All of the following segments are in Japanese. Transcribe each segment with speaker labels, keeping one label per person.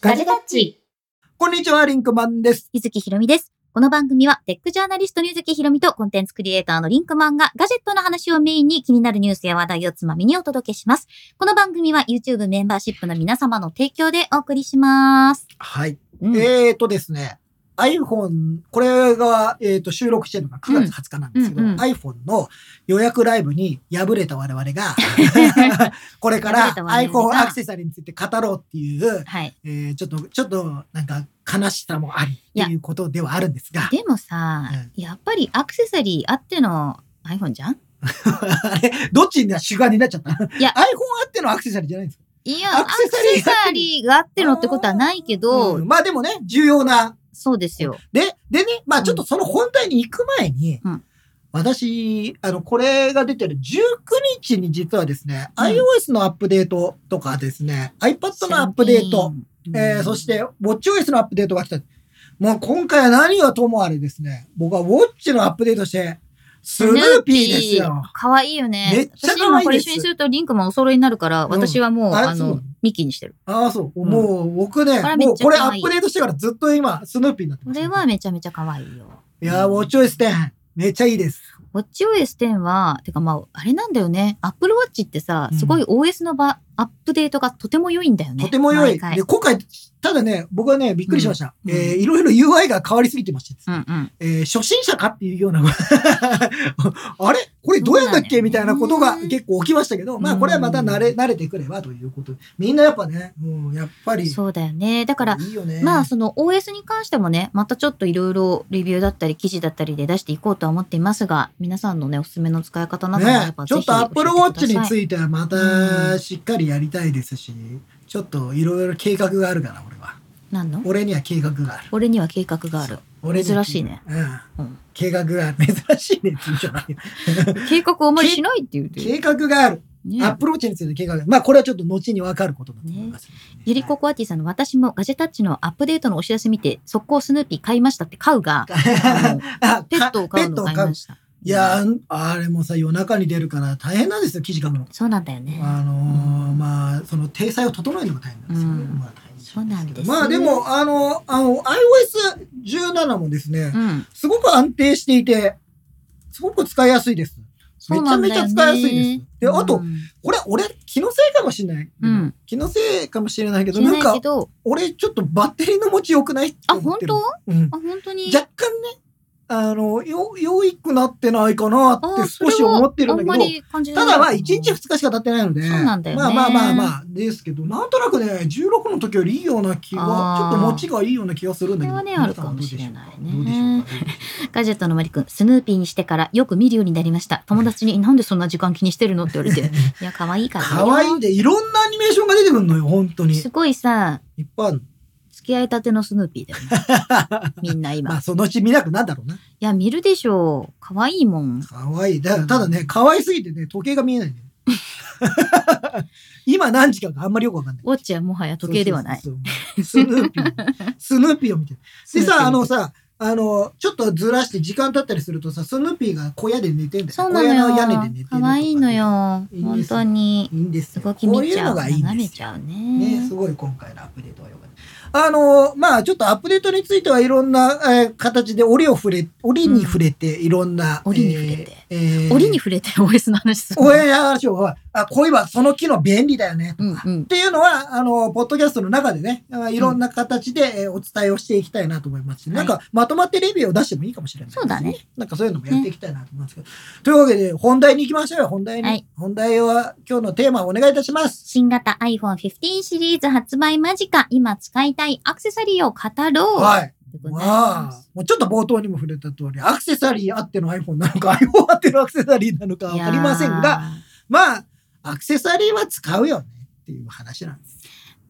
Speaker 1: ガジェタッチ。
Speaker 2: こんにちは、リンクマンです。
Speaker 3: ゆずきひろみです。この番組は、テックジャーナリストのゆずきひろみとコンテンツクリエイターのリンクマンがガジェットの話をメインに気になるニュースや話題をつまみにお届けします。この番組は YouTube メンバーシップの皆様の提供でお送りします。
Speaker 2: はい。
Speaker 3: うん
Speaker 2: えーとですね、iPhone、これが、えー、と収録してるのが9月20日なんですけど、
Speaker 3: うんうんうん
Speaker 2: iPhone の予約ライブに敗れた我々 が、 これか
Speaker 3: 敗
Speaker 2: ら
Speaker 3: れた我々
Speaker 2: iPhone
Speaker 3: が
Speaker 2: アクセサリーについて語ろうっていう、
Speaker 3: はい。
Speaker 2: えーちょっと、ちょっとなんか悲しさもありっていうことではあるんですが、
Speaker 3: でもさ、
Speaker 2: うん
Speaker 3: やっぱりアクセサリーあっての iPhone じゃん
Speaker 2: あれ、どっちが主眼になっちゃったい
Speaker 3: いや
Speaker 2: iPhone あってのアクセサリーじゃないんですか
Speaker 3: いや、
Speaker 2: ア
Speaker 3: ア
Speaker 2: ク
Speaker 3: ク
Speaker 2: セ
Speaker 3: セ
Speaker 2: サ
Speaker 3: サリーがあってのってことはないけど、
Speaker 2: うんまあでもね、重要な
Speaker 3: そうですよ。
Speaker 2: で、でね、まあちょっとその本題に行く前に、
Speaker 3: うん
Speaker 2: 私、あの、これが出てる19日に実はですね、
Speaker 3: うん
Speaker 2: iOS のアップデートとかですね、iPad のアップデート、
Speaker 3: うん。
Speaker 2: えーそして、WatchOS のアップデートが来た。もう今回は何はともあれですね、僕は Watch のアップデートして、スヌーピーですよ。
Speaker 3: かわいいよね。
Speaker 2: めっちゃ可愛いです
Speaker 3: 私今これ一緒にするとリンクもお揃いになるから、
Speaker 2: ん
Speaker 3: 私はもう、
Speaker 2: あれ
Speaker 3: あ
Speaker 2: そうな
Speaker 3: の
Speaker 2: の、
Speaker 3: ミキにしてる。
Speaker 2: ああ、そう。
Speaker 3: ん
Speaker 2: もう僕ね
Speaker 3: あれ、めっちゃ
Speaker 2: もうこれア
Speaker 3: 可愛
Speaker 2: ッ
Speaker 3: い
Speaker 2: プデートしてからずっと今、スヌーピーになって
Speaker 3: こ
Speaker 2: ます。
Speaker 3: れは、めちゃめちゃ可愛いよ。
Speaker 2: いやー、WatchOS10、めっちゃいいです。
Speaker 3: ウォッチ OS10 は、てかまあ、あれなんだよね。Apple Watch ってさ
Speaker 2: う、ん
Speaker 3: すごい OS の場、アップデートがとても良いんだよね。
Speaker 2: とても良い。
Speaker 3: 毎回
Speaker 2: で、今回、ただね、僕はね、びっくりしました。
Speaker 3: うん
Speaker 2: えーいろいろ UI が変わりすぎてました。
Speaker 3: うんうん。
Speaker 2: えー初心者かっていうような、 あれこれどうやったっけ、
Speaker 3: そうなんだよね
Speaker 2: みたいなことが結構起きましたけど、まあこれはまた慣れ、慣れてくればということ。みんなやっぱね、うん、やっぱり、
Speaker 3: そうだよね。だから、
Speaker 2: いいよね。
Speaker 3: まあその OS に関してもねまたちょっといろいろレビューだったり記事だったりで出していこうとは思っていますが皆さんのねおすすめの使い方などもあれ
Speaker 2: ね
Speaker 3: ば、
Speaker 2: ち
Speaker 3: ぜ
Speaker 2: ょ
Speaker 3: ひ
Speaker 2: っとアップルウォッチにつ
Speaker 3: いて
Speaker 2: いてはまたしっかりやりたいですし、ちょっといろいろ計画があるから、俺は。
Speaker 3: 何の
Speaker 2: 俺には計画がある。
Speaker 3: 俺には計画がある
Speaker 2: 俺には
Speaker 3: 珍しいね。
Speaker 2: う
Speaker 3: うんん。
Speaker 2: 計画がある。 珍しいねって言うじゃないよ
Speaker 3: 計画をあまりしないっていうて
Speaker 2: 計画がある。
Speaker 3: ね
Speaker 2: アップローチについて計画がある。まあ、これはちょっと後に分かることだと思います。
Speaker 3: ゆりこコアティさんの私もガジェタッチのアップデートのお知らせ見て速攻スヌーピー買いましたって買 うがあの
Speaker 2: あ
Speaker 3: ペットを飼うのを
Speaker 2: ペッ
Speaker 3: 買
Speaker 2: トを飼
Speaker 3: いま
Speaker 2: う
Speaker 3: した
Speaker 2: いやー、あれもさ、夜中に出るから大変なんですよ、記事書くの。
Speaker 3: そうなんだよね
Speaker 2: あのー、まあ、その、体裁を整えるのが大変なんですよね。
Speaker 3: うん
Speaker 2: まあ大変ですけど
Speaker 3: そうなんです
Speaker 2: まあ、でも、あの、あの、iOS17 もですね
Speaker 3: う、ん
Speaker 2: すごく安定していて、すごく使いやすいです。
Speaker 3: そうなんだ
Speaker 2: め
Speaker 3: よね
Speaker 2: ちゃめちゃ使いやすいですであと
Speaker 3: うん
Speaker 2: これ、俺、気のせいかもしれない。
Speaker 3: うん
Speaker 2: 気のせいかもしれないけど、
Speaker 3: 知ら
Speaker 2: なん
Speaker 3: ない
Speaker 2: か
Speaker 3: け、ど
Speaker 2: 俺、ちょっとバッテリーの持ち良くないって
Speaker 3: あ
Speaker 2: 思っ
Speaker 3: 本
Speaker 2: てる。
Speaker 3: 当あ
Speaker 2: うん
Speaker 3: 本当に
Speaker 2: 若干ね、あの、よ、良いくなってないかな
Speaker 3: あ
Speaker 2: って
Speaker 3: ーそ
Speaker 2: 少
Speaker 3: れ
Speaker 2: し
Speaker 3: は
Speaker 2: 思ってるんだ
Speaker 3: あ
Speaker 2: けど、
Speaker 3: り感じない
Speaker 2: ただまあ1日2日しか経ってないので、
Speaker 3: そうなんだよね
Speaker 2: まあまあまあまあ、ですけど、なんとなくね、16の時よりいいような気が、ち
Speaker 3: あー
Speaker 2: ょっと持ちがいいような気がするんだけど、
Speaker 3: それ
Speaker 2: 皆
Speaker 3: はね
Speaker 2: さん
Speaker 3: あるかもしれないね
Speaker 2: どうでしょうか
Speaker 3: ガジェットのマリ君、スヌーピーにしてからよく見るようになりました。友達に、なんでそんな時間気にしてるのって言われて。 いや、可愛いからだよ。
Speaker 2: 可愛いんで、いろんなアニメーションが出てくるのよ、本当に。い
Speaker 3: すごいさ、
Speaker 2: っぱいある
Speaker 3: 付き合いたてのスヌーピーだよね。 みんな今。
Speaker 2: ま
Speaker 3: い
Speaker 2: あ、そのうち見なくなんだろうな。
Speaker 3: や、見るでしょう。可愛いもん。
Speaker 2: 可愛いだただね、可愛すぎてね、時計が見えないね。 今何時かがあんまりよくわかんない。
Speaker 3: ウォッチはもはや時計ではない。
Speaker 2: そうそうそう。スヌーピー。スヌーピーを見てる。で
Speaker 3: スヌーピーを見てる
Speaker 2: さ、あのさ、あの、ちょっとずらして時間経ったりするとさ、スヌーピーが小屋で寝てんだよ。
Speaker 3: そうなのよ
Speaker 2: 小屋の屋根で寝てる。。
Speaker 3: 可愛いの。よ。
Speaker 2: いいんで
Speaker 3: 本
Speaker 2: すよ
Speaker 3: 当に。
Speaker 2: いいんですよ。
Speaker 3: 動き見ちゃう。
Speaker 2: こういうのがいい
Speaker 3: 眺
Speaker 2: んで
Speaker 3: め
Speaker 2: す
Speaker 3: ち
Speaker 2: よ。
Speaker 3: ゃう
Speaker 2: ね、
Speaker 3: ね
Speaker 2: す。ごい今回のアップデートは良かった。あの、まあちょっとアップデートについてはいろんな、えー形で折を触れ、折に触れて、いろんな。
Speaker 3: 折に触れて
Speaker 2: えー。えー
Speaker 3: 折に触れて OS の話する。
Speaker 2: おや話を、あ、こういえばその機能便利だよね、と
Speaker 3: う
Speaker 2: か。
Speaker 3: んうん
Speaker 2: っ。ていうのは、あの、ポッドキャストの中でね、あいろんな形で、えーお伝えをしていきたいなと思いますし、
Speaker 3: はい
Speaker 2: なんか、まとまってレビューを出してもいいかもしれない、
Speaker 3: そうだね。
Speaker 2: なんかそういうのもやっていきたいなと思いますけど。というわけで、本題に行きましょうよ、本題に。
Speaker 3: はい
Speaker 2: 本題は、今日のテーマをお願いいたします。
Speaker 3: 新型 iPhone15 シリーズ発売間近、今使いたいアクセサリーを語ろう。
Speaker 2: はい。
Speaker 3: でござい
Speaker 2: ま
Speaker 3: ま
Speaker 2: あ
Speaker 3: す。、
Speaker 2: もうちょっと冒頭にも触れた通り、アクセサリーあっての iPhone なの か、iPhone あってのアクセサリーなのかわかりません
Speaker 3: いや
Speaker 2: が、
Speaker 3: ー
Speaker 2: まあ、アクセサリーは使うよねっていう話なんです。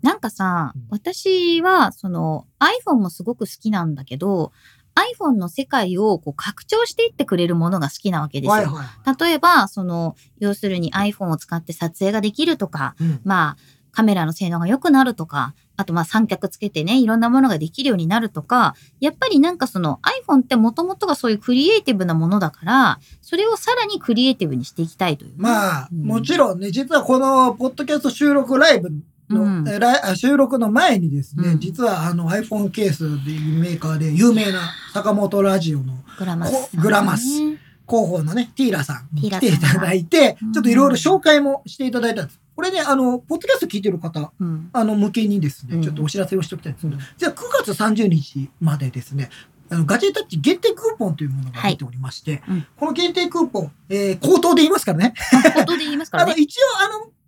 Speaker 3: なんかさ
Speaker 2: うん、
Speaker 3: 私は、その iPhone もすごく好きなんだけど、iPhone の世界をこう拡張していってくれるものが好きなわけですよ。
Speaker 2: はいはいはい。
Speaker 3: 例えば、その、要するに iPhone を使って撮影ができるとか、
Speaker 2: うん
Speaker 3: まあ、カメラの性能が良くなるとか、あとまあ三脚つけてね、いろんなものができるようになるとか、やっぱりなんかその iPhone ってもともとがそういうクリエイティブなものだから、それをさらにクリエイティブにしていきたいという。あ、
Speaker 2: まあ、
Speaker 3: うん
Speaker 2: もちろんね、実はこのポッドキャスト収録ライブの、
Speaker 3: うん
Speaker 2: えらいあ収録の前にですね、
Speaker 3: うん
Speaker 2: 実はあの iPhone ケースでいうメーカーで有名な坂本ラジオの
Speaker 3: グラマス、
Speaker 2: こグラマス広報のね、ティーラさんに来ていただいて
Speaker 3: ィーラさんがうん、
Speaker 2: ちょっといろいろ紹介もしていただいたんです。これね、あの、ポッドキャスト聞いてる方、
Speaker 3: うん。
Speaker 2: あの、向けにです
Speaker 3: うん
Speaker 2: ね、ちょっとお知らせをしておきたいんです。
Speaker 3: うん
Speaker 2: じゃあ、9月30日までですね、あのガジェタッチ限定クーポンというものが出ておりまして、
Speaker 3: うん
Speaker 2: この限定クーポン、えー、口頭で言いますからね。
Speaker 3: 口頭で言いますか
Speaker 2: あ
Speaker 3: ら
Speaker 2: の、
Speaker 3: ね。
Speaker 2: 一応、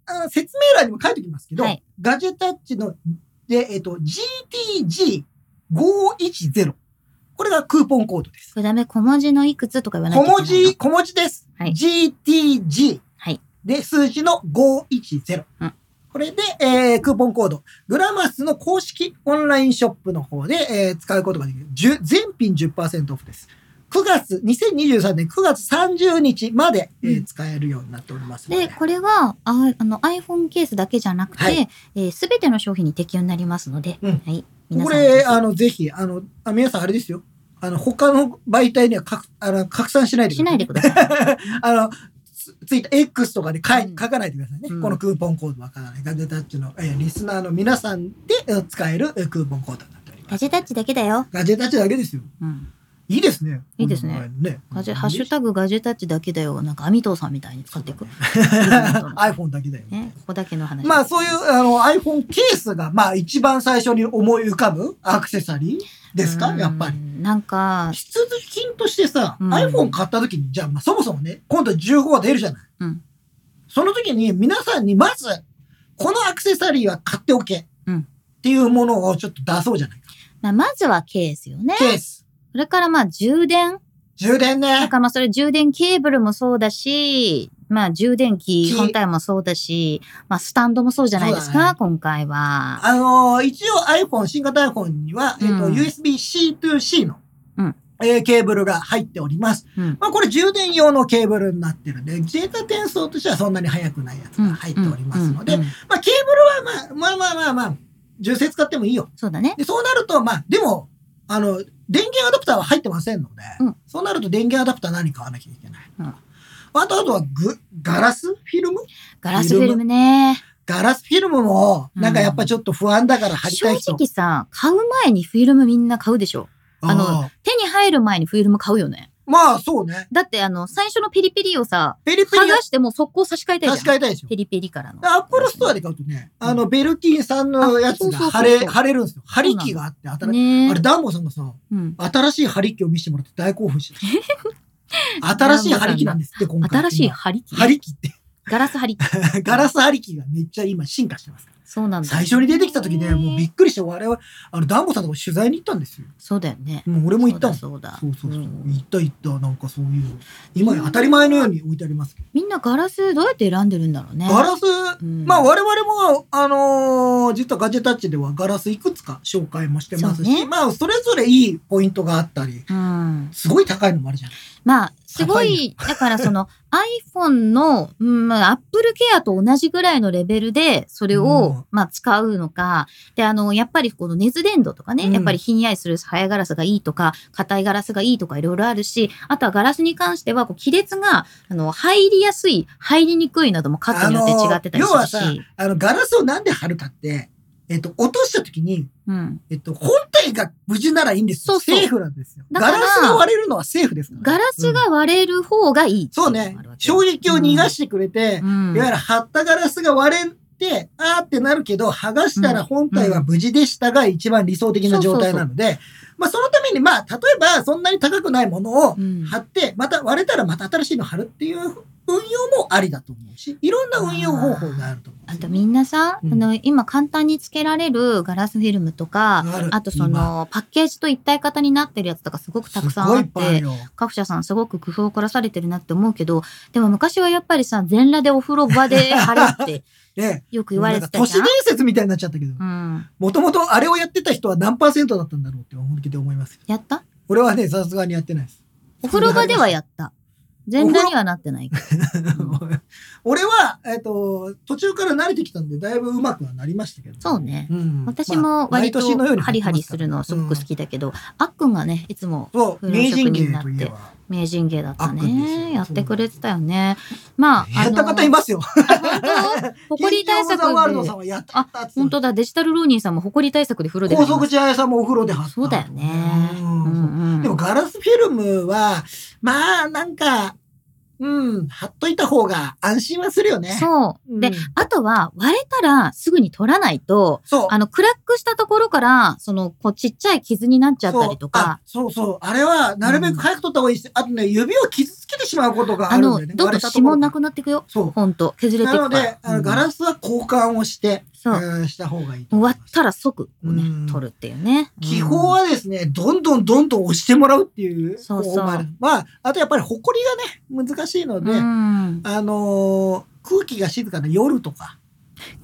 Speaker 2: あのあの、説明欄にも書いておきますけど、
Speaker 3: はい
Speaker 2: ガジェタッチの、で、えっ、と、GTG510。これがクーポンコードです。
Speaker 3: これダメ、小文字のいくつとか言わない
Speaker 2: 小
Speaker 3: といけな
Speaker 2: 文
Speaker 3: いの。
Speaker 2: 字、小文字です。
Speaker 3: はい
Speaker 2: GTG。
Speaker 3: はい
Speaker 2: で、数字の510。
Speaker 3: うん
Speaker 2: これで、えー、クーポンコード。グラマスの公式オンラインショップの方で、えー使うことができる。10全品10%オフです。9月、2023年9月30日まで、えー
Speaker 3: うん
Speaker 2: 使えるようになっておりますので。
Speaker 3: で、これは、ああの、iPhone ケースだけじゃなくて、す、
Speaker 2: は
Speaker 3: べ、
Speaker 2: い
Speaker 3: ての商品に適用になりますので、
Speaker 2: うん
Speaker 3: はい。皆
Speaker 2: こ
Speaker 3: さん。
Speaker 2: れ、あの、ぜひ、あの、あ皆さんあれですよ。あの、他の媒体にはかくあの拡散しないでくだ
Speaker 3: し
Speaker 2: さい。
Speaker 3: ないでください。
Speaker 2: あの、ツツイッター X とかで書い
Speaker 3: うん
Speaker 2: 書かないでくださいね。
Speaker 3: うん
Speaker 2: このクーポンコードわからない。ガジェタッチの、えーリスナーの皆さんでえー使えるえークーポンコードになっておりま
Speaker 3: ガ
Speaker 2: す。
Speaker 3: ジェタッチだけだよ。
Speaker 2: ガジェタッチだけですよ。
Speaker 3: うん。
Speaker 2: いいですね。
Speaker 3: いいですね
Speaker 2: この前ね
Speaker 3: ガジェハッシュタグガジェタッチだけだよ。なんか、アミトさんみたいに使っていく。
Speaker 2: iPhone だけだよ。
Speaker 3: ね、ここだけの話。
Speaker 2: まあそういうあの iPhone ケースがまあ一番最初に思い浮かぶアクセサリーですか
Speaker 3: うん
Speaker 2: やっぱり。。
Speaker 3: なんか、
Speaker 2: 必需品としてさ、
Speaker 3: うん
Speaker 2: iPhone 買った時にじゃあ、まあ、そもそもね今度15が出るじゃない。
Speaker 3: うん
Speaker 2: その時に皆さんにまずこのアクセサリーは買っておけっ
Speaker 3: うん
Speaker 2: ていうものをちょっと出そうじゃないか。
Speaker 3: まあ、まずはケースよね。
Speaker 2: ケース
Speaker 3: それからまあ充電。
Speaker 2: 充電
Speaker 3: だ
Speaker 2: ね。
Speaker 3: からまあそれ充電ケーブルもそうだし、まあ充電器
Speaker 2: き
Speaker 3: 本体もそうだし、まあスタンドもそうじゃないです
Speaker 2: そう
Speaker 3: か、
Speaker 2: だ
Speaker 3: 今回は。
Speaker 2: あのー一応 iPhone 新型 iPhone には、えっと
Speaker 3: うん
Speaker 2: USB-C to C の、
Speaker 3: うん
Speaker 2: えーケーブルが入っております。
Speaker 3: うん
Speaker 2: まあこれ充電用のケーブルになってるんでデータ転送としてはそんなに速くないやつ
Speaker 3: うん
Speaker 2: が入っておりますので、
Speaker 3: うんうん
Speaker 2: まあケーブルはまあまあまあまあまあ純正使ってもいいよ。
Speaker 3: そうだね。
Speaker 2: で、そうなると、まあ、でも、あの、電源アダプターは入ってませんので、
Speaker 3: うん
Speaker 2: そうなると電源アダプター何買わなきゃいけない。
Speaker 3: うん
Speaker 2: あと、あとはグ、ガラスフィルム
Speaker 3: ガラスフィルムね。
Speaker 2: ガラスフィルムも、
Speaker 3: うん
Speaker 2: なんかやっぱちょっと不安だから貼りたい
Speaker 3: 正
Speaker 2: 人。
Speaker 3: 直さ、買う前にフィルムみんな買うでしょ。あの
Speaker 2: あー
Speaker 3: 手に入る前にフィルム買うよね。
Speaker 2: まあ、そうね。
Speaker 3: だってあの、最初のペリペリをさ、
Speaker 2: ペリペ
Speaker 3: 剥
Speaker 2: リは
Speaker 3: がしてもう速攻差し替えたい
Speaker 2: 差
Speaker 3: じ
Speaker 2: し
Speaker 3: ゃん。
Speaker 2: 替えたいですよ。
Speaker 3: ペリペリからの。
Speaker 2: アップルストアで買うとね、あの、ベルティンさんのやつ
Speaker 3: あそう
Speaker 2: が
Speaker 3: そうそうそう
Speaker 2: 貼れ、貼れるんですよ。貼り機があって、新しい
Speaker 3: ね
Speaker 2: あれ、ダンボさんがさ、
Speaker 3: うん。
Speaker 2: 新しい貼り機を見せてもらって大興奮してた。新しい貼り機なんですって、今回。
Speaker 3: 新しい張り切り
Speaker 2: 張り切って。
Speaker 3: ガラス張り切り
Speaker 2: ガラス張り機がめっちゃ今進化してます。
Speaker 3: そうなんだ。
Speaker 2: 最初に出てきた時ね、もうびっくりして我々、あの、ダンボさんとか取材に行ったんですよ。
Speaker 3: そうだよね。
Speaker 2: もう俺も行ったんですよ。
Speaker 3: そうだ
Speaker 2: そ
Speaker 3: そううだ
Speaker 2: そうそう。
Speaker 3: ん
Speaker 2: 行った行った、なんかそういう。今や当たり前のように置いてありますけど。
Speaker 3: みんなガラスどうやって選んでるんだろうね。
Speaker 2: ガラス、
Speaker 3: うん
Speaker 2: まあ我々も、あのー実はガジェタッチではガラスいくつか紹介もしてますし、
Speaker 3: そうね
Speaker 2: まあそれぞれいいポイントがあったり、
Speaker 3: うん、
Speaker 2: すごい高いのもあるじゃん。
Speaker 3: まあすごいだからその iPhone の、うんまあ、Apple Care と同じぐらいのレベルでそれを、
Speaker 2: うん
Speaker 3: まあ、使うのかであのやっぱりこの熱伝導とかね、
Speaker 2: うん
Speaker 3: やっぱりひんやりする早ガラスがいいとか硬いガラスがいいとかいろいろあるしあとはガラスに関してはこう亀裂があの入りやすい入りにくいなどもカットによって違ってたり
Speaker 2: あの要は
Speaker 3: する
Speaker 2: さ
Speaker 3: し、
Speaker 2: あの、ガラスをなんで貼るかって、えっと、落とした時に、
Speaker 3: うん、
Speaker 2: えっと、本体が無事ならいいんですよ。
Speaker 3: そうそう
Speaker 2: セーフなんですよ。
Speaker 3: だ
Speaker 2: ガ
Speaker 3: から
Speaker 2: ラスが割れるのはセーフですからね、
Speaker 3: ガラス
Speaker 2: うん
Speaker 3: が割れる方がいいってい
Speaker 2: そう
Speaker 3: の
Speaker 2: ね
Speaker 3: があるわ。け
Speaker 2: 衝撃を逃がしてくれて、
Speaker 3: うん
Speaker 2: いわゆる貼ったガラスが割れて、あーってなるけど、剥がしたら本体は無事でしたが一番理想的な状態なので、まあそのために、まあ例えばそんなに高くないものを
Speaker 3: うん
Speaker 2: 貼って、また割れたらまた新しいの貼るっていう運用もありだと思うし、いろんな運用方法があると思う。
Speaker 3: あとみんなさ、
Speaker 2: うん
Speaker 3: あの今簡単につけられるガラスフィルムとか、
Speaker 2: ある
Speaker 3: あとそのパッケージと一体型になってるやつとかすごくたくさんあっ
Speaker 2: すごいいっぱいあ
Speaker 3: て
Speaker 2: る。よ
Speaker 3: 各社さんすごく工夫を凝らされてるなって思うけど、でも昔はやっぱりさ、全裸でお風呂場で 貼れって
Speaker 2: ね
Speaker 3: よく言われて
Speaker 2: なん
Speaker 3: た
Speaker 2: か
Speaker 3: じ
Speaker 2: 都市
Speaker 3: ゃん
Speaker 2: 伝。説みたいになっちゃったけど、
Speaker 3: うん。
Speaker 2: もともとあれをやってた人は何パーセントだったんだろうって本気で思います。
Speaker 3: やった
Speaker 2: 俺はね、さすがにやってないです。
Speaker 3: お風呂場ではやった。全裸にはなってないけ ど。
Speaker 2: 俺は、えっ、と、途中から慣れてきたんで、だいぶうまくはなりましたけど、
Speaker 3: そうね。
Speaker 2: うん
Speaker 3: 私も割と
Speaker 2: まあ毎年のように
Speaker 3: ハリハリするのすごく好きだけど、あっくんがね、いつも
Speaker 2: うん。そう、名人芸といえば。
Speaker 3: 名人芸だった
Speaker 2: あっくんです
Speaker 3: ね。
Speaker 2: よ
Speaker 3: やってくれてたよね。まあ、
Speaker 2: やった方いますよ。
Speaker 3: あ本誇り対策
Speaker 2: ザワールドさん
Speaker 3: で。
Speaker 2: はやったったっつって
Speaker 3: 本当だ、デジタル浪人さんも誇り対策で風呂で入
Speaker 2: 高
Speaker 3: ります。
Speaker 2: 速地雷さんもお風呂で貼った。
Speaker 3: そうだよね。
Speaker 2: うん
Speaker 3: うんうん
Speaker 2: でもガラスフィルムは、まあなんか、うん、貼っといた方が安心はするよね。
Speaker 3: そう。で
Speaker 2: うん、
Speaker 3: あとは割れたらすぐに取らないと、
Speaker 2: そう。
Speaker 3: あの、クラックしたところから、その、こう、ちっちゃい傷になっちゃったりとか、
Speaker 2: そうあそうそう。あれは、なるべく早く取った方がいいし、あとね、指を傷つけてしまうことが
Speaker 3: あ
Speaker 2: あるん
Speaker 3: の、
Speaker 2: だよね。
Speaker 3: どんどん指紋なくなっていくよ。
Speaker 2: そう。
Speaker 3: ほんと、削れてい
Speaker 2: なの
Speaker 3: くから。
Speaker 2: で、あのガ
Speaker 3: ス、
Speaker 2: ラスは交換をして、
Speaker 3: そう。
Speaker 2: うんした方がいいと
Speaker 3: 終
Speaker 2: 思
Speaker 3: わ
Speaker 2: い
Speaker 3: っ
Speaker 2: ます。
Speaker 3: たら即、こうね
Speaker 2: うん、
Speaker 3: 取るっていうね。
Speaker 2: 基本はですね、どんどんどんどん押してもらうっていう
Speaker 3: そうそう
Speaker 2: 方法もある。まあ、あとやっぱり埃がね、難しいの
Speaker 3: うん、
Speaker 2: で、
Speaker 3: うん
Speaker 2: あのー空気が静かな夜とか、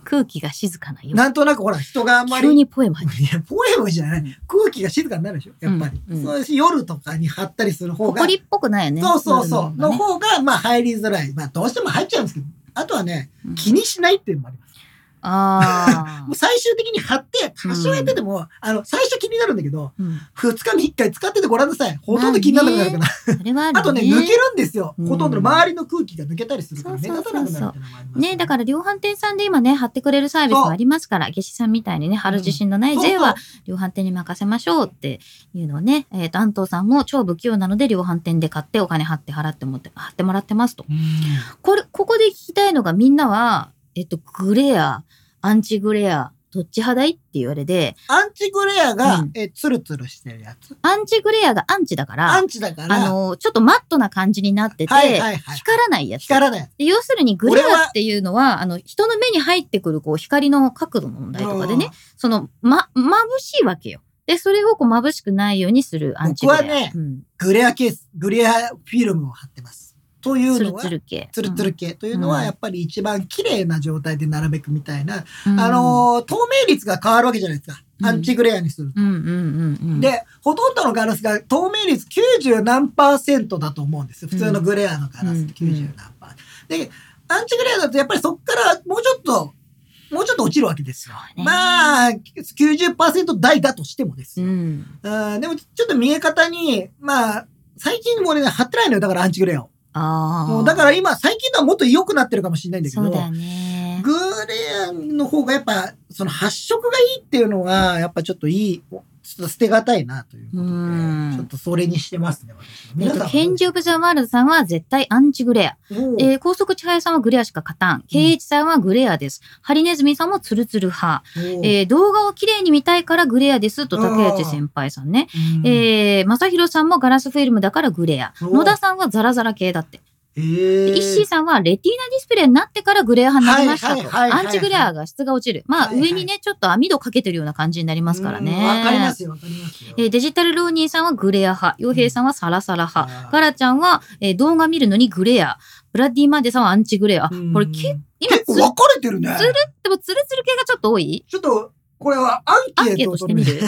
Speaker 3: 空気が静かなよ。
Speaker 2: なんとなくほら、人があんまり。
Speaker 3: 急にポエマに。
Speaker 2: いやポエムじゃない。空気が静かになるでしょ、やっぱり。
Speaker 3: うんうん
Speaker 2: そうです夜とかに貼ったりする方が。
Speaker 3: 埃っぽくないよね。
Speaker 2: そうそうそう。
Speaker 3: 塗る
Speaker 2: の
Speaker 3: ものがね
Speaker 2: 方が、まあ、入りづらい。まあ、どうしても入っちゃうんですけど。あとはね、
Speaker 3: うん
Speaker 2: 気にしないっていうのもあります。
Speaker 3: あ
Speaker 2: もう最終的に貼って、多少やってても、あの、最初気になるんだけど、
Speaker 3: あ。うん
Speaker 2: 2日に1回使っててごらんなさい。ほとんど気にならなくなるから。
Speaker 3: それはある
Speaker 2: あとね、抜けるんですよ。
Speaker 3: うん
Speaker 2: ほとんどの周りの空気が抜けたりするから、目
Speaker 3: そうそう
Speaker 2: 立
Speaker 3: そ
Speaker 2: た
Speaker 3: うそう
Speaker 2: なくなるっていうのもあります。
Speaker 3: ね、だから量販店さんで今ね、貼ってくれるサービスもありますから、夏至さんみたいにね、貼る自信のない
Speaker 2: そうそう
Speaker 3: J は量販店に任せましょうっていうのをね、えっ、と、安藤さんも超不器用なので量販店で買ってお金貼って払ってもって、貼ってもらってますと。
Speaker 2: うん。
Speaker 3: これ、ここで聞きたいのがみんなは、えっと、グレア、アンチグレア、どっち派だいって言われで、
Speaker 2: アンチグレアが、
Speaker 3: うん
Speaker 2: え、ツルツルしてるやつ。
Speaker 3: アンチグレアがアンチだから、
Speaker 2: ア
Speaker 3: あ
Speaker 2: ンチだから、
Speaker 3: の、ちょっとマットな感じになってて、
Speaker 2: はいはいはい。
Speaker 3: 光らないやつ。
Speaker 2: 光らない。
Speaker 3: で要するにグレ
Speaker 2: 俺
Speaker 3: ア
Speaker 2: は
Speaker 3: っていうのは、あの、人の目に入ってくるこう光の角度の問題とかでね、その、ま、眩しいわけよ。で、それをこう眩しくないようにするアンチグレア。
Speaker 2: 僕はね
Speaker 3: うん、
Speaker 2: グレアケース、グレアフィルムを貼ってます。という
Speaker 3: ツ
Speaker 2: の
Speaker 3: ル
Speaker 2: は、
Speaker 3: ツル系。
Speaker 2: ツルツル系というの
Speaker 3: う
Speaker 2: は
Speaker 3: ん
Speaker 2: やっぱり一番綺麗な状態でなるべくみたいな、
Speaker 3: うん、
Speaker 2: あのー透明率が変わるわけじゃないですか、
Speaker 3: うん
Speaker 2: アンチグレアにすると、
Speaker 3: うんうんうんうん。、
Speaker 2: でほとんどのガラスが透明率90何パーセントだと思うんですよ普通のグレアのガラスって
Speaker 3: うん
Speaker 2: 90何パー、でアンチグレアだとやっぱりそこからもうちょっともうちょっと落ちるわけですよ
Speaker 3: ね
Speaker 2: まあ90%台だとしてもです
Speaker 3: う
Speaker 2: よ、
Speaker 3: ん。
Speaker 2: うんでもちょっと見え方にまあ最近もうね貼ってないのよだからアンチグレアを
Speaker 3: ああ。
Speaker 2: もうだから今最近のはもっと良くなってるかもしれないんだけど
Speaker 3: そうだよね。
Speaker 2: グレアの方がやっぱその発色がいいっていうのはやっぱちょっといいちょっと捨てがたいなということで
Speaker 3: うん
Speaker 2: ちょっとそれにしてますね私は
Speaker 3: えっ
Speaker 2: 皆さん
Speaker 3: と、
Speaker 2: は
Speaker 3: ケンジ・オブ・ザ・ワールドさんは絶対アンチグレア。
Speaker 2: もう
Speaker 3: えー、高速千早さんはグレアしか勝たん。ケイイチさんはグレアです。ハリネズミさんもツルツル派。
Speaker 2: もう
Speaker 3: えー動画を綺麗に見たいからグレアですと竹内先輩さんね。
Speaker 2: うん
Speaker 3: えー、正弘さんもガラスフィルムだからグレア。
Speaker 2: お
Speaker 3: 野田さんはザラザラ系だって。
Speaker 2: え
Speaker 3: で
Speaker 2: ー
Speaker 3: イッシーさんはレティーナディスプレイになってからグレア派になりまし
Speaker 2: は
Speaker 3: た
Speaker 2: い
Speaker 3: と。
Speaker 2: はいはいは
Speaker 3: ア
Speaker 2: い
Speaker 3: ンチグレアが質が落ちる。まあ
Speaker 2: はいはい
Speaker 3: 上にね、ちょっと網戸かけてるような感じになりますからね。
Speaker 2: うんわかりますよわかりますよ
Speaker 3: えーデジタルローニーさんはグレア派、洋平さんはサラサラ
Speaker 2: う
Speaker 3: 派、
Speaker 2: ん
Speaker 3: ガラちゃんは、えー動画見るのにグレア、ブラッディマーデさんはアンチグレア。
Speaker 2: うん
Speaker 3: これ結今
Speaker 2: 結
Speaker 3: つ
Speaker 2: 構
Speaker 3: る
Speaker 2: 分かれてるね
Speaker 3: つるでもツルツル系がちょっと多い
Speaker 2: ちょっとこれはア
Speaker 3: ア
Speaker 2: ンケ
Speaker 3: ンケ
Speaker 2: ート
Speaker 3: ート
Speaker 2: を
Speaker 3: してみる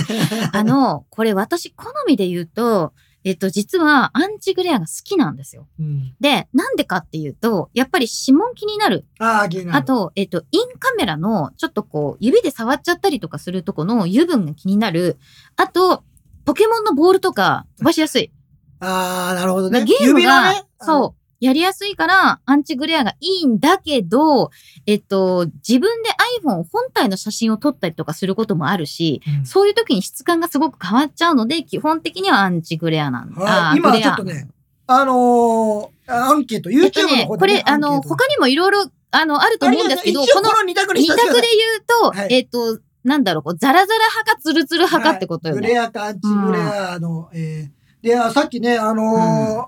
Speaker 3: あの、これ私好みで言うと、えっと、実はアンチグレアが好きなんですよ。
Speaker 2: うん
Speaker 3: で、なんでかっていうと、やっぱり指紋気になる。
Speaker 2: ああ気になる
Speaker 3: あと、えっと、インカメラの、ちょっとこう、指で触っちゃったりとかするとこの油分が気になる。あと、ポケモンのボールとか飛ばしやすい。
Speaker 2: ああなるほどね
Speaker 3: ゲーム
Speaker 2: 指の
Speaker 3: が、
Speaker 2: ね
Speaker 3: そう、やりやすいから、アンチグレアがいいんだけど、えっと、自分で iPhone 本体の写真を撮ったりとかすることもあるし、
Speaker 2: うん
Speaker 3: そういう時に質感がすごく変わっちゃうので、基本的にはアンチグレアなんだ。
Speaker 2: はい
Speaker 3: あー
Speaker 2: 今
Speaker 3: グレ
Speaker 2: ち
Speaker 3: ア
Speaker 2: ょっとね、あのー、アンケート、
Speaker 3: えっと
Speaker 2: YouTube
Speaker 3: ね、
Speaker 2: の方
Speaker 3: こ
Speaker 2: でね、
Speaker 3: れ、あの、他にもいろいろ、あの、あると思うんですけど、
Speaker 2: いやいや一
Speaker 3: こ
Speaker 2: 応
Speaker 3: の
Speaker 2: この二択に
Speaker 3: 二
Speaker 2: した
Speaker 3: 択で言うと、
Speaker 2: はい
Speaker 3: えっと、なんだろう、こう、ザラザラ派かツルツル派かってことよ
Speaker 2: グ
Speaker 3: ね。
Speaker 2: レアかアンチグレアの、えー、で、あさっきね、あのー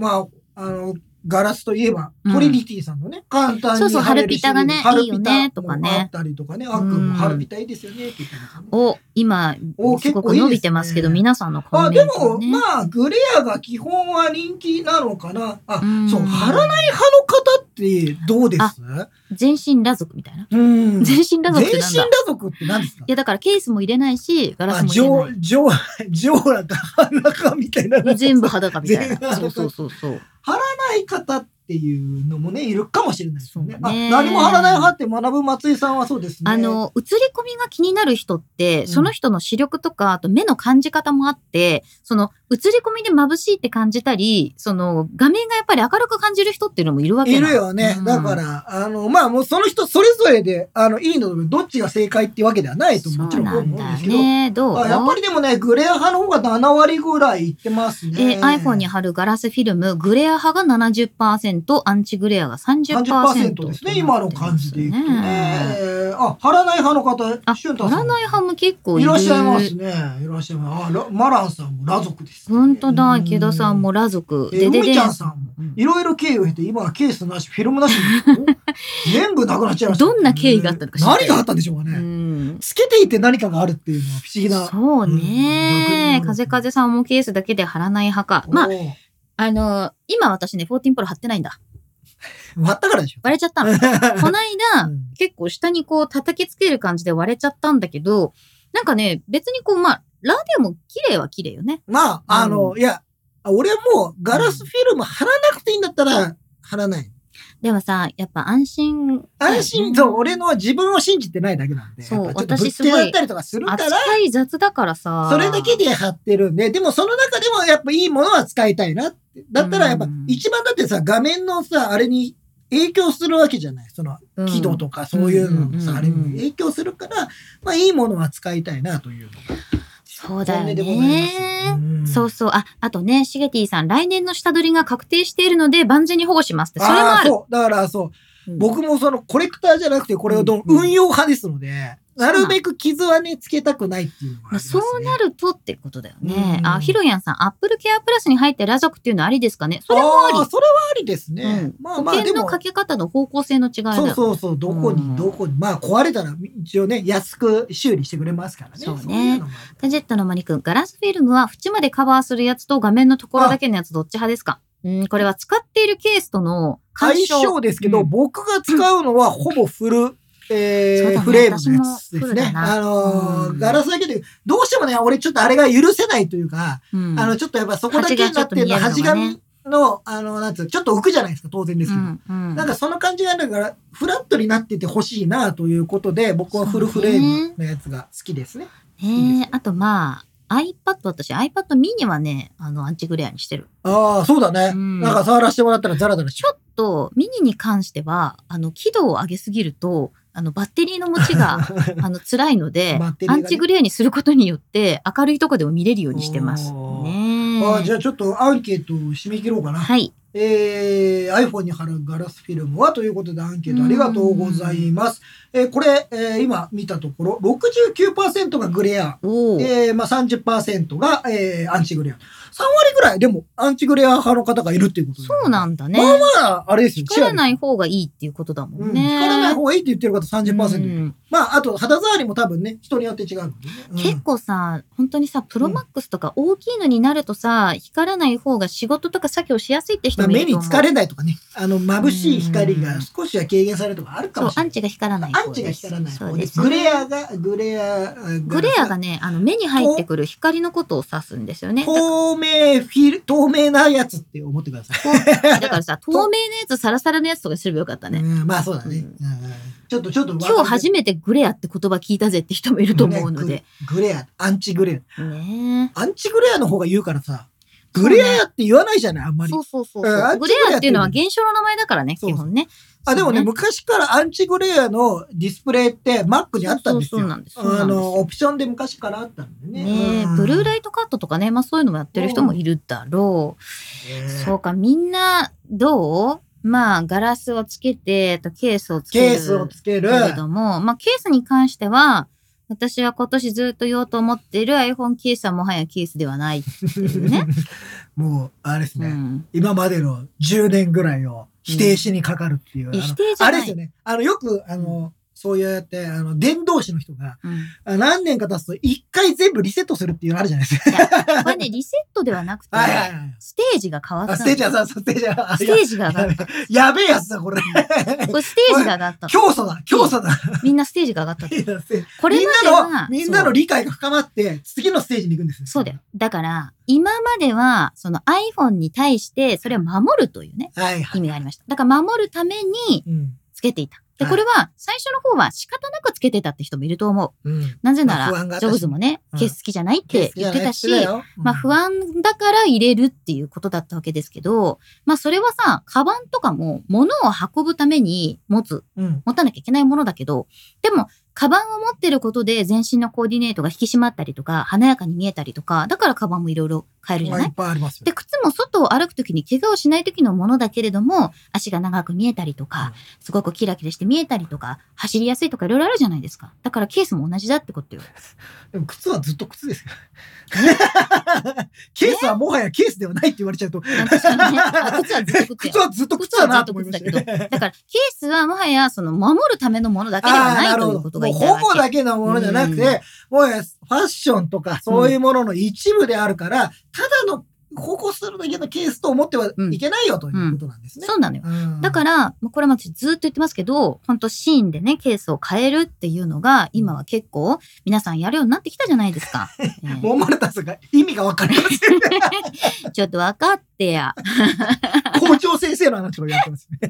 Speaker 2: まあ、あの、ガラスといえば、
Speaker 3: うん
Speaker 2: トリニティさんのね、簡単に
Speaker 3: そうそう
Speaker 2: 貼れるシリーズ。
Speaker 3: ハルピタがね
Speaker 2: ハル
Speaker 3: いいよ
Speaker 2: ピタ
Speaker 3: ねとかね
Speaker 2: もあったりとかね、あっく
Speaker 3: うん
Speaker 2: んもハルピタいいですよね、って言ってますね
Speaker 3: を、今
Speaker 2: お、
Speaker 3: す
Speaker 2: 結
Speaker 3: ご
Speaker 2: 構
Speaker 3: く
Speaker 2: いいですね
Speaker 3: 伸びてますけど、皆さんのコ
Speaker 2: あ、
Speaker 3: メ
Speaker 2: で
Speaker 3: ント
Speaker 2: も、
Speaker 3: をね。
Speaker 2: まあ、グレアが基本は人気なのかな。あ、
Speaker 3: うん
Speaker 2: そう、貼らない派の方ってどうです
Speaker 3: 全身裸族みたいな。
Speaker 2: うん。
Speaker 3: 全身裸族って
Speaker 2: 全身
Speaker 3: なんだ。
Speaker 2: 裸
Speaker 3: い
Speaker 2: 族って何ですか
Speaker 3: や、だからケースも入れないし、ガラス
Speaker 2: あ、
Speaker 3: も
Speaker 2: ジ
Speaker 3: 入れ
Speaker 2: ョ
Speaker 3: な
Speaker 2: ー、ジョ ー、ジョーラか裸みたい な。
Speaker 3: い。全部裸みた い
Speaker 2: 全部
Speaker 3: な。そう
Speaker 2: 裸
Speaker 3: そうそうそう。
Speaker 2: 貼らない方っていうのもね、いるかもしれないですよね
Speaker 3: そう。
Speaker 2: あ
Speaker 3: ね
Speaker 2: 何も貼らない派って学ぶ松井さんはそうですね。
Speaker 3: あ、の、映り込みが気になる人って、その人の視力とか、あと目の感じ方もあって、その、映り込みで眩しいって感じたり、その、画面がやっぱり明るく感じる人っていうのもいるわけ
Speaker 2: い
Speaker 3: な
Speaker 2: るよね。だか。
Speaker 3: うん
Speaker 2: ら、あの、まあもうその人それぞれで、あの、いいのとどっちが正解っていうわけではないと
Speaker 3: そ
Speaker 2: もちろ
Speaker 3: うん
Speaker 2: 思
Speaker 3: な
Speaker 2: うん
Speaker 3: ん
Speaker 2: で
Speaker 3: だ
Speaker 2: すけど。
Speaker 3: ね。どう
Speaker 2: あやっぱりでもね、グレア派の方が7割ぐらいいってますね。
Speaker 3: えー iPhone に貼るガラスフィルム、グレア派が70%、アンチグレアが30%。
Speaker 2: 30%ですね、今の感じでいくとね。えーあ、貼らない派の方、
Speaker 3: あ、
Speaker 2: 俊
Speaker 3: 取
Speaker 2: 太さ
Speaker 3: ら
Speaker 2: ん。
Speaker 3: ない派も結構い
Speaker 2: い
Speaker 3: る。
Speaker 2: らっしゃいますね。いらっしゃいます。あ、ラマランさんも裸族です。
Speaker 3: 本当だ、池田さんも裸族。
Speaker 2: えー、
Speaker 3: でで
Speaker 2: 梅
Speaker 3: で
Speaker 2: ちゃんさんも
Speaker 3: うん、
Speaker 2: いろいろ経緯を経て、今はケースなし、フィルムなしに なった、全部なくなっちゃいました。
Speaker 3: どんな経緯があったのか知ってる
Speaker 2: 何があったんでしょうか
Speaker 3: う
Speaker 2: ね。
Speaker 3: ん。
Speaker 2: 透けていて何かがあるっていうのは不思議な。
Speaker 3: そうね
Speaker 2: う。ん
Speaker 3: 風風さんもケースだけで貼らない派か。まあ
Speaker 2: お、ー、
Speaker 3: あの、今私ね、14プロ貼ってないんだ。
Speaker 2: 割ったからでしょ。
Speaker 3: 割れち ゃったの。この間、
Speaker 2: うん
Speaker 3: 結構下にこう叩きつける感じで割れちゃったんだけど、なんかね、別にこう、まあ、ラでも綺麗は綺麗よね。
Speaker 2: まあ、あの、いや、俺もうガラスフィルム貼らなくていいんだったら、貼らない。
Speaker 3: でもさ、やっぱ安心。
Speaker 2: 安心、そう、俺のは自分を信じてないだけなんで。
Speaker 3: そう
Speaker 2: やっぱちょっと
Speaker 3: 私すご
Speaker 2: ぶっ手
Speaker 3: い
Speaker 2: だったりとかするから、
Speaker 3: 扱い雑だからさ。
Speaker 2: それだけで貼ってるんで、でもその中でもやっぱいいものは使いたいなって。だったらやっぱ
Speaker 3: うん
Speaker 2: 一番だってさ、画面のさ、あれに影響するわけじゃない。その、
Speaker 3: うん、
Speaker 2: 輝度とかそういうのの
Speaker 3: う
Speaker 2: さ、
Speaker 3: ん
Speaker 2: あれに影響するから、まあいいものは使いたいなというのが
Speaker 3: そうだよ
Speaker 2: 本音でございます
Speaker 3: ね。
Speaker 2: ん
Speaker 3: そうそう。あ、あとね、シゲティさん、来年の下取りが確定しているので、万全に保護しますって。それもあ
Speaker 2: あー
Speaker 3: る。
Speaker 2: そう。だからそう。
Speaker 3: うん
Speaker 2: 僕もそのコレクターじゃなくて、これをどん
Speaker 3: うん
Speaker 2: 運用派ですので、なるべく傷はね、つけたくないっていうのがあり
Speaker 3: まあ
Speaker 2: ます、ね。
Speaker 3: そうなるとってことだよね。
Speaker 2: うん
Speaker 3: あ、ヒロヤンさん、アップルケアプラスに入って裸族っていうのはありですかねそれもあり
Speaker 2: あー。それはありですね。
Speaker 3: うん
Speaker 2: まあま
Speaker 3: 保
Speaker 2: あ、で
Speaker 3: 険の
Speaker 2: も
Speaker 3: か。け方の方向性の違いだよ
Speaker 2: そ
Speaker 3: ね
Speaker 2: うそうそう、どこに、
Speaker 3: うん
Speaker 2: どこに。まあ、壊れたら、一応ね、安く修理してくれますからね。
Speaker 3: そうね
Speaker 2: いうのもある
Speaker 3: ガジェットのマリ君、ガラスフィルムは縁までカバーするやつと画面のところだけのやつどっち派ですかうん、これは使っているケースとの干
Speaker 2: 相
Speaker 3: 渉。
Speaker 2: 性ですけど、
Speaker 3: うん
Speaker 2: 僕が使うの は、ほぼフル、え
Speaker 3: そう
Speaker 2: ー
Speaker 3: だね
Speaker 2: フレームのやつです
Speaker 3: 私もフルだ
Speaker 2: ね。
Speaker 3: な
Speaker 2: あのー
Speaker 3: うん
Speaker 2: ガラスだけで、どうしてもね、俺ちょっとあれが許せないというか、
Speaker 3: うん、
Speaker 2: あの、ちょっとやっぱそこだけになってるの、端
Speaker 3: 端がちょっと見えるのが
Speaker 2: 紙の、あの、なんつうのちょっと浮くじゃないですか、当然です
Speaker 3: う
Speaker 2: けど。
Speaker 3: んうん、
Speaker 2: なんかその感じがだからフラットになっててほしいなということで僕はフルフレームのやつが好きですね。いい
Speaker 3: ねえあとまあ、iPad、私 iPad mini はね、あの、アンチグレアにしてる。
Speaker 2: ああそうだね、
Speaker 3: うん
Speaker 2: なんか触らせてもらったらザラザラし
Speaker 3: ちょっと、ミニに関しては、あの、輝度を上げすぎると、あの、バッテリーの持 ちが、あの、辛いので、
Speaker 2: バッテリーが
Speaker 3: ア
Speaker 2: ね
Speaker 3: ンチグレアにすることによって、明るいとこでも見れるようにしてます。
Speaker 2: おー
Speaker 3: ねえ
Speaker 2: ああじゃあちょっとアンケートを締め切ろうかな。
Speaker 3: はい。
Speaker 2: えー、iPhone に貼るガラスフィルムはということでアンケートありがとうございます。えーこれ、えー今見たところ69%がグレア。
Speaker 3: おー
Speaker 2: えーまあ、30%が、えーアンチグレア。3割ぐらいでもアンチグレア派の方がいるっていうこと
Speaker 3: そうなんだね。
Speaker 2: まあまあ、あれですよ。
Speaker 3: 光ら
Speaker 2: い。
Speaker 3: ない方がいいっていうことだも
Speaker 2: うんん、光
Speaker 3: ね。
Speaker 2: らない方がいいって言ってる方30%いる、
Speaker 3: うん
Speaker 2: まあ、あと肌触りも多分ね、人によって違うのでね。うん
Speaker 3: 結構さ、本当にさ、プロマックスとか大きいのになるとさ、光らない方が仕事とか作業しやすいって
Speaker 2: ま
Speaker 3: 人
Speaker 2: あ、
Speaker 3: もい
Speaker 2: 目
Speaker 3: ると
Speaker 2: に
Speaker 3: 思う。
Speaker 2: 疲れないとかね、あの、眩しい光
Speaker 3: う
Speaker 2: が
Speaker 3: ん
Speaker 2: 少しは軽減されるとかあるか
Speaker 3: そ
Speaker 2: も
Speaker 3: う
Speaker 2: し、れ
Speaker 3: ア
Speaker 2: ない
Speaker 3: ン。チが光らない
Speaker 2: ア
Speaker 3: 方
Speaker 2: ンチが光らない
Speaker 3: そ
Speaker 2: 方
Speaker 3: う
Speaker 2: で。
Speaker 3: ですす。
Speaker 2: グレアが、グレア、
Speaker 3: グレアがね、あの、目に入ってくる光のことを指すんですよね。だ
Speaker 2: 透明フィル、透明なやつって思ってください。
Speaker 3: だか らさ、透明のやつ、サラサラのやつとかにすればよかったね。
Speaker 2: うんまあそうだね、
Speaker 3: うん
Speaker 2: うんちょっと、ちょっと分かる、
Speaker 3: 今日初めてグレアって言葉聞いたぜって人もいると思うので。
Speaker 2: グレア、アンチグレ
Speaker 3: ね
Speaker 2: ア。アンチグレアの方が言うからさ、グレアって言わないじゃない、あんま
Speaker 3: え
Speaker 2: り
Speaker 3: そ。うそうそう
Speaker 2: うん
Speaker 3: そ
Speaker 2: ア
Speaker 3: う。
Speaker 2: ンチ
Speaker 3: グ
Speaker 2: グ
Speaker 3: レ
Speaker 2: レ
Speaker 3: ア
Speaker 2: ア
Speaker 3: っ
Speaker 2: ってて
Speaker 3: い
Speaker 2: いうう
Speaker 3: の
Speaker 2: の
Speaker 3: は
Speaker 2: は
Speaker 3: 現象の名前だからね、
Speaker 2: そう
Speaker 3: 基
Speaker 2: そう
Speaker 3: 本ね。
Speaker 2: あ、でも
Speaker 3: そ
Speaker 2: ね、
Speaker 3: うね
Speaker 2: 昔からアンチグレアのディスプレイってマックにあったんです
Speaker 3: そうそうそ
Speaker 2: よ。
Speaker 3: うなんですそうなんです
Speaker 2: あの、オプションで昔からあったんでね。
Speaker 3: ねえ、
Speaker 2: うん
Speaker 3: ブルーライトカットとかね、まあそういうのもやってる人もいるだろう。
Speaker 2: ね
Speaker 3: そうか、みんな、どうまあ、ガラスをつけて、あとケースをつける。
Speaker 2: ケースをつける。
Speaker 3: だけれども、まあ、ケースに関しては、私は今年ずっと言おうと思っている iPhone ケースはもはやケースではないっていうね。
Speaker 2: もう、あれです
Speaker 3: う
Speaker 2: ね。
Speaker 3: ん、
Speaker 2: 今までの10年ぐらいを否定しにかかるっていう。
Speaker 3: いや
Speaker 2: あの
Speaker 3: 否定じゃ
Speaker 2: あ
Speaker 3: ない
Speaker 2: れですよね。あの、よく、あの、そうやって、あの、伝道師の人が、
Speaker 3: うん
Speaker 2: あ何年か経つと一回全部リセットするっていうのあるじゃないですか。
Speaker 3: これね、リセットではなくて、
Speaker 2: はいはいはい。
Speaker 3: ステージが変わった
Speaker 2: あ
Speaker 3: の
Speaker 2: ステージはさ、ステージは、あ
Speaker 3: ステージが上がった。
Speaker 2: ややべえやつだ、 これ。
Speaker 3: これステージが上が ったの。
Speaker 2: 教祖だ、教祖だ。
Speaker 3: みんなステージが上がったの。
Speaker 2: いやせ
Speaker 3: これ
Speaker 2: みん
Speaker 3: まで
Speaker 2: な
Speaker 3: は
Speaker 2: の、、みんな
Speaker 3: そ
Speaker 2: の
Speaker 3: う
Speaker 2: 理解が深まって、次のステージに行くんですよ。
Speaker 3: そうだよ。だから、今までは、その iPhone に対して、それを守るというね、
Speaker 2: はいは
Speaker 3: 意
Speaker 2: い。
Speaker 3: 味がありました。だから、守るために
Speaker 2: うん
Speaker 3: つけていた。で、
Speaker 2: はい
Speaker 3: これは最初の方は仕方なくつけてたって人もいると思う。
Speaker 2: うん。
Speaker 3: なぜなら、
Speaker 2: まあ不安があっ
Speaker 3: ジ
Speaker 2: たし
Speaker 3: ョブズもね、
Speaker 2: うん
Speaker 3: ケース好きじゃないって言ってたし、
Speaker 2: だよ
Speaker 3: まあ不。安だから入れるっていうことだったわけですけど、まあそれはさ、カバンとかも物を運ぶために持つ、
Speaker 2: うん。
Speaker 3: 持たなきゃいけないものだけど、でも、カバンを持ってることで全身のコーディネートが引き締まったりとか、華やかに見えたりとか、だからカバンもいろいろ変えるじゃ
Speaker 2: ま
Speaker 3: な
Speaker 2: あ
Speaker 3: い
Speaker 2: いっぱいありますよ。
Speaker 3: で、靴も外を歩くときに怪我をしないときのものだけれども、足が長く見えたりと
Speaker 2: うん
Speaker 3: か、すごくキラキラして見えたりとか、走りやすいとかいろいろあるじゃないですか。だからケースも同じだってことよ。
Speaker 2: でも靴はずっと靴ですよ。 ケースはもはやケースではないって言われちゃうと、
Speaker 3: 確かにね。あ靴はずっと靴
Speaker 2: 靴
Speaker 3: よ。
Speaker 2: はずっと靴だなと思いました
Speaker 3: 靴はずっと
Speaker 2: ね。
Speaker 3: だから、ケースはもはや、その、守るためのものだけではないということが
Speaker 2: もう
Speaker 3: 言いたいわ
Speaker 2: ほ
Speaker 3: け。
Speaker 2: ぼだけのものじゃなく
Speaker 3: うん
Speaker 2: て、もうファッションとかそういうものの一部であるから、ただの保護するだけのケースと思ってはいけないよということなんですね。、
Speaker 3: そうなのよ。だから ら、まあこれも私ずっと言ってますけど、本当シーンでね、ケースを変えるっていうのが、今は結構、皆さんやるようになってきたじゃないです か。えー
Speaker 2: ボンマルタスが意味がわかりま せん。
Speaker 3: ちょっと分かってや。
Speaker 2: 校長先生の話をやってますね。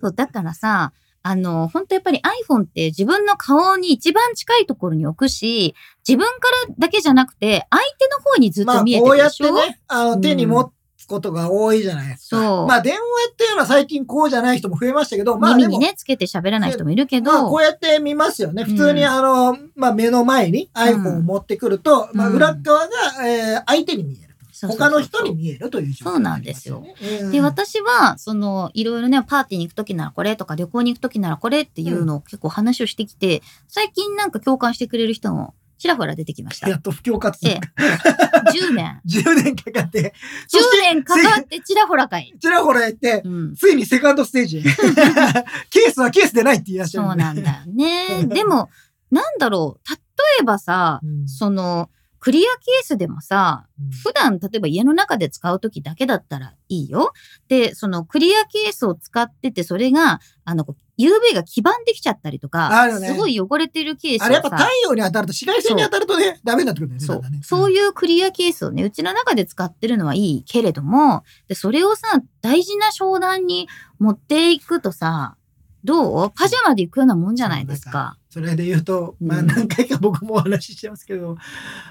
Speaker 3: そう、だからさ、あの、本当やっぱり iPhone って自分の顔に一番近いところに置くし、自分からだけじゃなくて、相手の方にずっ
Speaker 2: まあ、
Speaker 3: と見えて
Speaker 2: こう
Speaker 3: る
Speaker 2: や
Speaker 3: で
Speaker 2: っ
Speaker 3: しょ、
Speaker 2: てね、あ
Speaker 3: う
Speaker 2: の、
Speaker 3: ん
Speaker 2: 手に持つことが多いじゃないですか。
Speaker 3: そう
Speaker 2: まあ、電話っていうのは最近こうじゃない人も増えましたけど、まあ、
Speaker 3: 耳
Speaker 2: で
Speaker 3: に
Speaker 2: も、
Speaker 3: ね、つけて喋らない人もいるけど、
Speaker 2: まあ、こうやって見ますよね。普通に、
Speaker 3: うん
Speaker 2: あの、まあ、目の前に iPhone を持ってくると、
Speaker 3: うん
Speaker 2: まあ、
Speaker 3: うん
Speaker 2: 裏側が、えー相手に見える。
Speaker 3: そうそうそう
Speaker 2: 他の人に見えるという状況
Speaker 3: そうなんですよ
Speaker 2: になりますね。うん
Speaker 3: で、私は、その、いろいろね、パーティーに行くときならこれとか、旅行に行くときならこれっていうのを結構話をしてきて、最近なんか共感してくれる人もちらほら出てきました。
Speaker 2: やっと不況活動
Speaker 3: ええ
Speaker 2: が
Speaker 3: 10年。
Speaker 2: 10年かかって、 そ
Speaker 3: 10
Speaker 2: して
Speaker 3: 年かかってちらほらかい。
Speaker 2: ちらほらやって、
Speaker 3: うん。
Speaker 2: ついにセカンドステー ジへ。 ケースはケースでないって言いらっしゃ
Speaker 3: そ
Speaker 2: る
Speaker 3: うなん
Speaker 2: で。
Speaker 3: だよね。でも、なんだろう。例えばさ、
Speaker 2: うん
Speaker 3: その、クリアケースでもさ、普段、例えば家の中で使うときだけだったらいいよ。で、そのクリアケースを使ってて、それが、あの、こう UV が黄ばんできちゃったりと
Speaker 2: あ
Speaker 3: か、
Speaker 2: るよね
Speaker 3: すごい汚れてるケースを
Speaker 2: あれやっぱ太
Speaker 3: さ、
Speaker 2: 陽に当たると紫外線に当たるとね、ダメになってくるんだよね。
Speaker 3: そう
Speaker 2: だんだんね、
Speaker 3: そういうクリアケースをね、うちの中で使ってるのはいいけれども、で、それをさ、大事な商談に持っていくとさ、どうパジャマで行くようなもんじゃないですか。
Speaker 2: それで言うと、まあ
Speaker 3: うん
Speaker 2: 何回か僕もお話ししてますけど、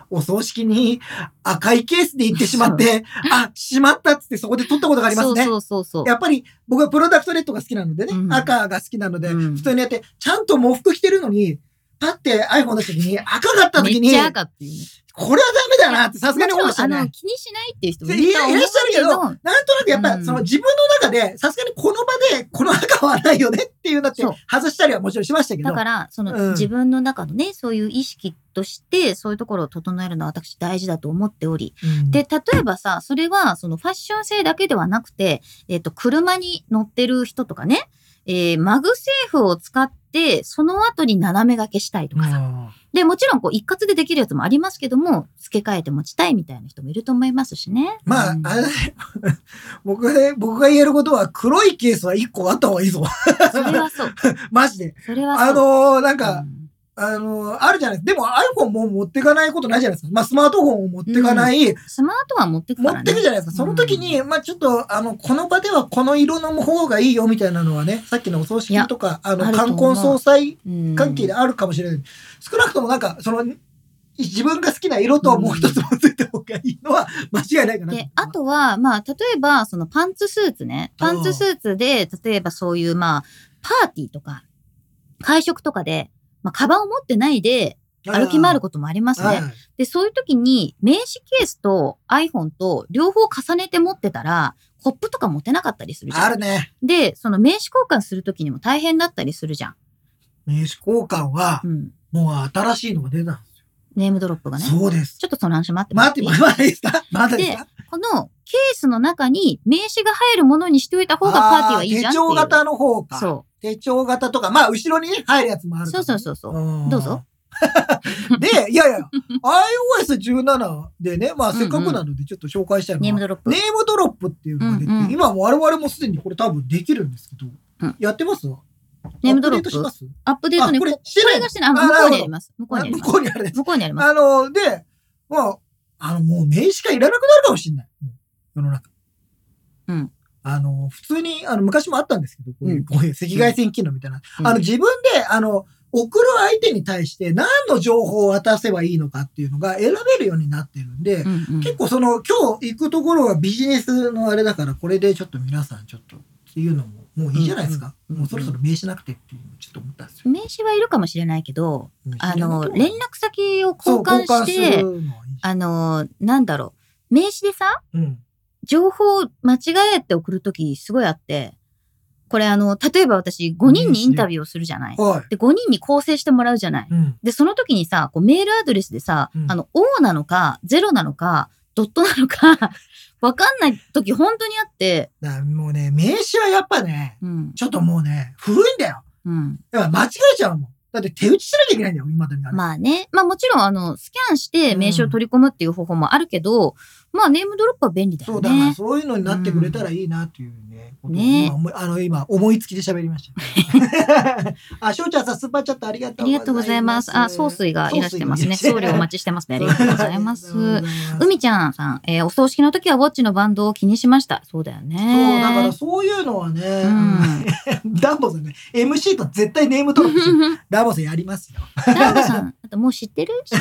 Speaker 2: お葬式に赤いケースで行ってしまって、あ、しまったっつってそこで撮ったことがありますね。
Speaker 3: そうそうそうそう。
Speaker 2: やっぱり僕はプロダクトレッドが好きなのでね、
Speaker 3: うん
Speaker 2: 赤が好きなので、
Speaker 3: うん
Speaker 2: 普通にやって、ちゃんと喪服着てるのに、パッて iPhone 出した時に赤かった時
Speaker 3: めっ
Speaker 2: に
Speaker 3: ち、ゃ赤っていうね。
Speaker 2: これはダメだなってさすがに思いました
Speaker 3: もちろんあ
Speaker 2: ね
Speaker 3: の。気にしないっていう人も
Speaker 2: いらっしゃるけど、なんとなくやっぱ、
Speaker 3: うん
Speaker 2: その自分の中で、さすがにこの場で、この赤はないよねっていうなって
Speaker 3: そう、
Speaker 2: 外したりはもちろんしましたけど
Speaker 3: だ、から、その、
Speaker 2: うん
Speaker 3: 自分の中のね、そういう意識として、そういうところを整えるのは私大事だと思っており。
Speaker 2: うん
Speaker 3: で、例えばさ、それは、そのファッション性だけではなくて、えっ、と、車に乗ってる人とかね、えーマグセーフを使って、その後に斜め掛けしたいとかさ。で、もちろん、こう、一括でできるやつもありますけども、付け替えて持ちたいみたいな人もいると思いますしね。
Speaker 2: まあ
Speaker 3: うん、
Speaker 2: あれ、 僕ね、僕が言えることは、黒いケースは1個あった方がいいぞ。
Speaker 3: それはそう。
Speaker 2: マジで。
Speaker 3: それはそう。
Speaker 2: あのーなん
Speaker 3: う
Speaker 2: か、
Speaker 3: ん
Speaker 2: あのーあるじゃないですか。でも iPhone も持ってかないことないじゃないですか。まあ、スマートフォンを持ってかない、
Speaker 3: スマートは持ってく
Speaker 2: 持
Speaker 3: からね。
Speaker 2: ってくじゃないですか。その時に、まあ、ちょっと、あの、この場ではこの色の方がいいよみたいなのはね、さっきのお葬式とか、あの、
Speaker 3: あると
Speaker 2: 冠
Speaker 3: 思う
Speaker 2: 婚葬祭
Speaker 3: うん
Speaker 2: 関係であるかもしれない。少なくともなんか、その、自分が好きな色ともう一つ持ってた方がいいのは間違いないかな。
Speaker 3: で、あ、とは、まあ、例えば、そのパンツスーツね。パンツスーツで、例えばそういう、まあ、パーティーとか、会食とかで、まあ、カバンを持ってないで歩き回る
Speaker 2: こ
Speaker 3: こともあります
Speaker 2: はい
Speaker 3: ね。。で、そういう時に、名刺ケースと iPhone と両方重ねて持ってたら、コップとか持てなかったりするじゃ
Speaker 2: あ
Speaker 3: ん。
Speaker 2: るね。
Speaker 3: で、その名刺交換する時にも大変だったりするじゃん。
Speaker 2: 名刺交換は
Speaker 3: う、ん。
Speaker 2: もう新しいのが出たんです
Speaker 3: ネームドロップがね。
Speaker 2: よ。そうです。
Speaker 3: ちょっとその話待ってもら
Speaker 2: 待
Speaker 3: っ
Speaker 2: ってて、
Speaker 3: いい
Speaker 2: まだですかまだですか
Speaker 3: このケースの中に名刺が入るものにしておいた方がパーティーはいいじゃんっていう。
Speaker 2: あー手帳型の方か。
Speaker 3: そ
Speaker 2: 手帳型とか、まあ、後ろにね、入るやつもあ
Speaker 3: う。
Speaker 2: る
Speaker 3: そうそうそうそう。
Speaker 2: う
Speaker 3: どうぞ。
Speaker 2: で、いやいや、iOS17 でね、まあ、せっかくなのでちょっと紹介したいのは、
Speaker 3: ネームドロップ
Speaker 2: ネ。ームドロップっていうのが出て、
Speaker 3: うんうん
Speaker 2: 今もう我々もすでにこれ多分できるんですけど、
Speaker 3: うん
Speaker 2: やってます
Speaker 3: ネームドロ
Speaker 2: アプデー
Speaker 3: ップ
Speaker 2: トします
Speaker 3: アップデートね。
Speaker 2: あ
Speaker 3: こ
Speaker 2: こ
Speaker 3: れ
Speaker 2: れ
Speaker 3: こ
Speaker 2: してない
Speaker 3: れがしてない。あ、
Speaker 2: あ
Speaker 3: 向こうに
Speaker 2: なるほど
Speaker 3: あります。向こうにあり
Speaker 2: 向
Speaker 3: ます。
Speaker 2: こうにあるやつ。
Speaker 3: 向こうにあります。
Speaker 2: あの、で、まあ、あの、もう名刺がいらなくなるかもしれない。もう世の中。
Speaker 3: うん。
Speaker 2: あの、普通に、あの、昔もあったんですけど、こういう
Speaker 1: うん
Speaker 2: こういう赤外線機能みたいな。
Speaker 1: うん
Speaker 2: あの、自分で、あの、送る相手に対して何の情報を渡せばいいのかっていうのが選べるようになってるんで、
Speaker 3: うんうん
Speaker 2: 結構その、今日行くところはビジネスのあれだから、これでちょっと皆さんちょっとっていうのも、もういいじゃないですか。
Speaker 1: うんうん
Speaker 2: もうそろそろ名刺なくてっていうのをちょっと思ったんですよ。
Speaker 3: 名刺はいるかもしれないけど、あの、連
Speaker 2: 絡
Speaker 3: 絡先を交換して、あの、なんだろう、名刺でさ、
Speaker 2: うん。
Speaker 3: 情報を間違えて送るときすごいあって、これあの、例えば私5人にインタビューをするじゃない。
Speaker 2: はい。
Speaker 3: で、5人に構成してもらうじゃない。
Speaker 2: うん。
Speaker 3: で、その時にさ、こうメールアドレスでさ、
Speaker 2: うん
Speaker 3: あの、O なのか、0なのか、ドットなのか、 わかんない時本当にあって、
Speaker 2: だからもうね、名刺はやっぱね、
Speaker 3: うん、
Speaker 2: ちょっともうね、古いんだよ。
Speaker 3: うん。
Speaker 2: やっぱ間違えちゃうもん。だって手打ちしなきゃいけないんだよ、今だにあれ。
Speaker 3: まあね、まあもちろんあの、スキャンして名刺を取り込むっていう方法もあるけど、まあネームドロップは便利だ
Speaker 2: そ
Speaker 3: よ
Speaker 2: うだから、
Speaker 3: ね。
Speaker 2: そういうのになってくれたらいいなっていうね。
Speaker 3: うんね
Speaker 2: ことを今思いあの、今、思いつきで喋りました。 あ、しょうちゃんさん、スーパーチャットありが
Speaker 3: あ
Speaker 2: とう
Speaker 3: りがとうございます。あ、総帥がいらしてますね。総理お待ちしてますね。ありがとうございま
Speaker 2: ありが
Speaker 3: す
Speaker 2: とう。ございます
Speaker 3: 海ちゃんさん、えーお葬式の時はウォッチのバンドを気にしました。そうだよね。
Speaker 2: そう、だからそういうのはね、ダンボさんね、MC と絶対ネーム登録してる
Speaker 3: うん。
Speaker 2: ダンボさんやりますよ。
Speaker 3: ダンボさん、あともう知ってる
Speaker 2: 知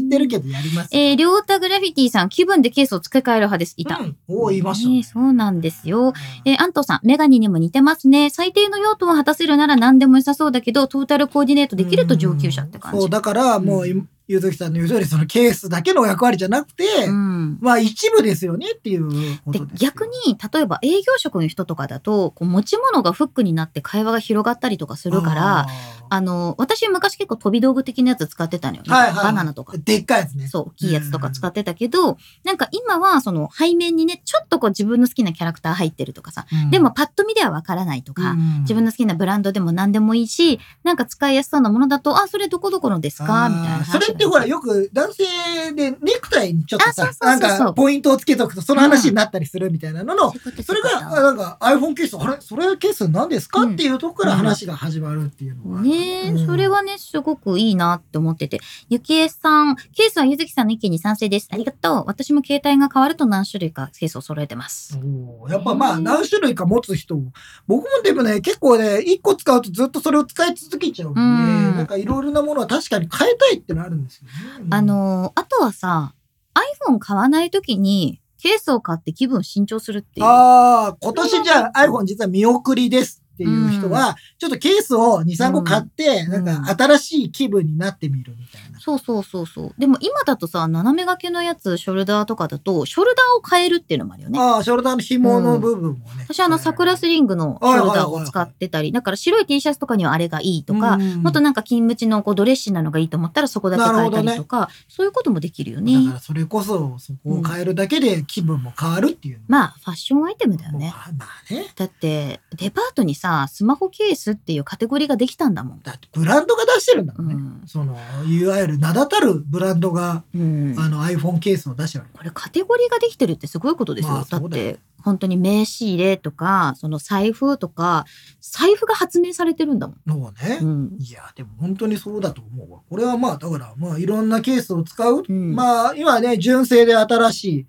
Speaker 2: ってるけどやりますよ。
Speaker 3: えー、りょうたグラフィティさん、気分でケースを付け替える派です。いた。
Speaker 2: うんおーいましたね
Speaker 3: ねそうなんですよ。
Speaker 2: うん
Speaker 3: えー、アントさん、メガニにも似てますね。最低の用途を果たせるなら何でも良さそうだけど、トータルコーディネートできると上級者って感
Speaker 2: そ
Speaker 3: じ
Speaker 2: う、。だからもう、
Speaker 3: う
Speaker 2: ゆずきさんの言う通り、そのケースだけの役割じゃなくて、
Speaker 3: うん。
Speaker 2: まあ一部ですよねっていうこ
Speaker 3: で
Speaker 2: とですよ。
Speaker 3: 逆に、例えば営業職の人とかだと、こう持ち物がフックになって会話が広がったりとかするから、あ
Speaker 2: あ
Speaker 3: の、私昔結構飛び道具的なやつ使ってたのよ、ね
Speaker 2: はいはい
Speaker 3: バナナとか
Speaker 2: ー、。でっかいやつね。
Speaker 3: そう、大きいやつとか使ってたけど、なんか今はその背面にね、ちょっとこう自分の好きなキャラクター入ってるとかさ、
Speaker 2: うん
Speaker 3: でも、パッと見ではわからないとか、自分
Speaker 2: の
Speaker 3: の好きなブランドでも何でもいいし、なんか使いやすそうなものだと、あ、それどこどこのですかみたいな話
Speaker 2: それってほら、よく男性でネクタイにちょっとさ
Speaker 3: あ、そうそ
Speaker 2: な
Speaker 3: うそ
Speaker 2: ん
Speaker 3: うそう
Speaker 2: かポイントをつけとくと、その話になったりするみたいなのの、そ
Speaker 3: そ
Speaker 2: れが、あなんか iPhone ケース、あれそれケース何ですか、
Speaker 3: うん
Speaker 2: っていうとこから話が始まるっていうのは。
Speaker 3: ねえ、
Speaker 2: うん
Speaker 3: それはね、すごくいいなって思ってて。ゆきえさん、ケースはゆずきさんの意見に賛成です。ありがとう。私も携帯が変わると何種類かケースを揃えてます。
Speaker 2: おーやっぱまあ何種類か持つ人も僕もでもね結構ね1個使うとずっとそれを使い続けちゃうんで、
Speaker 3: うん
Speaker 2: なんかいろいろなものは確かに変えたいってのはあるんですよね。
Speaker 3: あのー、あとはさ、iPhone 買わないときに、ケースを買って気分新調するっていう。
Speaker 2: ああ、今年じゃあ iPhone 実は見送りですっていう人は、ちょっとケースを2、3個買って、
Speaker 3: うん
Speaker 2: なんか新しい気分になってみるみたいな。
Speaker 3: そうそうそうそう。でも今だとさ、斜め掛けのやつ、ショルダーとかだと、ショルダーを変えるっていうのもあるよね。
Speaker 2: ああ、ショルダーの紐の部分もね。
Speaker 3: 私あの、桜スリングのショルダーを使ってたり、だから白い T シャツとかにはあれがいいとか、
Speaker 2: うん
Speaker 3: もっとなんか金縁のこうドレッシーなのがいいと思ったらそこだけ変えたりとか、そういうこともできるよ
Speaker 2: だか
Speaker 3: ね。
Speaker 2: らそれこそそこを変えるだけで気分も変わるっていうの
Speaker 3: まあ、ファッションアイテムだよ
Speaker 2: もま
Speaker 3: ね。
Speaker 2: あまあね。
Speaker 3: だって、デパートにさ、スマホケースっていうカテゴリーができたんだもん。
Speaker 2: だってブランドが出してるんだも
Speaker 3: うん
Speaker 2: ね。
Speaker 3: ん。
Speaker 2: その、いわゆる名だたるブランドが、
Speaker 3: うん。
Speaker 2: あの iPhone ケースを出してる。
Speaker 3: これカテゴリーができてるってすごいことですよ。
Speaker 2: まあ
Speaker 3: だ
Speaker 2: そ
Speaker 3: っ
Speaker 2: うだよ
Speaker 3: て、本当に名刺入れとか、その財布とか、財布が発明されてるんだもん。
Speaker 2: のをね。
Speaker 3: うん。
Speaker 2: いや、でも本当にそうだと思うわ。これはまあ、だから、まあ、いろんなケースを使う。
Speaker 3: うん
Speaker 2: まあ、今ね、純正で新しい、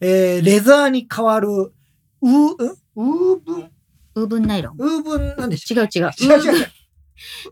Speaker 2: えーレザーに変わる、ウー、んウーブン、
Speaker 3: ウーブンナイロン。
Speaker 2: ウーブン、なんでし
Speaker 3: 違う違う。
Speaker 2: た 違う違う違う。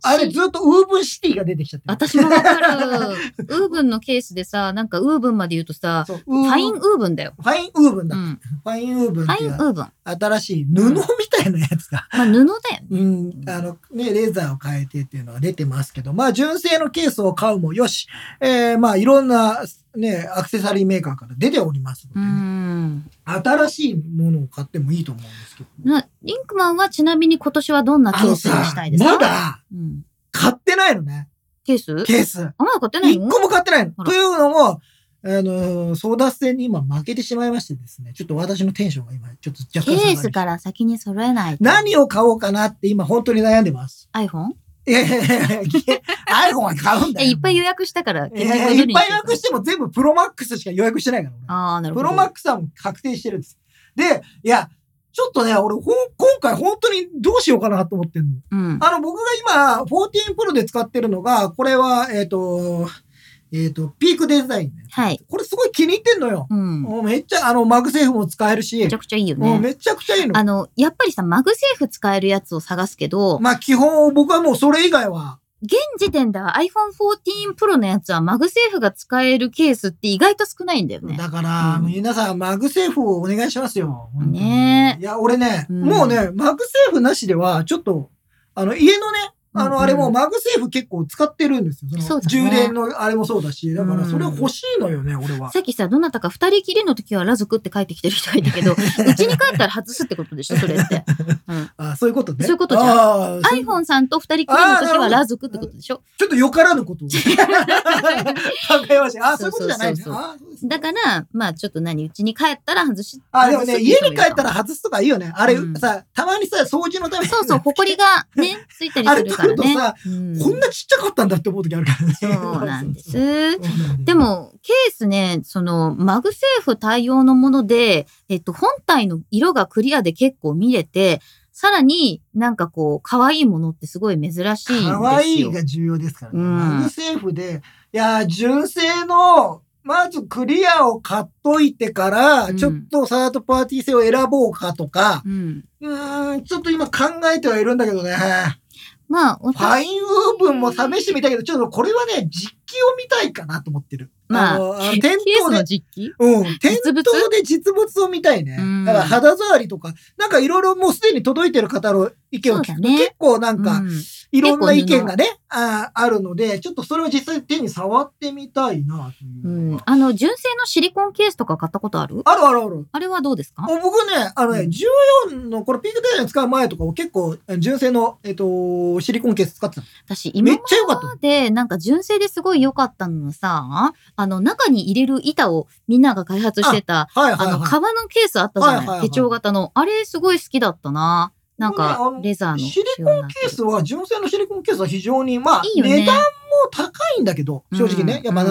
Speaker 2: あれ、ずっとウーブンシティが出てきちゃってる。
Speaker 3: 私もわかる。ウーブンのケースでさ、なんかウーブンまで言うとさ、
Speaker 2: そう
Speaker 3: フ
Speaker 2: ウーブ
Speaker 3: ァインウーブンだよ。
Speaker 2: ファインウーブン
Speaker 3: う
Speaker 2: だ。フ
Speaker 3: ん。
Speaker 2: ァインウーブン
Speaker 3: フ
Speaker 2: っ
Speaker 3: ァ
Speaker 2: て
Speaker 3: イ
Speaker 2: い
Speaker 3: ン
Speaker 2: う
Speaker 3: ウーブン。
Speaker 2: 新しい布みたいなやつが、
Speaker 3: まあ、布だよね。
Speaker 2: うん、あのね、レーザーを変えてっていうのは出てますけど、まあ純正のケースを買うもよし、えーまあいろんなね、アクセサリーメーカーから出ておりますの
Speaker 3: う
Speaker 2: でね、
Speaker 3: ん。
Speaker 2: 新しいものを買ってもいいと思うんですけど。
Speaker 3: な、リンクマンはちなみに今年はどんなケースにしたいですか
Speaker 2: ま、だ
Speaker 3: うん、
Speaker 2: 買ってないのね、
Speaker 3: ケース
Speaker 2: ケース。
Speaker 3: あ、まだ買ってない
Speaker 2: 一
Speaker 3: の
Speaker 2: 個も買ってない
Speaker 3: あ
Speaker 2: の。
Speaker 3: ら
Speaker 2: というのも、あのー争奪戦に今負けてしまいましてですね、ちょっと私のテンションが今、ちょっと若干下が
Speaker 3: ケ
Speaker 2: りま
Speaker 3: ー
Speaker 2: した
Speaker 3: スから先に揃えないと。
Speaker 2: 何を買おうかなって今本当に悩んでます。
Speaker 3: ?iPhone?
Speaker 2: いやいやいやいや iPhone は買うんだ
Speaker 3: え、
Speaker 2: よ。
Speaker 3: いっぱい予約したから、
Speaker 2: いやいやいっぱい予約しても全部プロマックスしか予約してないから、
Speaker 3: ああー、
Speaker 2: 俺
Speaker 3: なる
Speaker 2: プ
Speaker 3: ほど。
Speaker 2: ロマックスはもう確定してるんです。で、いや、ちょっとね、俺ほん、今回本当にどうしようかなと思ってんの。
Speaker 3: うん。
Speaker 2: あの、僕が今、14 Pro で使ってるのが、これは、えっ、と、えっ、と、ピークデザインね。
Speaker 3: はい。
Speaker 2: これすごい気に入ってんのよ。
Speaker 3: うん。め
Speaker 2: もうめっちゃ、あの、マグセーフも使えるし
Speaker 3: ちゃ、くちゃいいよ
Speaker 2: もう
Speaker 3: ね。
Speaker 2: めちゃくちゃいいの
Speaker 3: あ。の、やっぱりさ、マグセーフ使えるやつを探すけど、
Speaker 2: まあ、基本、僕はもうそれ以外は、
Speaker 3: 現時点では iPhone 14 Pro のやつはマグセーフが使えるケースって意外と少ないんだよね。
Speaker 2: だから、
Speaker 3: うん
Speaker 2: 皆さん、マグセーフをお願いしますよ。本当に
Speaker 3: ね
Speaker 2: いや、俺ね、
Speaker 3: うん
Speaker 2: もうね、マグセーフなしでは、ちょっと、あの、家のね、あ
Speaker 3: うんう
Speaker 2: の、
Speaker 3: ん
Speaker 2: あれもマグセーフ結構使ってるんですよ。その
Speaker 3: そうだね
Speaker 2: 充電のあれもそうだし、だから
Speaker 3: うん
Speaker 2: それ欲しいのよね、俺は。
Speaker 3: さっきさ、どなたか二人きりの時はラズクって帰ってきてる人がいた けど、うちに帰ったら外すってことでしょ、それって。うん、
Speaker 2: あそういうことね。
Speaker 3: そういうことじゃん
Speaker 2: ゃ
Speaker 3: iPhone さんと二人きりの時はラズクってことでしょ。
Speaker 2: ちょっとよからぬこと を考えました。あ、そういうことじゃないね
Speaker 3: そうそう
Speaker 2: あそうです
Speaker 3: だから、まあちょっと何、うちに帰ったら外し。
Speaker 2: あ、でもね、
Speaker 3: 外すって
Speaker 2: 家
Speaker 3: 人もい
Speaker 2: に
Speaker 3: る
Speaker 2: 帰
Speaker 3: かも
Speaker 2: ったら外すとかいいよね。あれ、
Speaker 3: うん
Speaker 2: さ、たまにさ、掃除のために。
Speaker 3: そうそう、埃がね、ついたり
Speaker 2: あ
Speaker 3: す
Speaker 2: れ
Speaker 3: るか
Speaker 2: 取
Speaker 3: ら
Speaker 2: ると
Speaker 3: ね。
Speaker 2: さ、
Speaker 3: うん
Speaker 2: こんなちっちゃかったんだって思う時あるからね。
Speaker 3: そうなんで
Speaker 2: そう
Speaker 3: す。
Speaker 2: そうそう。
Speaker 3: でも、ケースね、その、マグセーフ対応のもので、えっと、本体の色がクリアで結構見れて、さらになんかこう、可愛いものってすごい珍しいんですよ。
Speaker 2: 可愛いが重要ですからね。
Speaker 3: うん
Speaker 2: マグセーフで、いやー、純正の、まずクリアを買っといてから、
Speaker 3: うん
Speaker 2: ちょっとサードパーティー製を選ぼうかとか、
Speaker 3: うん。
Speaker 2: うーん、ちょっと今考えてはいるんだけどね。
Speaker 3: まあ、
Speaker 2: ファインウーブンも試してみたけど、ちょっとこれはね、実機を見たいかなと思ってる。
Speaker 3: まあ
Speaker 2: の、あの
Speaker 3: ケ
Speaker 2: 店
Speaker 3: ース
Speaker 2: 頭で
Speaker 3: の、実機
Speaker 2: うん、店
Speaker 3: 実物
Speaker 2: 頭で実物を見たいね
Speaker 3: うん。
Speaker 2: だから肌触りとか、なんかいろいろもうすでに届いてる方の意見を聞
Speaker 3: そう
Speaker 2: くと、
Speaker 3: だね
Speaker 2: 結構なんか、
Speaker 3: うん
Speaker 2: いろんな意見がね、ああるので、ちょっとそれを実際手に触ってみたいなという
Speaker 3: う
Speaker 2: の
Speaker 3: ん
Speaker 2: が。
Speaker 3: あの、純正のシリコンケースとか買ったことある
Speaker 2: あるあるある。
Speaker 3: あれはどうですか
Speaker 2: もう僕ね、あのね、
Speaker 3: うん
Speaker 2: 14の、これピークデザイン使う前とかを結構、純正の、えっと、シリコンケース使ってたの。
Speaker 3: 私、
Speaker 2: め
Speaker 3: 今
Speaker 2: っちゃ良かった。
Speaker 3: までなんか純正ですごい良かったのはさ、あの、中に入れる板をみんなが開発してた、
Speaker 2: はいはい
Speaker 3: あの、
Speaker 2: は
Speaker 3: 革のケースあったじゃない,、
Speaker 2: はいはいはい
Speaker 3: 手帳型の。あれ、すごい好きだったな。なんか
Speaker 2: うんあ、の
Speaker 3: レザーの。
Speaker 2: い。シリコンケースは、純正のシリコンケースは非常に、まあ、
Speaker 3: いいよね
Speaker 2: 値段も高いんだけど、正直ね、
Speaker 3: うん
Speaker 2: やっぱ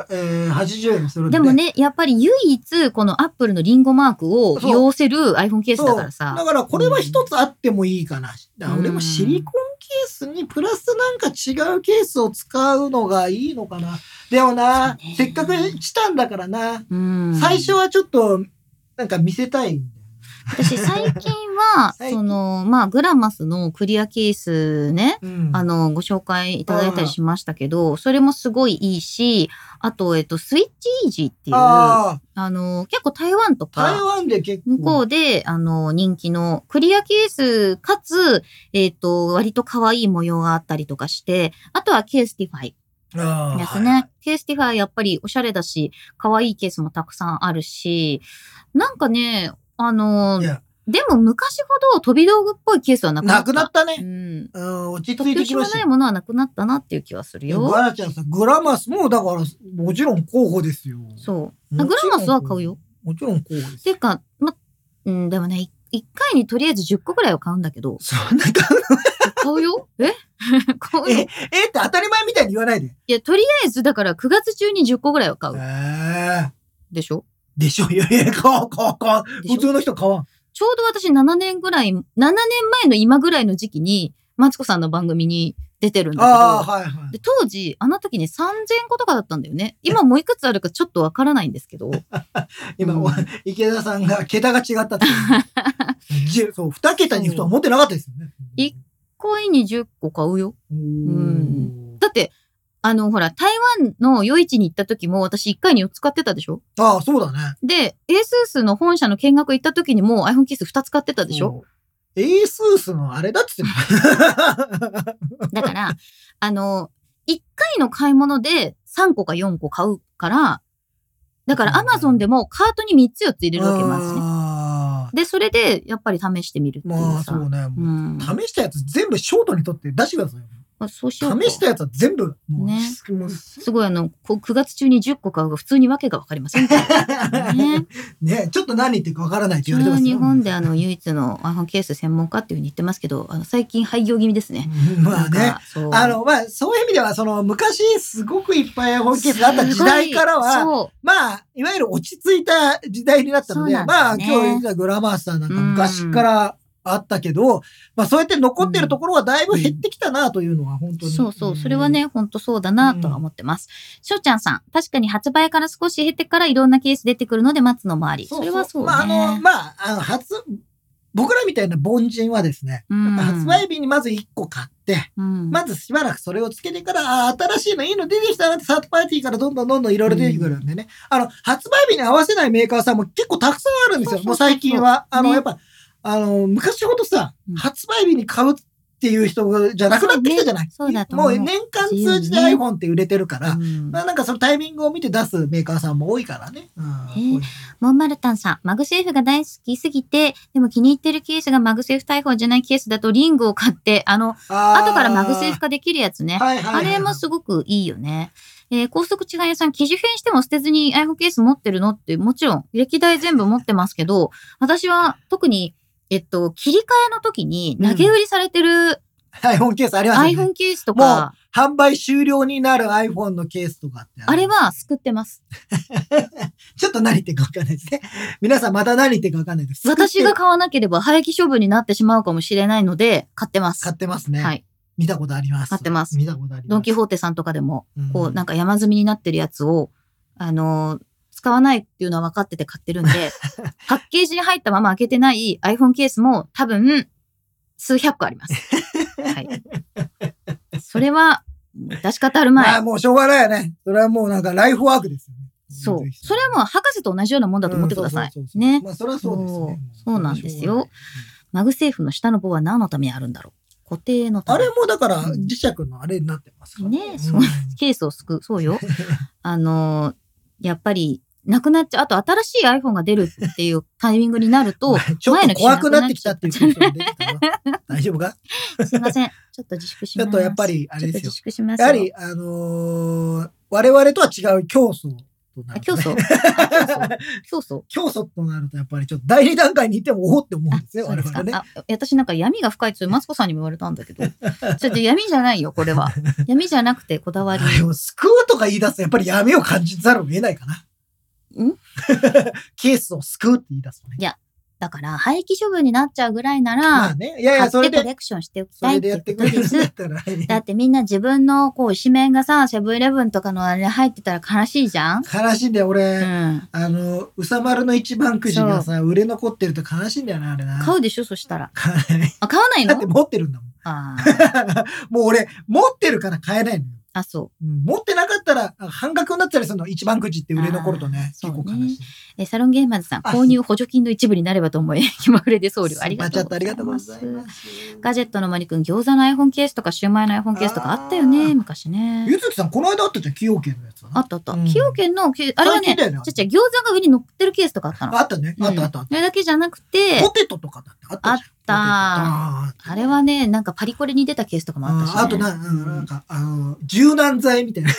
Speaker 2: 7980円するんで。
Speaker 3: でもね、やっぱり唯一、このアップルのリンゴマークを要せる iPhone ケースだから
Speaker 2: そう
Speaker 3: さ
Speaker 2: だ。からこれは一つあってもいいかな。だから俺
Speaker 3: うん
Speaker 2: もシリコンケースにプラスなんか違うケースを使うのがいいのかな。でもな
Speaker 3: そうね、
Speaker 2: せっかくしたんだからな、
Speaker 3: うん
Speaker 2: 最初はちょっとなんか見せたいんだよ。、
Speaker 3: 私、最近は
Speaker 2: 最近
Speaker 3: その、まあ、グラマスのクリアケースね、
Speaker 2: うん
Speaker 3: あの、ご紹介いただいたりしましたけど、それもすごいいいし、あと、えっと、スイッチイージーっていう、あ
Speaker 2: ああ、
Speaker 3: の、結構台湾とか、
Speaker 2: 台湾で結構。
Speaker 3: 向こうで、あの、人気のクリアケース、かつ、えっ、と、割と可愛い模様があったりとかして、あとはケースティファイ
Speaker 2: ああ
Speaker 3: ですね。ケースティファイやっぱりおしゃれだし、可愛いケースもたくさんあるし、なんかね、あの
Speaker 2: いや、
Speaker 3: でも昔ほど飛び道具っぽいケースはなくなっ
Speaker 2: な
Speaker 3: た。
Speaker 2: くなったね。
Speaker 3: うん。
Speaker 2: うん、落ち着い
Speaker 3: 特
Speaker 2: てき
Speaker 3: 許
Speaker 2: ま
Speaker 3: の
Speaker 2: した
Speaker 3: ない
Speaker 2: よ。
Speaker 3: ものはなくなったなっていう気はするよ。
Speaker 2: ガラちゃんさ、グラマスもだから、もちろん候補ですよ。
Speaker 3: そう。あ
Speaker 2: も
Speaker 3: グ
Speaker 2: ち
Speaker 3: ラ
Speaker 2: ろん
Speaker 3: マスは買うよ。
Speaker 2: もちろん候補で
Speaker 3: っ
Speaker 2: す
Speaker 3: てい
Speaker 2: よ。
Speaker 3: うか、ま、うん、でもね、い一回にとりあえず10個ぐらいは買うんだけど、
Speaker 2: そんな感
Speaker 3: 買 うよえ 買う
Speaker 2: じ。
Speaker 3: よ
Speaker 2: え、えって当たり前みたいに言わないで。
Speaker 3: いや、とりあえず、だから9月中に10個ぐらいは買う
Speaker 2: ええ
Speaker 3: でしょ
Speaker 2: でしょ いやいや、買わん買わん買わん
Speaker 3: でしょ
Speaker 2: 普通の人買わん。
Speaker 3: ちょうど私7年ぐらい、7年前の今ぐらいの時期に、マツコさんの番組に出てるん
Speaker 2: ああ、
Speaker 3: だけど、
Speaker 2: はいはい。
Speaker 3: で当時、あの時に3000個とかだったんだよね。今もういくつあるかちょっとわからないんですけど。
Speaker 2: 今、
Speaker 3: うん
Speaker 2: 池田さんが桁が違ったっていう。 じゅそう、二桁に行くとは思ってなかったですよね。
Speaker 3: い恋に10個買うよ。
Speaker 2: おー
Speaker 3: んだって、あの、ほら、台湾の夜市に行った時も私1回に4つ買ってたでしょ
Speaker 2: ああ、そうだね。
Speaker 3: で、エースースの本社の見学行った時にもう iPhone ケース2つ買ってたでしょ
Speaker 2: そうエースースのあれだっ つってんの
Speaker 3: だから、 あの、一回の買い物で3個か4個買うから、だから
Speaker 2: そうな
Speaker 3: ア
Speaker 2: んだ
Speaker 3: マゾンでもカートに3つ4つ入れるわけますね。
Speaker 2: あ
Speaker 3: で、それでやっぱり試してみる
Speaker 2: ー
Speaker 3: ってい
Speaker 2: ま
Speaker 3: う
Speaker 2: あ、
Speaker 3: さ。
Speaker 2: そうね。
Speaker 3: う。
Speaker 2: もうん試したやつ全部ショートにとって出してくださいよ。
Speaker 3: あそうしようか
Speaker 2: 試したやつは全部、もう
Speaker 3: ね
Speaker 2: もう
Speaker 3: すごいあの、こう9月中に10個買うが普通にわけがわかりませんから ね。
Speaker 2: ね、ちょっと何言ってるかわからないって
Speaker 3: そ
Speaker 2: 言わ
Speaker 3: れ
Speaker 2: れてま
Speaker 3: は
Speaker 2: すよ
Speaker 3: 日本であの、唯一の iPhone ケース専門家っていうふうに言ってますけど、あの最近廃業気味ですね。
Speaker 2: うんまあ
Speaker 3: な
Speaker 2: ね
Speaker 3: ん。か。そう
Speaker 2: あ、の、まあ、そういう意味では、その、昔、すごくいっぱい本ケースがあった時代から
Speaker 3: す
Speaker 2: は、
Speaker 3: ごいそう
Speaker 2: まあ、いわゆる落ち着いた時代になったので、
Speaker 3: そうなんだ
Speaker 2: まあ、
Speaker 3: ね
Speaker 2: 今日言ってたグラマースさんなんか昔から、あったけど、まあそうやって残ってるところはだいぶ減ってきたなというのは本当に。
Speaker 3: そうそう、それはね、ほんとそうだなとは思ってます。翔、ちゃんさん、確かに発売から少し減ってからいろんなケース出てくるので待つのもあり。それはそうね。
Speaker 2: まあ、あの、まあ、あの、初、僕らみたいな凡人はですね、
Speaker 3: うん
Speaker 2: 発売日にまず1個買って、
Speaker 3: うん
Speaker 2: まずしばらくそれをつけてから、あー新しいのいいの出てきたなって、サードパーティーからどんどんどんどんいろいろ出てくるんでね、あの、発売日に合わせないメーカーさんも結構たくさんあるんですよ、
Speaker 3: そう
Speaker 2: も
Speaker 3: そううそうそ
Speaker 2: 最
Speaker 3: う
Speaker 2: 近は。あの、
Speaker 3: ね
Speaker 2: やっぱ、あの、昔ほどさ
Speaker 3: うん、
Speaker 2: 発売日に買うっていう人じゃなくなってきたじゃない。
Speaker 3: そうねそうだと思
Speaker 2: も
Speaker 3: う
Speaker 2: う年間通じて
Speaker 3: 自由に
Speaker 2: iPhone って売れてるから、
Speaker 3: うん
Speaker 2: まあなんかそのタイミングを見て出すメーカーさんも多いからね。うん
Speaker 3: えモンマルタンさん、マグセーフが大好きすぎて、でも気に入ってるケースがマグセーフ逮捕じゃないケースだとリングを買って、あの、後からマグセーフ化できるやつね。
Speaker 2: はいはいはいはい
Speaker 3: あれもすごくいいよね。えー高速違い屋さん、機種変しても捨てずに iPhone ケース持ってるのって、もちろん、歴代全部持ってますけど、私は特に、えっと、切り替えの時に投げ売りされてる
Speaker 2: iPhone ケースありますよね。
Speaker 3: iPhone ケースとか、
Speaker 2: 販売終了になる iPhone のケースとかって
Speaker 3: あれは救ってます。
Speaker 2: ちょっと何言ってるか分かんないです ね。皆さんまた何言ってるか分かんないです。
Speaker 3: 私が買わなければ廃棄処分になってしまうかもしれないので、買ってます。
Speaker 2: 買ってますね。
Speaker 3: はい。
Speaker 2: 見たことあります。
Speaker 3: 買ってます
Speaker 2: 見たことあります。
Speaker 3: ドン・キホーテさんとかでも、
Speaker 2: うん
Speaker 3: こう、なんか山積みになってるやつを、あのー使わないっていうのは分かってて 買ってるんで、パッケージに入ったまま開けてない iPhone ケースも多分、数百個あります。はい。それは、出し方ある前。
Speaker 2: まあもうしょうがないよね。それはもうなんかライフワークですよね。
Speaker 3: そう。それはもう博士と同じようなもんだと思ってください。
Speaker 2: うんそうそうそうそう
Speaker 3: ね。
Speaker 2: まあそれはそうですね。
Speaker 3: そうそうなんです
Speaker 2: も
Speaker 3: よ
Speaker 2: うしょうがない。
Speaker 3: マグセーフの下の棒は何のためにあるんだろう。固定のた
Speaker 2: あ
Speaker 3: め
Speaker 2: れ。もだから磁石のあれになってますから
Speaker 3: ねそうケースを救う。そうよ。あのーやっぱり、なくなっちゃう。あと、新しい iPhone が出るっていうタイミングになると、
Speaker 2: ちょっと怖くなってきたっていう印象が出てきたな大 丈夫か
Speaker 3: すいません。ちょっと自粛し
Speaker 2: ち
Speaker 3: ます。
Speaker 2: ょっとやっぱりあ
Speaker 3: ちょ
Speaker 2: れ
Speaker 3: っと
Speaker 2: です
Speaker 3: 自
Speaker 2: よ。
Speaker 3: 粛します
Speaker 2: や
Speaker 3: よ。
Speaker 2: はり、あのー我々とは違う競争とな
Speaker 3: あ
Speaker 2: る
Speaker 3: 競
Speaker 2: とね、
Speaker 3: 争。あ競 争。
Speaker 2: 競争となると、やっぱりちょっと第二段階にいてもおおって思うんです
Speaker 3: 競
Speaker 2: よ、
Speaker 3: 争。そう
Speaker 2: 我
Speaker 3: ですか
Speaker 2: 々ね。
Speaker 3: あ私なんか闇が深いってマツコさんにも言われたんだけど、ちょっと闇じゃないよ、これは。闇じゃなくてこだわり。
Speaker 2: でも、救うとか言い出すと、やっぱり闇を感じざるを得ないかな。
Speaker 3: ん
Speaker 2: ケースを救うって言い出すとね。
Speaker 3: だから、廃棄処分になっちゃうぐらいなら、
Speaker 2: まあね、いやい
Speaker 3: 買
Speaker 2: や、
Speaker 3: っ
Speaker 2: それ
Speaker 3: てコ
Speaker 2: で、
Speaker 3: レクションしておき
Speaker 2: そ
Speaker 3: たいっ
Speaker 2: れ
Speaker 3: て
Speaker 2: で
Speaker 3: い
Speaker 2: やっ
Speaker 3: うこ
Speaker 2: てく
Speaker 3: と
Speaker 2: れる
Speaker 3: で
Speaker 2: んだっ
Speaker 3: す。
Speaker 2: たら、
Speaker 3: だってみんな自分のこう、紙面がさ、セブンイレブンとかのあれ入ってたら悲しいじゃん
Speaker 2: 悲しいんだよ、
Speaker 3: う
Speaker 2: 俺。
Speaker 3: ん。
Speaker 2: あの、うさまるの一番くじがさ、売れ残ってると悲しいんだよな、あれな。
Speaker 3: 買うでしょそしたら。
Speaker 2: 買わない
Speaker 3: あ、買わない
Speaker 2: だって
Speaker 3: の
Speaker 2: 持ってるんだもん。
Speaker 3: あ ー
Speaker 2: もう俺、持ってるから買えないのよ。
Speaker 3: あ、そう。
Speaker 2: うん持ってなかったらあ半額になったりするの一番くじって売れ残るとね
Speaker 3: あー
Speaker 2: 結構悲しい、
Speaker 3: えーサロンゲーマーズさん、
Speaker 2: あ
Speaker 3: 購入補助金の一部になればと思い、 気まぐれで送料ありがとう
Speaker 2: ありがとう
Speaker 3: ご
Speaker 2: ご
Speaker 3: ざ
Speaker 2: ざ
Speaker 3: い
Speaker 2: い
Speaker 3: ま。
Speaker 2: ますす
Speaker 3: ガジェットのマリくん、餃子の iPhone ケースとかシューマイの iPhone ケースとかあったよ
Speaker 2: あ
Speaker 3: ね、
Speaker 2: ー
Speaker 3: 昔ね。
Speaker 2: ゆずきさんこの間あったじゃん崎陽軒のやつは
Speaker 3: あったあった。
Speaker 2: うん
Speaker 3: 崎陽軒のケー、あれは
Speaker 2: 最近
Speaker 3: ね、
Speaker 2: だよね
Speaker 3: ちっちゃい餃子が上に乗ってるケースとかあったの。
Speaker 2: あったねあったあったあ
Speaker 3: うん
Speaker 2: っ
Speaker 3: それだけじゃなくて
Speaker 2: た、ポテトとかだってあったじゃん
Speaker 3: あ
Speaker 2: ポテト
Speaker 3: あれはね、なんかパリコレに出たケースとかもあったし、ね。
Speaker 2: あーあとなうんなんかあの柔軟剤みたいな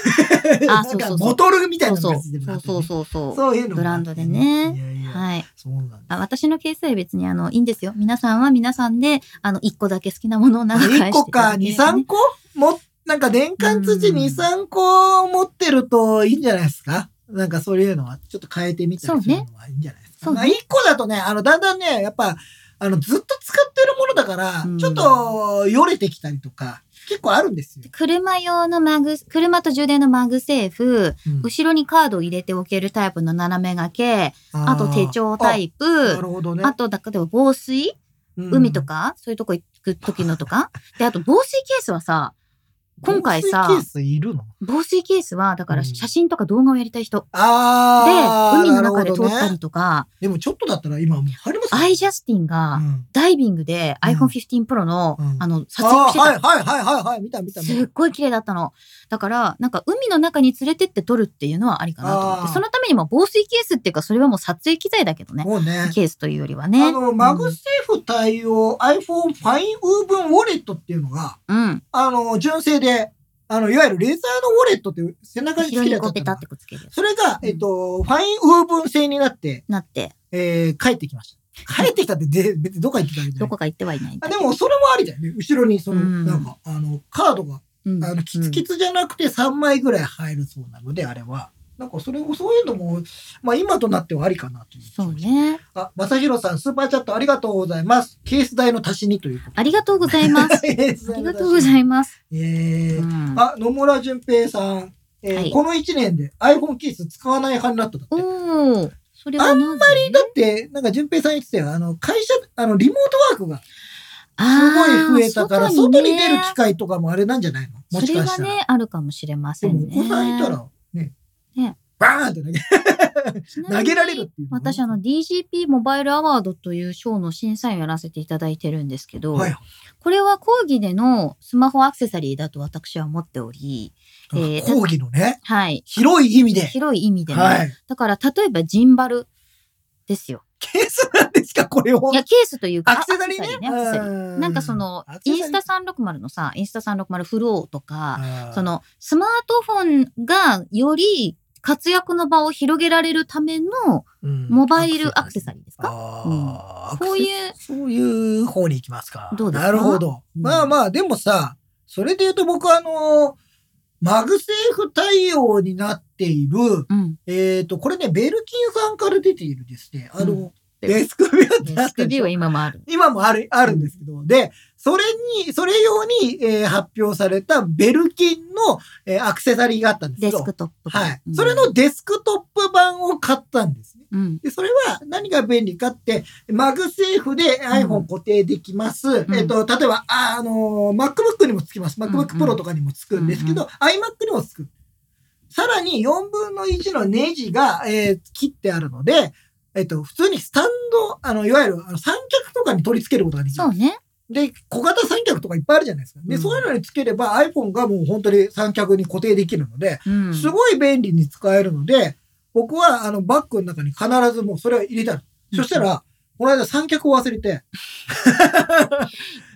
Speaker 2: な
Speaker 3: あそうんそ
Speaker 2: か
Speaker 3: うそう
Speaker 2: ボトルみたいな
Speaker 3: そ
Speaker 2: の
Speaker 3: うそう
Speaker 2: がついてるのあった
Speaker 3: そ
Speaker 2: よね
Speaker 3: うそうそうそう。
Speaker 2: そういうの
Speaker 3: ブ
Speaker 2: も
Speaker 3: ラ
Speaker 2: あ
Speaker 3: ン
Speaker 2: っ
Speaker 3: ド
Speaker 2: た
Speaker 3: で
Speaker 2: よ
Speaker 3: ね
Speaker 2: いやいや、
Speaker 3: はい。
Speaker 2: そうなんです
Speaker 3: あ私のケースは別にあのいいんですよ。皆さんは皆さんであの1個だけ好きなものを長く
Speaker 2: 1
Speaker 3: 愛し
Speaker 2: 個
Speaker 3: ていた
Speaker 2: か
Speaker 3: だけ
Speaker 2: 2、
Speaker 3: ればね
Speaker 2: 3個も、なんか年間通じ
Speaker 3: うん
Speaker 2: 2、3個持ってるといいんじゃないですかなんかそういうのは、ちょっと変えてみたりするのはいいんじゃないです
Speaker 3: そ
Speaker 2: か。
Speaker 3: う
Speaker 2: ま
Speaker 3: ね
Speaker 2: あ1個だとね、あの、だんだんね、やっぱ、あの、ずっと使ってるものだから
Speaker 3: うん、
Speaker 2: ちょっと、よれてきたりとか、結構あるんですよ。
Speaker 3: 車用のマグ、車と充電のマグセーフ、
Speaker 2: うん
Speaker 3: 後ろにカードを入れておけるタイプの斜め掛け、あと手帳タイプ、
Speaker 2: あーな
Speaker 3: あ
Speaker 2: るほどね。
Speaker 3: と、だけど防水、
Speaker 2: うん
Speaker 3: 海と、か、そういうとこ行く時のと か。で、あと防水ケースはさ、今回さ
Speaker 2: 防水ケースいるの
Speaker 3: 防水ケースは、だから
Speaker 2: うん
Speaker 3: 写真とか動画をやりたい人。で、
Speaker 2: あー
Speaker 3: 海の中で
Speaker 2: なる
Speaker 3: 撮
Speaker 2: ほ
Speaker 3: っ
Speaker 2: ど
Speaker 3: たり
Speaker 2: ね。
Speaker 3: とか、
Speaker 2: でもちょっとだったら今もう入りますよ
Speaker 3: アイジャスティンが、
Speaker 2: うん
Speaker 3: ダイビングで
Speaker 2: うん
Speaker 3: iPhone 15 Pro の、
Speaker 2: うん
Speaker 3: あの、撮影を
Speaker 2: あ
Speaker 3: して
Speaker 2: ー
Speaker 3: た
Speaker 2: はいはいはいはいはい、見た見た見た
Speaker 3: すっ。ごい綺麗だったの。だから、なんか海の中に連れてって撮るっていうのはありかなと思っ
Speaker 2: あ
Speaker 3: て、
Speaker 2: ー
Speaker 3: そのためにも防水ケースっていうか、それはもう撮影機材だけどね。
Speaker 2: もうね。
Speaker 3: ケースというよりはね。
Speaker 2: あの、マ
Speaker 3: う
Speaker 2: グ
Speaker 3: ん
Speaker 2: セーフ対応 iPhone ファインウーブンウォレットっていうのが、
Speaker 3: うん。
Speaker 2: あの、純正で、あの、いわゆるレザーのウォレットっていう背中につ
Speaker 3: 後ろ
Speaker 2: ける
Speaker 3: に
Speaker 2: やつだ
Speaker 3: こ
Speaker 2: っ
Speaker 3: うペ
Speaker 2: た
Speaker 3: タっ
Speaker 2: の
Speaker 3: てくっつけるやつ
Speaker 2: それが、
Speaker 3: うん
Speaker 2: えっと、ファインウーブン製になって、
Speaker 3: なって、
Speaker 2: えー、帰ってきました。帰ってきたって、で、別にどこか行ってたわけじゃ
Speaker 3: ど
Speaker 2: ない
Speaker 3: こ。か行ってはいないんだ
Speaker 2: あでも、それもありだよね。後ろに、その、
Speaker 3: うん
Speaker 2: なんか、あの、カードが、
Speaker 3: うん
Speaker 2: あの、キツキツじゃなくて3枚ぐらい入るそうなので、あれは。なんかそれをそういうのも、まあ今となってはありかなという。
Speaker 3: そう。ね。
Speaker 2: あ、正弘さん、スーパーチャットありがとうございます。ケース代の足しにということ。
Speaker 3: ありがとうございます。
Speaker 2: あ
Speaker 3: ありがとうござ
Speaker 2: ま
Speaker 3: います。
Speaker 2: す。えー
Speaker 3: うん、
Speaker 2: あ、野村淳平さん。えー
Speaker 3: はい
Speaker 2: この1年で iPhone ケース使わない派になっただって。だ
Speaker 3: おお、それはなぜ
Speaker 2: って、なんか淳平さん言ってたよ。あの、会社、あの、リモートワークがす
Speaker 3: あ
Speaker 2: ごい
Speaker 3: ー
Speaker 2: 増えたから、外に,、出る機会とかもあれなんじゃないのも
Speaker 3: そ
Speaker 2: し
Speaker 3: れ
Speaker 2: かし
Speaker 3: は
Speaker 2: たら。
Speaker 3: ね、あるかもしれま
Speaker 2: で
Speaker 3: せ
Speaker 2: も
Speaker 3: ん
Speaker 2: お
Speaker 3: ね。
Speaker 2: 子さんいたら、ね、
Speaker 3: ね
Speaker 2: バーンって投げ
Speaker 3: ちなみに
Speaker 2: 投げられるっていうのはね
Speaker 3: 私、あの、DGP モバイルアワードという賞の審査員をやらせていただいてるんですけど、
Speaker 2: はい
Speaker 3: これは講義でのスマホアクセサリーだと私は思っており、えー
Speaker 2: 講義のね、
Speaker 3: はい。
Speaker 2: 広い意味で。
Speaker 3: 広い意味でね。
Speaker 2: はい。
Speaker 3: だから、例えばジンバルですよ。
Speaker 2: ケースなんですか、これを
Speaker 3: い。や、ケースというか、
Speaker 2: アクセサリーね。
Speaker 3: アクセサリー
Speaker 2: う
Speaker 3: なんかそ、の
Speaker 2: アク、セサ
Speaker 3: イ
Speaker 2: リ
Speaker 3: ン
Speaker 2: ー
Speaker 3: スタ360のさ、インスタ360フローとか、
Speaker 2: あー
Speaker 3: そ、のスマートフォンがより活躍の場を広げられるための
Speaker 2: うん
Speaker 3: モバイルアクセサリーですか、
Speaker 2: あー
Speaker 3: うんこういう
Speaker 2: アクセそういう方に行きますか。
Speaker 3: どうですか
Speaker 2: なるほど。
Speaker 3: うん
Speaker 2: まあまあ、でもさ、それで言うと僕あの、マグセーフ対応になっている、
Speaker 3: うん。
Speaker 2: えっ、と、これね、ベルキンさんから出ているですね、あの、
Speaker 3: うん
Speaker 2: デスクビューってあっ
Speaker 3: デス
Speaker 2: た
Speaker 3: ク
Speaker 2: で
Speaker 3: ビ
Speaker 2: し
Speaker 3: ュー
Speaker 2: ょ
Speaker 3: は今もある。
Speaker 2: 今もある、あるんですけど、で、それに、それ用に、えー発表されたベルキンの、えーアクセサリーがあったんですけ
Speaker 3: デ
Speaker 2: ど、
Speaker 3: スクトップ。
Speaker 2: はい、
Speaker 3: うん
Speaker 2: それ、のデスクトップ版を買ったんですね。
Speaker 3: うん。
Speaker 2: で、それは何が便利かって、マグセーフで iPhone 固定できます。
Speaker 3: ん
Speaker 2: えっと、例えば、あ、あのー MacBook にもつきます。
Speaker 3: んうん
Speaker 2: MacBook Pro とかにもつくんですけど、iMac にもつく。さらに4分の1のネジが、えー切ってあるので、えっと、普通にスタンド、あの、いわゆるあの三脚とかに取り付けることができる
Speaker 3: そ。うね。
Speaker 2: で、小型三脚とかいっぱいあるじゃないですか。で、
Speaker 3: うん
Speaker 2: そういうのにつければ iPhone がもう本当に三脚に固定できるので、
Speaker 3: うん。
Speaker 2: すごい便利に使えるので、僕はあのバッグの中に必ずもうそれを入れたの。そしたら、この間三脚を忘れて。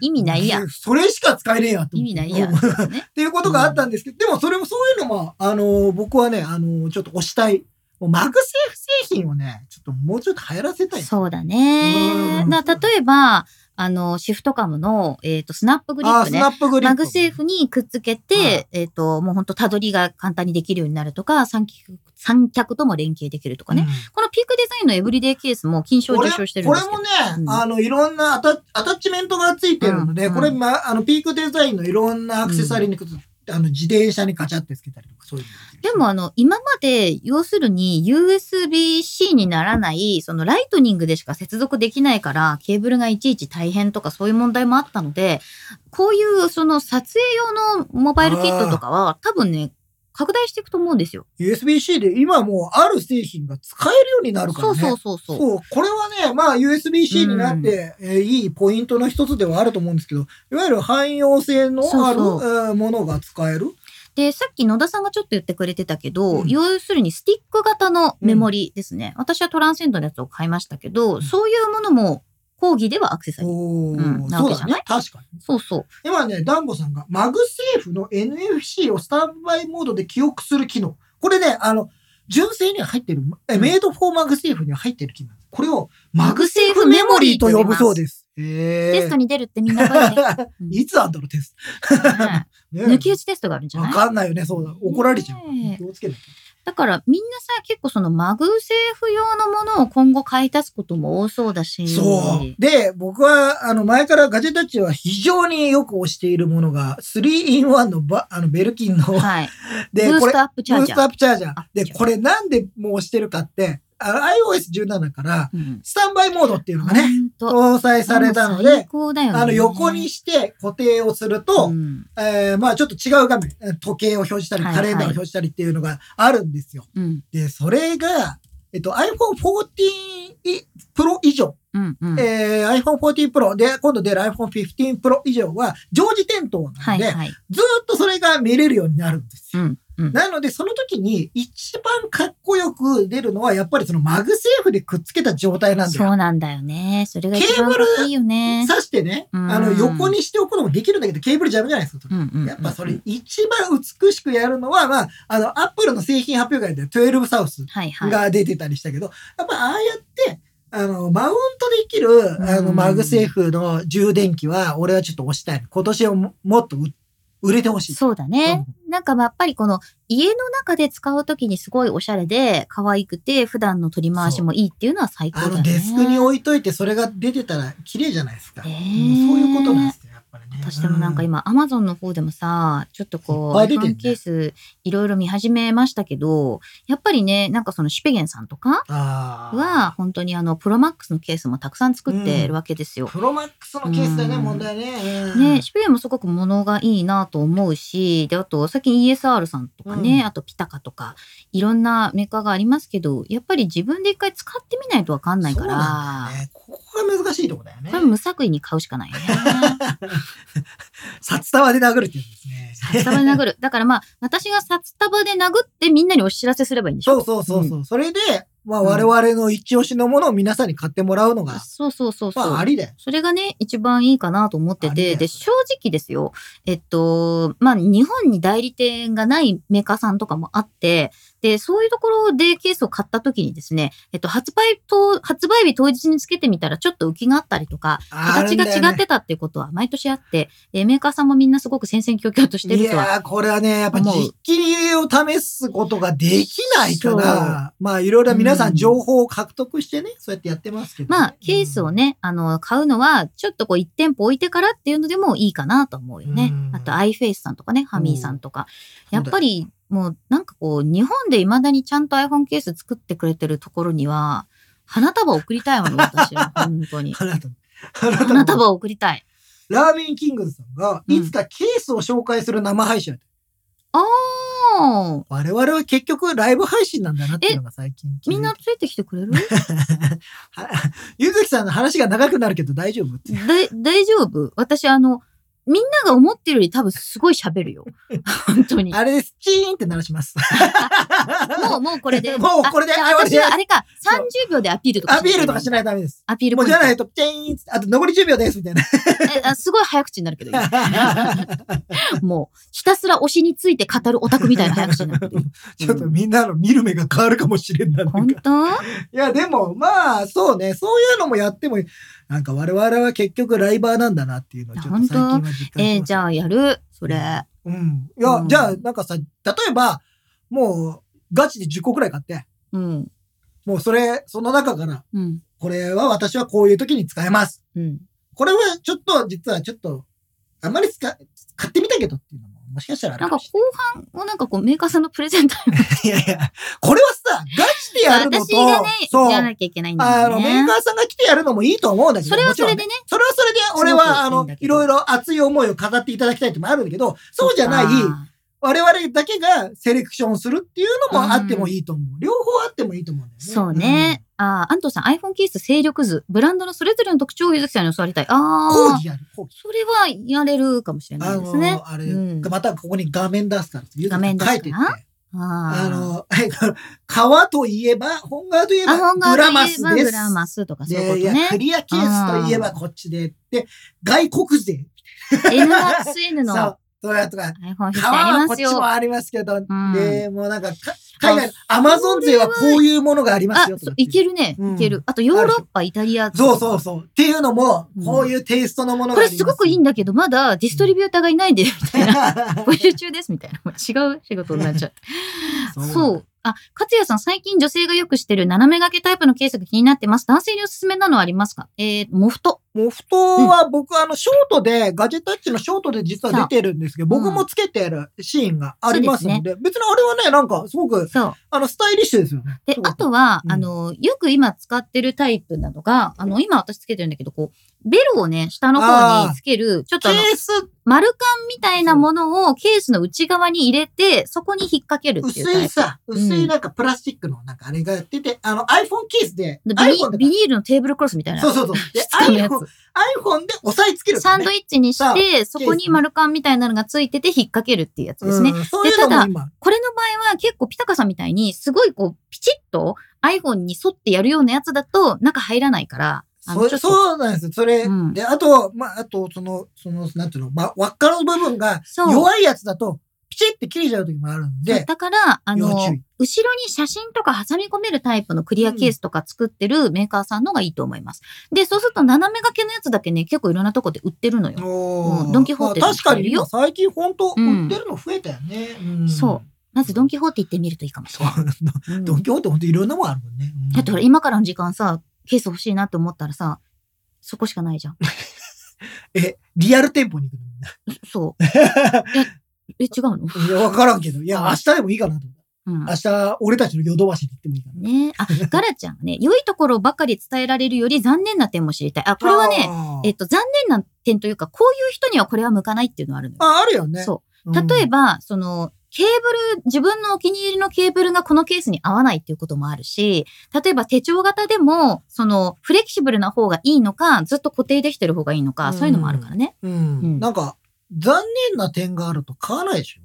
Speaker 3: 意味ないやん。
Speaker 2: それしか使えねえやと
Speaker 3: 意
Speaker 2: 思って。
Speaker 3: 味ないやん。
Speaker 2: っ
Speaker 3: そう ね
Speaker 2: ていうことがあったんですけど、でもそれもそういうのも、あの、僕はね、あの、ちょっと推したい。もうマグセーフ製品をね、ちょっともうちょっと流行らせたい。
Speaker 3: そうだね
Speaker 2: う。ん
Speaker 3: だから例えば、あの、シフトカムの、えっ、と、スナップグリ
Speaker 2: あ
Speaker 3: ッ
Speaker 2: あ、
Speaker 3: プ
Speaker 2: ス
Speaker 3: ね。
Speaker 2: ナップグリップ。
Speaker 3: マグセーフにくっつけて、
Speaker 2: はい
Speaker 3: えっ、と、もうほんと、たどりが簡単にできるようになるとか、三脚、三脚とも連携できるとかね。
Speaker 2: うん
Speaker 3: このピークデザインのエブリデイケースも金賞を
Speaker 2: これ
Speaker 3: 受賞してるんですけど。
Speaker 2: これもね、
Speaker 3: うん
Speaker 2: あの、いろんなアタアタッチメントがついてるので、
Speaker 3: うん
Speaker 2: これ、ま、あの、ピークデザインのいろんなアクセサリーにくっつ、あの、自転車にガチャってつけたりとか、そういうの
Speaker 3: でもあの、今まで、要するに USB-C にならない、そのライトニングでしか接続できないから、ケーブルがいちいち大変とかそういう問題もあったので、こういうその撮影用のモバイルキットとかは、多分ね、拡大していくと思うんですよ。
Speaker 2: USB-C で今もうある製品が使えるようになるから
Speaker 3: そう
Speaker 2: ね。
Speaker 3: そうそうそう。
Speaker 2: そうこれはね、まあ USB-C になって、えーいいポイントの一つではあると思うんですけど、いわゆる汎用性のある
Speaker 3: そう
Speaker 2: えーものが使える。
Speaker 3: で、さっき野田さんがちょっと言ってくれてたけど、
Speaker 2: うん
Speaker 3: 要するにスティック型のメモリですね。私はトランセンドのやつを買いましたけ
Speaker 2: う
Speaker 3: ど、
Speaker 2: ん
Speaker 3: そういうものも講義ではアクセサリー。
Speaker 2: おー
Speaker 3: うんな
Speaker 2: そ
Speaker 3: わ
Speaker 2: う
Speaker 3: けじ
Speaker 2: だ
Speaker 3: ゃない
Speaker 2: ね。確かに。
Speaker 3: そうそう。
Speaker 2: 今ね、ダンゴさんがマグセーフの NFC をスタンバイモードで記憶する機能。これね、あの、純正には入ってる、え
Speaker 3: うん
Speaker 2: メイドフォーマグセーフには入ってる機能。これをマグセーフメモリーと呼ぶそうです。
Speaker 3: テスト
Speaker 2: へ
Speaker 3: に出るってみんな覚えて、
Speaker 2: ーいつあんだろう、テス
Speaker 3: ね
Speaker 2: ト。ね
Speaker 3: 抜き打ちテストがあるんじゃ
Speaker 2: わ
Speaker 3: ない
Speaker 2: かんないよね、そうだ。怒られちゃうからね。
Speaker 3: ねえ
Speaker 2: 気をつけない
Speaker 3: だからみんなさ、結構そのマグセーフ用のものを今後買い足すことも多そうだし。
Speaker 2: と。そう。で、僕は、あの、前からガジェタッチは非常によく推しているものが、3-in-1 のバ、あの、ベルキンの、
Speaker 3: はい。ブ
Speaker 2: で、
Speaker 3: ー
Speaker 2: こ
Speaker 3: ス
Speaker 2: れ、
Speaker 3: トアップチャー
Speaker 2: ブー
Speaker 3: ジャ
Speaker 2: ストア
Speaker 3: ー。
Speaker 2: ップチャージャー
Speaker 3: あ。
Speaker 2: で、
Speaker 3: 違う
Speaker 2: これなんでもう押してるかって、あの iOS17 から、
Speaker 3: うん
Speaker 2: スタンバイモードっていうのがね、
Speaker 3: ほんと
Speaker 2: 搭載されたの
Speaker 3: 最
Speaker 2: で、
Speaker 3: 高だよね。
Speaker 2: あの、横にして固定をすると、
Speaker 3: うん
Speaker 2: えーまあちょっと違う画面、時計を表示したり、
Speaker 3: はい
Speaker 2: カレンダーを
Speaker 3: はい
Speaker 2: 表示したりっていうのがあるんですよ。
Speaker 3: うん
Speaker 2: で、それが、えっと、iPhone 14 Pro 以上、
Speaker 3: うんうん
Speaker 2: えー iPhone 14 Pro で、今度出る iPhone 15 Pro 以上は、常時点灯な
Speaker 3: は
Speaker 2: の
Speaker 3: い
Speaker 2: で、
Speaker 3: はい。
Speaker 2: ずーっとそれが見れるようになるんです
Speaker 3: う
Speaker 2: よ。
Speaker 3: んうん。
Speaker 2: なので、その時に一番かっこよく出るのは、やっぱりそのマグセーフでくっつけた状態なんだ
Speaker 3: そ
Speaker 2: よ。
Speaker 3: うなんだよね。それが一番かっこいいよね。
Speaker 2: 刺してね、あの、
Speaker 3: うん
Speaker 2: 横にしておくこともできるんだけど、ケーブルジャムじゃないですか。
Speaker 3: うんうんうん
Speaker 2: やっぱそれ一番美しくやるのは、まあ、あの、アップルの製品発表会で12サウス
Speaker 3: はいはい。
Speaker 2: が出てたりしたけど、やっぱああやって、あの、マウントできる、あ
Speaker 3: う
Speaker 2: の、
Speaker 3: ん
Speaker 2: マグセーフの充電器は、俺はちょっと押したい。今年はももっとう売れてほしい。
Speaker 3: そうだね。なんかまあやっぱりこの家の中で使うときにすごいおしゃれで可愛くて普段の取り回しもいいっていうのは最高
Speaker 2: あ
Speaker 3: だね。
Speaker 2: のデスクに置いといてそれが出てたら綺麗じゃないですか。
Speaker 3: ねえ
Speaker 2: うんそういうことなんですよ、やっぱりね。
Speaker 3: 私でもなんか今、アマゾンの方でもさ、ちょっとこう、
Speaker 2: いっぱい出てんね
Speaker 3: iPhone ケースいろいろ見始めましたけど、やっぱりね、なんかそのシュペゲンさんとか
Speaker 2: うん、あー
Speaker 3: は、本当にあの、プロマックスのケースもたくさん作ってるわけですよ。
Speaker 2: プロマックスのケースだよね、
Speaker 3: うん
Speaker 2: 問題ね。うん
Speaker 3: ね、シュペゲンもすごく物がいいなと思うし、で、あと、最近 ESR さんとかね、
Speaker 2: うん
Speaker 3: あとピタカとか、いろんなメーカーがありますけど、やっぱり自分で一回使ってみないとわかんないから、
Speaker 2: そうなんだよねここが難しいとこだよね
Speaker 3: こ。れ無作為に買うしかないね。
Speaker 2: 札束で殴るっていうんですね。
Speaker 3: 札束で殴る。だからまあ、私が札束で殴ってみんなにお知らせすればいいんでしょ
Speaker 2: そうそうそうそう。それで、まあ我々の一押しのものを皆さんに買ってもらうのが、
Speaker 3: そうそうそうそう。
Speaker 2: まあありだよ。
Speaker 3: それがね、一番いいかなと思って
Speaker 2: ありだ
Speaker 3: て、
Speaker 2: よ
Speaker 3: で、正直ですよ。えっと、まあ、日本に代理店がないメーカーさんとかもあって、で、そういうところでケースを買った時にですね、えっと、発売と、発売日当日につけてみたらちょっと浮きがあったりとか、形が違ってたっていうことは毎年あって、えーメーカーさんもみんなすごく戦々恐々として
Speaker 2: い
Speaker 3: るとは
Speaker 2: やー、これはね、やっぱ
Speaker 3: 思う
Speaker 2: 実機を試すことができないから、まあいろいろ皆さ
Speaker 3: うん
Speaker 2: ん情報を獲得してね、そうやってやってますけどね、
Speaker 3: まあ、ケースをね、あの、買うのは、ちょっとこう、一店舗置いてからっていうのでもいいかなと思うよね
Speaker 2: うん。
Speaker 3: あと、アイフェイスさんとかね、ハミーさんとか。
Speaker 2: うん
Speaker 3: やっぱり、もう、なんかこう、日本で未だにちゃんと iPhone ケース作ってくれてるところには、花束を送りたいもの、私は。本当に。
Speaker 2: あなた。あなた
Speaker 3: 花束を送りたい。
Speaker 2: ラーメンキングさんが、
Speaker 3: うん
Speaker 2: いつかケースを紹介する生配信、
Speaker 3: あー。
Speaker 2: 我々は結局ライブ配信なんだなっていうのが最近。
Speaker 3: みんな、ついてきてくれる
Speaker 2: ゆずきさんの話が長くなるけど大丈夫って。
Speaker 3: だ大丈夫私、あの、みんなが思ってるより多分すごい喋るよ。本当に。
Speaker 2: あれです。チーンって鳴らします。
Speaker 3: もう、もうこれで。
Speaker 2: もうこれで
Speaker 3: あじゃあ
Speaker 2: あ
Speaker 3: 私はあれか、30秒でアピールとか
Speaker 2: アピールとかしな
Speaker 3: ない。
Speaker 2: いとダメです。
Speaker 3: アピール
Speaker 2: も
Speaker 3: ポ
Speaker 2: う
Speaker 3: イン
Speaker 2: じ
Speaker 3: ト
Speaker 2: ゃないと、チーンってあと残り10秒です、みたいな。
Speaker 3: えあすごい早口になるけど、 今もう、ひたすら推しについて語るオタクみたいな早口になるけど。
Speaker 2: ちょっとみんなの見る目が変わるかもしれんない。なん
Speaker 3: 本
Speaker 2: かい
Speaker 3: 当
Speaker 2: や、でも、まあ、そうね。そういうのもやってもいい。なんか我々は結局ライバーなんだなっていうのをちょっと最近は実感しました。
Speaker 3: えーじゃあやるそれ。
Speaker 2: うん。いや、
Speaker 3: うん
Speaker 2: じゃあ、なんかさ、例えば、もう、ガチで10個くらい買って、
Speaker 3: うん。
Speaker 2: もうそれ、その中から、
Speaker 3: うん。
Speaker 2: これは私はこういう時に使えます。
Speaker 3: うん。
Speaker 2: これはちょっと、実はちょっと、あんまり使、買ってみたけどっていうのも、もしかしたらあ
Speaker 3: な
Speaker 2: る
Speaker 3: んか
Speaker 2: も
Speaker 3: 後
Speaker 2: し
Speaker 3: 半をなんかこうメーカーさんのプレゼンタイム。
Speaker 2: れない。いやいや、これはさ、ガチでやるの
Speaker 3: 私
Speaker 2: と、
Speaker 3: がね、
Speaker 2: そう、
Speaker 3: やらなきゃいけないんだ
Speaker 2: あ
Speaker 3: よ
Speaker 2: の、メー
Speaker 3: ね
Speaker 2: カ。ーさんが来てやるのもいいと思うんだけど、
Speaker 3: それは
Speaker 2: もち
Speaker 3: そ
Speaker 2: ろ
Speaker 3: れ
Speaker 2: ん
Speaker 3: でね。
Speaker 2: それはそれで、俺
Speaker 3: すごくいい
Speaker 2: は、あ
Speaker 3: んだ
Speaker 2: の
Speaker 3: けど、
Speaker 2: いろいろ熱い思いを語っていただきたいともあるんだけど、そうじゃない、
Speaker 3: あ
Speaker 2: 我々だけがセレクションするっていうのもあってもいいと思う。両方あってもいいと思うんだよ
Speaker 3: ー
Speaker 2: ね。
Speaker 3: そうね。あー安藤さん、iPhone ケース勢力図、ブランドのそれぞれの特徴をゆずきさんに教わりた
Speaker 2: う
Speaker 3: い。
Speaker 2: ん。
Speaker 3: あ
Speaker 2: 講
Speaker 3: あ、
Speaker 2: 義やる。講義。
Speaker 3: それはやれるかもしれな
Speaker 2: あ
Speaker 3: いです
Speaker 2: の、
Speaker 3: ね。
Speaker 2: あれ、
Speaker 3: うん
Speaker 2: またここに画面出すから、ゆず
Speaker 3: 画面出す
Speaker 2: 書
Speaker 3: か
Speaker 2: いてって。
Speaker 3: あ
Speaker 2: あ
Speaker 3: ー
Speaker 2: の、 え川といえば、本川といえば、
Speaker 3: あ、本
Speaker 2: グ
Speaker 3: 川
Speaker 2: ラ
Speaker 3: とい
Speaker 2: マ
Speaker 3: え
Speaker 2: ス
Speaker 3: ば
Speaker 2: です。
Speaker 3: グラマスとかそういう
Speaker 2: で、い
Speaker 3: こと
Speaker 2: や、
Speaker 3: ね。
Speaker 2: クリアケースといえばこっちで、で、外国勢。
Speaker 3: N-N の
Speaker 2: そう、そうやとか、
Speaker 3: iPhone 必
Speaker 2: 川は
Speaker 3: あり
Speaker 2: こ
Speaker 3: ま
Speaker 2: っ
Speaker 3: す
Speaker 2: ちも
Speaker 3: よ。
Speaker 2: ありますけど、
Speaker 3: ん
Speaker 2: で、もうなんか、か海外のアマゾン勢はこういうものがありま
Speaker 3: あ
Speaker 2: すよと
Speaker 3: そ
Speaker 2: か
Speaker 3: う
Speaker 2: ってい
Speaker 3: いうけるね。
Speaker 2: うん
Speaker 3: いける。あと、ヨーロッパ、イタリア。
Speaker 2: そうそうそう。っていうのも
Speaker 3: う、ん
Speaker 2: こういうテイストのもの
Speaker 3: こ
Speaker 2: があり
Speaker 3: れ
Speaker 2: ます
Speaker 3: ごくいいんだけど、まだディストリビューターがいないんで、みたいな。募集中です、みた いな。もう違う仕事になっちゃう。そう。あ、勝也さん、最近女性がよくしてる斜め掛けタイプのケースが気になってます。男性におすすめなのはありますかえー、モフト。
Speaker 2: モフトは僕、あの、ショートで、ガジェタッチのショートで実は出てるんですけど、
Speaker 3: そう
Speaker 2: 僕もつけてるシーンがありますので、別にあれはね、なんか、すごく、
Speaker 3: そう。
Speaker 2: あの、スタイリッシュですよね。
Speaker 3: で
Speaker 2: そ、う
Speaker 3: あとは、
Speaker 2: うん
Speaker 3: あの、よく今使ってるタイプなのが、あの、今私つけてるんだけど、こう、ベルをね、下の方につける、ちょっ
Speaker 2: ケ
Speaker 3: とあの、
Speaker 2: ース、
Speaker 3: 丸缶みたいなものをケースの内側に入れて、そこに引っ掛けるっていう
Speaker 2: 薄
Speaker 3: タイ
Speaker 2: い
Speaker 3: プ。
Speaker 2: さ、
Speaker 3: ん
Speaker 2: 薄いなんかプラスチックの、なんかあれがやってて、あの、iPhone ケースで、
Speaker 3: ビ
Speaker 2: iPhone
Speaker 3: ニビ
Speaker 2: で、
Speaker 3: ニールのテーブルクロスみたいな。
Speaker 2: そうそうそう。で、
Speaker 3: 下のやつ
Speaker 2: iPhone、iPhone で押さえつけるか
Speaker 3: サ
Speaker 2: ら
Speaker 3: ン
Speaker 2: ね、
Speaker 3: ドイッチに
Speaker 2: さあ
Speaker 3: して、そこに丸缶みたいなのがついてて引っ掛けるっていうやつですね。
Speaker 2: うんそういうのも今、
Speaker 3: これの場合は結構ピタカさんみたいに、すごいこう、ピチッと iPhone に沿ってやるようなやつだと、中入らないから、あ
Speaker 2: そ
Speaker 3: のちょ
Speaker 2: う
Speaker 3: っと
Speaker 2: そうなんですよ。それ、
Speaker 3: うん
Speaker 2: で、あと、まあ、あと、その、その、なんていうの、まあ、輪っかの部分が
Speaker 3: そう
Speaker 2: 弱いやつだと、ピピチって切れちゃう時もあるん
Speaker 3: そう
Speaker 2: で、
Speaker 3: だから、あの、
Speaker 2: 要
Speaker 3: 後ろ
Speaker 2: 注
Speaker 3: に
Speaker 2: 意
Speaker 3: 写真とか挟み込めるタイプのクリアケースとか作ってるメーカーさんのがいいと思います。で、そうすると斜め掛けのやつだけね、結構いろんなとこで売ってるのよ。
Speaker 2: おー
Speaker 3: うんドンキホーテ
Speaker 2: まあ確かに
Speaker 3: でも
Speaker 2: 今最近本当
Speaker 3: うん
Speaker 2: 売ってるの増えたよね。うん
Speaker 3: そまずドンキホーテ行ってみるといいかもし
Speaker 2: そ
Speaker 3: れ
Speaker 2: う
Speaker 3: ない。。うん
Speaker 2: ドンキホーテ本当いろんなもんあるもんね。うん
Speaker 3: だってほら、今からの時間さ、ケース欲しいなって思ったらさ、そこしかないじゃん。
Speaker 2: え、リアル店舗に行くのみんな
Speaker 3: そう。え、え違うの
Speaker 2: いや、わからんけど。いや、明日でもいいかなと思った。
Speaker 3: うん。
Speaker 2: 明日、俺たちのヨドバシに行ってもいいかな。
Speaker 3: ねあ、ガラちゃんがね、良いところばかり伝えられるより残念な点も知りたい。あ、これはね、
Speaker 2: あー
Speaker 3: えっと、残念な点というか、こういう人にはこれは向かないっていうのはあるのよ。
Speaker 2: あ、あるよね。
Speaker 3: そうう。
Speaker 2: ん。
Speaker 3: 例えば、その、ケーブル、自分のお気に入りのケーブルがこのケースに合わないっていうこともあるし、例えば手帳型でも、その、フレキシブルな方がいいのか、ずっと固定できてる方がいいのか、
Speaker 2: うん
Speaker 3: そういうのもあるからね。
Speaker 2: うん
Speaker 3: うん
Speaker 2: なんか、残念な点があると買わないでしょ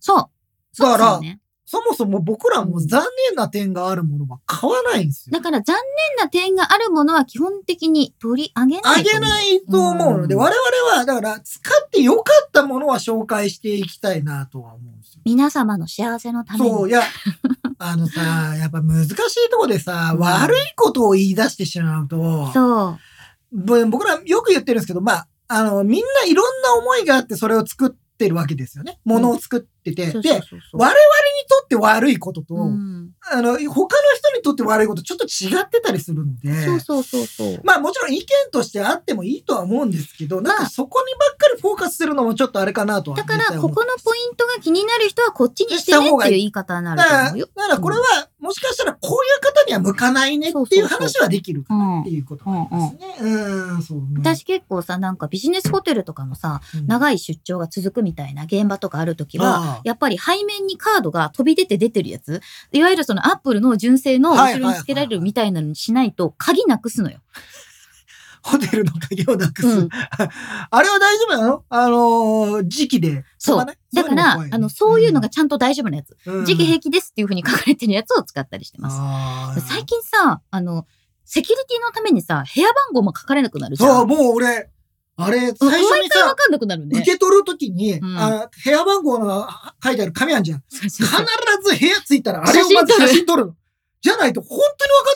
Speaker 3: そう。そう
Speaker 2: だから
Speaker 3: そうね。
Speaker 2: そもそも僕らも残念な点があるものは買わないんですよ
Speaker 3: だ。から残念な点があるものは基本的に取り上げな
Speaker 2: あ
Speaker 3: いと思
Speaker 2: げ
Speaker 3: う。
Speaker 2: ないと思うので、
Speaker 3: うん
Speaker 2: 我々は、だから、使って良かったものは紹介していきたいなとは思うんですよ。
Speaker 3: 皆様の幸せのために。
Speaker 2: そう、いや、あのさ、やっぱ難しいとこでさ、
Speaker 3: うん
Speaker 2: 悪いことを言い出してしまうと、
Speaker 3: そう。
Speaker 2: ぼ僕らよく言ってるんですけど、まあ、あの、みんないろんな思いがあってそれを作ってるわけですよね。ものを作ってて。
Speaker 3: そう
Speaker 2: で、
Speaker 3: そう
Speaker 2: 人に
Speaker 3: そうそう
Speaker 2: 我々とって悪いことと、
Speaker 3: うん
Speaker 2: あの、他の人にとって悪いことちょっと違ってたりするので。
Speaker 3: そうそうそうそう。
Speaker 2: まあもちろん意見としてあってもいいとは思うんですけど、なん
Speaker 3: まあ
Speaker 2: かそこにばっかりフォーカスするのもちょっとあれかなとは
Speaker 3: だ
Speaker 2: 絶
Speaker 3: か
Speaker 2: 対思う。
Speaker 3: ら、ここのポイントが気になる人はこっちにしてねっていう言い方になると思うよ。
Speaker 2: だからこれは、もしかしたらこういう方には向かないねっていう話はできる
Speaker 3: う
Speaker 2: か
Speaker 3: ん
Speaker 2: っ。ていうことなんですね。うん、そうね。
Speaker 3: 私結構さ、なんかビジネスホテルとかもさ、
Speaker 2: うん
Speaker 3: 長い出張が続くみたいな現場とかあるときは、
Speaker 2: ああ
Speaker 3: やっぱり背面にカードが飛び出て出てるやつ、いわゆるそのアップルの純正の後ろにつけられるみたいなのにしないと、鍵なくすのよ。
Speaker 2: ホテルの鍵をなくす。
Speaker 3: うん
Speaker 2: あれは大丈夫なのあのー時期で。
Speaker 3: そう。だから、あの、そういうのがちゃんと大丈夫なやつ。時期平
Speaker 2: 気
Speaker 3: 気ですっていうふうに書かれてるやつを使ったりしてます。
Speaker 2: ます
Speaker 3: 最近さ、あの、セキュリティのためにさ、部屋番号も書かれなくなるじゃん。
Speaker 2: そう、もう俺、あれ、
Speaker 3: うん
Speaker 2: 最初
Speaker 3: 毎
Speaker 2: に
Speaker 3: 回
Speaker 2: さ
Speaker 3: わ、かんなくなるね。
Speaker 2: 受け取るときに、
Speaker 3: ん
Speaker 2: あの部屋番号のあ書いてある紙あんじ ゃん。
Speaker 3: そうそう
Speaker 2: 必
Speaker 3: そう
Speaker 2: ず部屋着いたら、あれをまず
Speaker 3: 写
Speaker 2: 写
Speaker 3: 真
Speaker 2: 真撮るの。じゃないと、本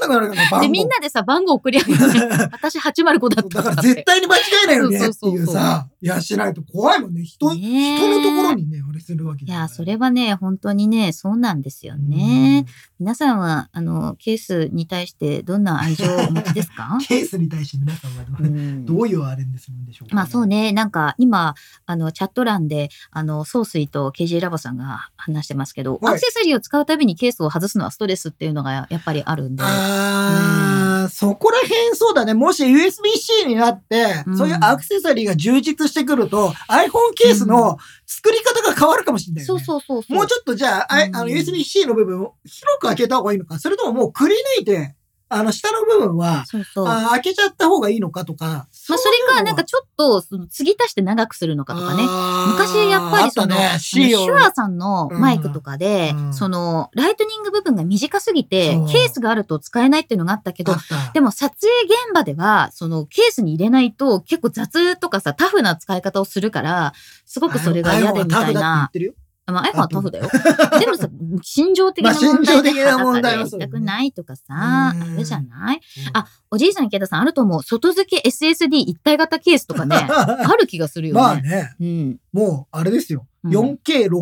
Speaker 2: 当に分かんなくなるから、番
Speaker 3: で、
Speaker 2: 号。
Speaker 3: みんなでさ、番号送り合うよね。私805だっ
Speaker 2: だか
Speaker 3: たとからっ
Speaker 2: 絶
Speaker 3: て。
Speaker 2: 対に間違えないよね
Speaker 3: そう
Speaker 2: って
Speaker 3: そうそうそう
Speaker 2: いうさ、いやしないと怖いもんね。人、人
Speaker 3: ねえ
Speaker 2: のところにね、あれするわけ
Speaker 3: い
Speaker 2: だから
Speaker 3: や、それはね、本当にね、そうなんですよね。。皆さんは、あの、ケースに対してどんな愛情をお持ちですか
Speaker 2: うんケースに対して皆さんは ど
Speaker 3: う
Speaker 2: う、
Speaker 3: ん
Speaker 2: どういうあれにするんでしょうか、
Speaker 3: まあそう。ね、なんか今、あの、チャット欄で、あの、総帥と KG ラボさんが話してますけど、
Speaker 2: はい
Speaker 3: アクセサリーを使うたびにケースを外すのはストレスっていうのがやっぱりあるんで。
Speaker 2: あー、そこら辺そうだね。もし USB-C になって、
Speaker 3: うん
Speaker 2: そういうアクセサリーが充実してくると、iPhone ケースの作り方が変わるかもしれない
Speaker 3: そ
Speaker 2: よ
Speaker 3: う
Speaker 2: ね。
Speaker 3: そうそうそう。
Speaker 2: もうちょっとじゃあ、あ
Speaker 3: うん
Speaker 2: あの USB-C の部分を広く開けた方がいいのか、それとももうくり抜いて、あの下の部分は、
Speaker 3: そうそう。ま
Speaker 2: あ
Speaker 3: あ
Speaker 2: 開けちゃった方がいいのかとか。
Speaker 3: それか、なんかちょっと、その、継ぎ足して長くするのかとかね。昔やっぱりその、あのシ
Speaker 2: シ
Speaker 3: ュアーさんのマイクとかで、
Speaker 2: うんうん
Speaker 3: その、ライトニング部分が短すぎて
Speaker 2: そう、
Speaker 3: ケースがあると使えないっていうのがあったけど、
Speaker 2: た。
Speaker 3: でも撮影現場では、そのケースに入れないと結構雑とかさ、タフな使い方をするから、すごくそれが嫌でみたいな。
Speaker 2: iPhone
Speaker 3: まあ iPhone はタフだよ。 でもさ、心情的
Speaker 2: ま
Speaker 3: な
Speaker 2: あ
Speaker 3: 問
Speaker 2: 心
Speaker 3: 題で
Speaker 2: 情的な問題
Speaker 3: や
Speaker 2: は
Speaker 3: り
Speaker 2: そう
Speaker 3: た
Speaker 2: だね
Speaker 3: くないとかさ、
Speaker 2: うん
Speaker 3: あれじゃない
Speaker 2: は
Speaker 3: あおじいさん、池田さんあると思う。外付け SSD 一体型ケース とかね、あ
Speaker 2: タフだって言ってるよ。
Speaker 3: る気がするよね。
Speaker 2: まあね、
Speaker 3: うん。
Speaker 2: もうあれですよ。
Speaker 3: うん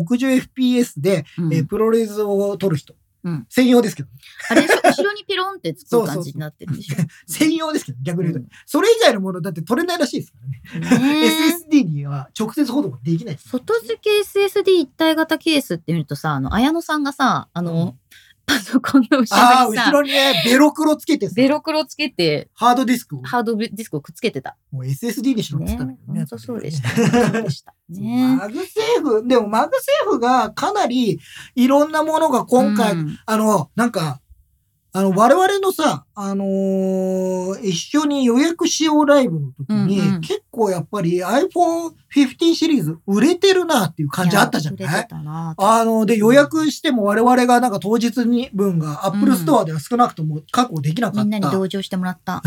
Speaker 2: 4K60fps で、
Speaker 3: うん
Speaker 2: えープロレスを撮る人
Speaker 3: うん。
Speaker 2: 専用ですけど。
Speaker 3: あれでしょ後ろにピロンってつく感じになって るでしょ。
Speaker 2: 専用ですけど、逆に言うと。それ以外のものだって撮れないらしいですからね。
Speaker 3: ね
Speaker 2: SSD には直接保存できないです。
Speaker 3: 外付け SSD 一体型ケースって見るとさ、あの、綾野さんがさ、あの、
Speaker 2: うん
Speaker 3: パソコンの後ろに
Speaker 2: ああ、
Speaker 3: さ
Speaker 2: 後、ろにね、ベロクロつけてさ
Speaker 3: ベロクロつけて、
Speaker 2: ハードディスクを。
Speaker 3: ハードディスクをくっつけてた。
Speaker 2: もう SSD にしろって言
Speaker 3: ね
Speaker 2: ったんだけ。どね。
Speaker 3: 本当そうでした。そうでした。ね。
Speaker 2: マグセーフ、でもマグセーフがかなりいろんなものが今回、
Speaker 3: うん
Speaker 2: あの、なんか、あの、我々のさ、あのー一緒に予約しようライブの時に、
Speaker 3: うんうん
Speaker 2: 結構やっぱり iPhone15 シリーズ売れてるなっていう感じあったじゃ
Speaker 3: いや売れ
Speaker 2: ない
Speaker 3: てたな
Speaker 2: あの、で、予約しても我々がなんか当日に分が Apple
Speaker 3: うん
Speaker 2: Store では少なくとも確保できなか
Speaker 3: み
Speaker 2: っ
Speaker 3: んなに
Speaker 2: た。
Speaker 3: 同情してもらった。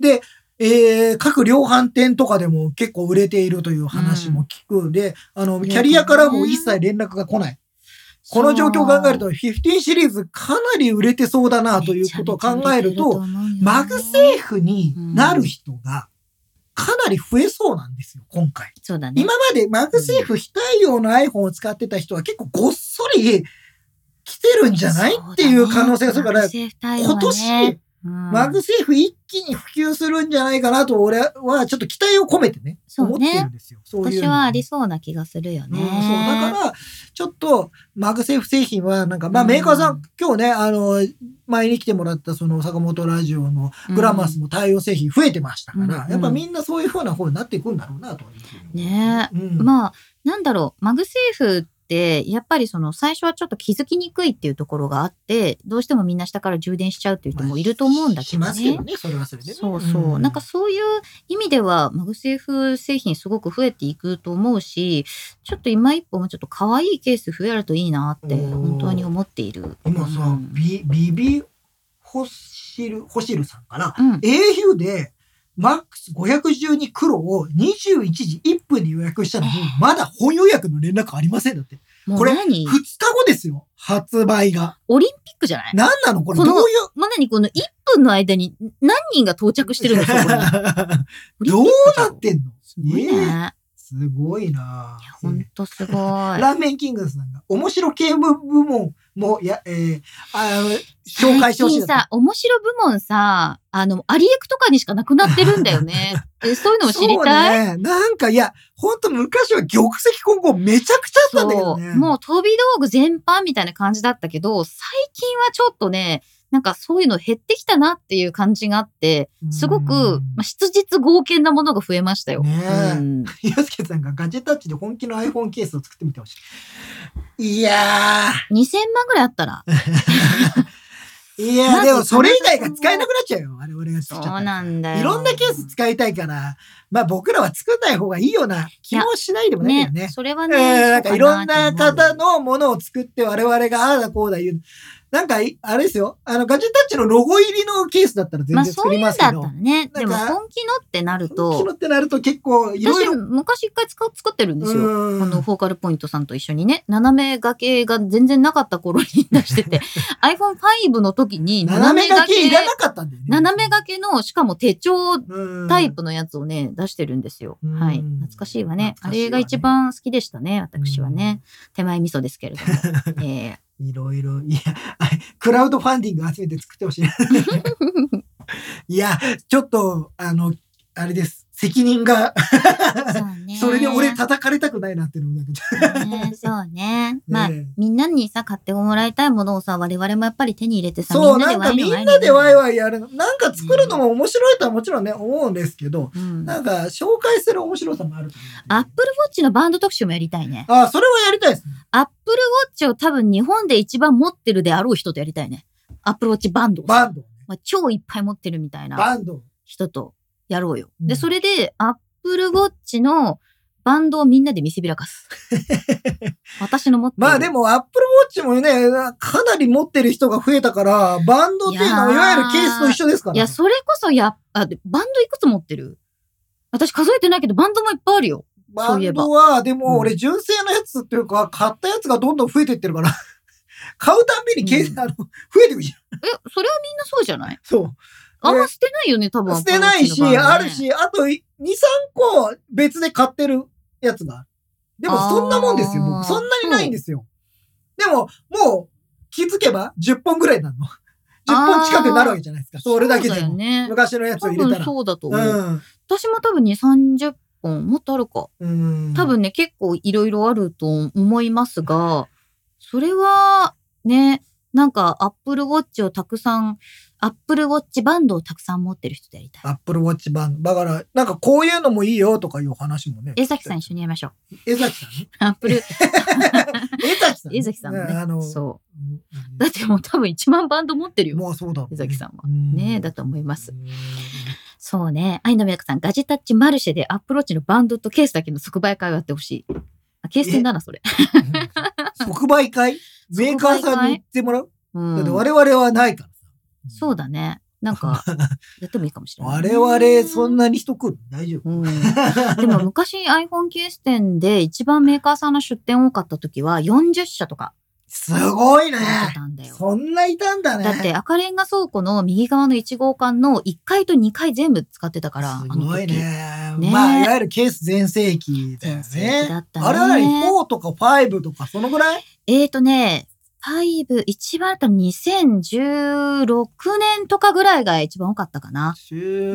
Speaker 2: で、えー各量販店とかでも結構売れているという話も聞くんで、あの、キャリアからも一切連絡が来ない。この状況を考えると、15シリーズかなり売れてそうだなということを考えると、、マグ
Speaker 3: ー
Speaker 2: セーフになる人がかなり増えそうなんですよ、今回。
Speaker 3: そうだね。
Speaker 2: 今までマグセーフ非対応の iPhone を使ってた人は結構ごっそり来てるんじゃないっていう可能性がするから、今
Speaker 3: 今
Speaker 2: 年、マグセーフ一気に普及するんじゃないかなと俺はちょっと期待を込めてね、
Speaker 3: そう
Speaker 2: 思
Speaker 3: ね
Speaker 2: ってるんですよ。そういう
Speaker 3: 私
Speaker 2: の
Speaker 3: はありそうな気がするよ
Speaker 2: うん
Speaker 3: ね。
Speaker 2: そうだから、ちょっと、マグセーフ製品は、なんか、まあ、
Speaker 3: うん
Speaker 2: メーカーさん、今日ね、あの、前に来てもらった、その、坂本ラジオのグラマスも対応製品増えてましたから、
Speaker 3: うん
Speaker 2: やっぱみんなそういうふうな方になっていくんだろうな、とはいうふうに
Speaker 3: ね
Speaker 2: うん
Speaker 3: まあ、なんだろう、マグセーフって、やっぱりその最初はちょっと気づきにくいっていうところがあって、どうしてもみんな下から充電しちゃうっていう人もいると思うんだけど
Speaker 2: まあしますけ
Speaker 3: ね
Speaker 2: ど。ね、それはそれでね。
Speaker 3: そうそう、なんかそういう意味ではマグセーフ製品すごく増えていくと思うしちょっと今一歩もちょっと可愛いケース増えるといいなって
Speaker 2: おー
Speaker 3: 本当に思っている
Speaker 2: 今
Speaker 3: う
Speaker 2: さ、
Speaker 3: ん
Speaker 2: ビビビホシル、ホシルさんかな、
Speaker 3: うん、
Speaker 2: au で、マックス512黒を21時1分に予約したのに、まだ本予約の連絡ありませんだって。
Speaker 3: も
Speaker 2: こ
Speaker 3: う
Speaker 2: れ
Speaker 3: 何
Speaker 2: 2日後ですよ、発売が。
Speaker 3: オリンピックじゃない
Speaker 2: 何なのこれ、ど
Speaker 3: こ
Speaker 2: うい
Speaker 3: の
Speaker 2: う。
Speaker 3: もう何この1分の間に何人が到着してるんですかこ れ
Speaker 2: どうなってんのす
Speaker 3: オリンピックだろう
Speaker 2: え
Speaker 3: ね
Speaker 2: すごいな
Speaker 3: ほんとすごい。
Speaker 2: ラーメンキングさんが、面白系部部門も、や、えー、あの、紹介してほしいだって。
Speaker 3: 最近さ、面白部門さ、あの、アリエクとかにしかなくなってるんだよ ね。えそういうのを知りたい
Speaker 2: そうね。なんか、いや、ほんと昔は玉石混合めちゃくちゃあったんだけどね。
Speaker 3: もう飛び道具全般みたいな感じだったけど、最近はちょっとね、なんかそういうの減ってきたなっていう感じがあって、すご
Speaker 2: う
Speaker 3: く
Speaker 2: ん、
Speaker 3: まあ、質実剛健なものが増えましたよ。
Speaker 2: ねえ
Speaker 3: うん
Speaker 2: ユースケさんがガジェタッチで本気の iPhone ケースを作ってみてほしい。いや
Speaker 3: 2000万ぐらいあったら。
Speaker 2: ー。いや
Speaker 3: ま
Speaker 2: ー、
Speaker 3: ず
Speaker 2: でもそれ以外が使えなくなっちゃうよ。あれ、俺が作
Speaker 3: そ
Speaker 2: っ
Speaker 3: う
Speaker 2: ちゃったら
Speaker 3: なんだよ。
Speaker 2: いろんなケース使いたいから、まあ僕らは作んない方がいいような気もしないでもないけどね
Speaker 3: ね。。それは
Speaker 2: え
Speaker 3: ね、
Speaker 2: ー、なんかいろんな
Speaker 3: そうか
Speaker 2: 方
Speaker 3: なと思う
Speaker 2: のものを作って我々がああだこうだ言う。なんかい、あれですよ。あの、ガジェタッチのロゴ入りのケースだったら全
Speaker 3: まあ
Speaker 2: 然
Speaker 3: そ
Speaker 2: 作
Speaker 3: うい
Speaker 2: り
Speaker 3: うんだ
Speaker 2: ま
Speaker 3: っ
Speaker 2: す
Speaker 3: た
Speaker 2: け
Speaker 3: ら
Speaker 2: ど。
Speaker 3: ね、でも
Speaker 2: なんか
Speaker 3: 本気のってなる
Speaker 2: 気
Speaker 3: と
Speaker 2: 持、ってなると結構いろい
Speaker 3: 私
Speaker 2: ろ。
Speaker 3: 昔一回使う作ってるんですよ。
Speaker 2: うん
Speaker 3: このフォーカルポイントさんと一緒にね、斜め掛けが全然なかった頃に出し てて、iPhone5 の時に
Speaker 2: 斜
Speaker 3: 斜
Speaker 2: め
Speaker 3: め
Speaker 2: 掛
Speaker 3: 掛
Speaker 2: け
Speaker 3: け
Speaker 2: い、らなかったんだよね。
Speaker 3: 斜め掛けの、しかも手帳
Speaker 2: うん
Speaker 3: タイプのやつをね、出してるんですよ。
Speaker 2: うん
Speaker 3: はい。懐かしいわね。あ
Speaker 2: 懐かしいわね
Speaker 3: れが一番好きでしたね、私はね。手前味噌ですけれども。 え
Speaker 2: いろいろ、いや、あクラウドファンディング集めて作ってほ しい。いや、ちょっと、あの、あれです。責任が、
Speaker 3: ーそうね
Speaker 2: それで俺叩かれたくないなっていうのが、
Speaker 3: ねそう ね。まあ、
Speaker 2: ねえ
Speaker 3: みんなにさ、買ってもらいたいものをさ、我々もやっぱり手に入れてさ、
Speaker 2: そう、なんかみんなでワイ
Speaker 3: ワイ。
Speaker 2: ワイやるの。なんか作るのも面白いとはもちろんね、思うんですけど、
Speaker 3: うん
Speaker 2: なんか紹介する面白さもあると思う。
Speaker 3: アップルウォッチのバンド特集もやりたいね。
Speaker 2: あそれはやりたいですね。
Speaker 3: アップルウォッチを多分日本で一番持ってるであろう人とやりたいね。アップルウォッチバンドをさ
Speaker 2: バンド。
Speaker 3: まあ、超いっぱい持ってるみたいな
Speaker 2: バンド。
Speaker 3: 人とやろうよ。
Speaker 2: う
Speaker 3: で、
Speaker 2: ん
Speaker 3: それでアップルウォッチのバンドをみんなで見せびらか す。私の持ってる。
Speaker 2: まあでも、アップルウォッチもね、かなり持ってる人が増えたから、バンドっていうのは、
Speaker 3: い
Speaker 2: い
Speaker 3: やー
Speaker 2: わゆるケースと一緒ですから
Speaker 3: い
Speaker 2: ね。
Speaker 3: や、それこそやっぱ、でバンドいくつ持ってる私数えてないけど、バンドもいっぱいあるよ。
Speaker 2: バ
Speaker 3: そういえ
Speaker 2: ン
Speaker 3: ば
Speaker 2: ドは、でも俺、純正のやつっていうか、買ったやつがどんどん増えてってるから、買うたんびにケース、
Speaker 3: うん
Speaker 2: あの、増えてくじゃん。
Speaker 3: え、それはみんなそうじゃない
Speaker 2: そ
Speaker 3: あんま捨てないよね、多
Speaker 2: う。
Speaker 3: 分。
Speaker 2: 捨てないし、
Speaker 3: アップルウォッチのバンドね
Speaker 2: ある。し、あと、2、3個別で買ってるやつがある。でも、
Speaker 3: あー
Speaker 2: そんなもんですよ、僕。そんなにないんですよ。でも、もう、気づけば10本ぐらいになるの。10本近くなるわけじゃないですか。それだけ
Speaker 3: う
Speaker 2: で
Speaker 3: だよ
Speaker 2: も。
Speaker 3: ね。
Speaker 2: 昔のやつを
Speaker 3: 多
Speaker 2: 入れた
Speaker 3: 分
Speaker 2: ら。
Speaker 3: そうだと思う。
Speaker 2: うん
Speaker 3: 私も多分2、30本、もっとあるか。
Speaker 2: うん。
Speaker 3: 多分ね、結構いろいろあると思いますが、それは、ね、なんか、アップルウォッチをたくさん、アップルウォッチバンドをたくさん持ってる人でやりた
Speaker 2: ア
Speaker 3: い。
Speaker 2: ップルウォッチ版。だから、なんかこういうのもいいよとかいう話もね。
Speaker 3: 江崎さん一緒にやりましょう。
Speaker 2: 江崎さんね。
Speaker 3: アッ プル、
Speaker 2: 江崎さんね。
Speaker 3: 江崎さんのね。
Speaker 2: あの、。
Speaker 3: そうう。だってもう多分1万バンド持ってるよ。
Speaker 2: まあそうだろうね。
Speaker 3: 江崎さんは
Speaker 2: う。
Speaker 3: ねだと思います。
Speaker 2: うん
Speaker 3: そうね。愛の美役さん、ガジェタッチマルシェでアップローチのバンドとケースだけの即売会をやってほしい。あ、ケース店だな、それ。
Speaker 2: 即売会メーカーさんに売ってもらう、
Speaker 3: うん
Speaker 2: だって我々はないからさ。
Speaker 3: そうだね。な んか、やってもいいかもしれない
Speaker 2: 我
Speaker 3: ね。
Speaker 2: 々、そんなに人来る大丈夫
Speaker 3: うん、でも昔 iPhone ケース店で一番メーカーさんの出店多かった時は40社とか
Speaker 2: すごいね
Speaker 3: だったんだよ。
Speaker 2: そんないたんだね。
Speaker 3: だって赤レンガ倉庫の右側の1号館の1階と2階全部使ってたから、
Speaker 2: すごいね。
Speaker 3: ね
Speaker 2: まあ、いわゆるケース全盛期だよ
Speaker 3: 全盛期だ
Speaker 2: ね。
Speaker 3: ったね
Speaker 2: あれは何 ?4 とか5とか、そのぐらい
Speaker 3: あの時えーとね、5、一番あったの2016年とかぐらいが一番多かったかな。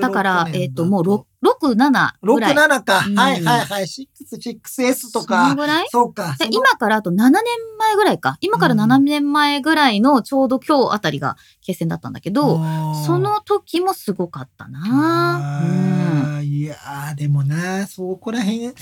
Speaker 3: だから、えっ、と、もう6、6、7ぐらい。
Speaker 2: 67か。
Speaker 3: うん
Speaker 2: はいはいはい。6、6S と
Speaker 3: その
Speaker 2: か。
Speaker 3: ぐらい
Speaker 2: そうか。
Speaker 3: で
Speaker 2: その
Speaker 3: 今からあと7年前ぐらいか。今から7年前ぐらいのちょうど今日あたりが決戦だったんだけど、
Speaker 2: あー
Speaker 3: その時もすごかったな。
Speaker 2: あーいやー、でもな、そこらへん、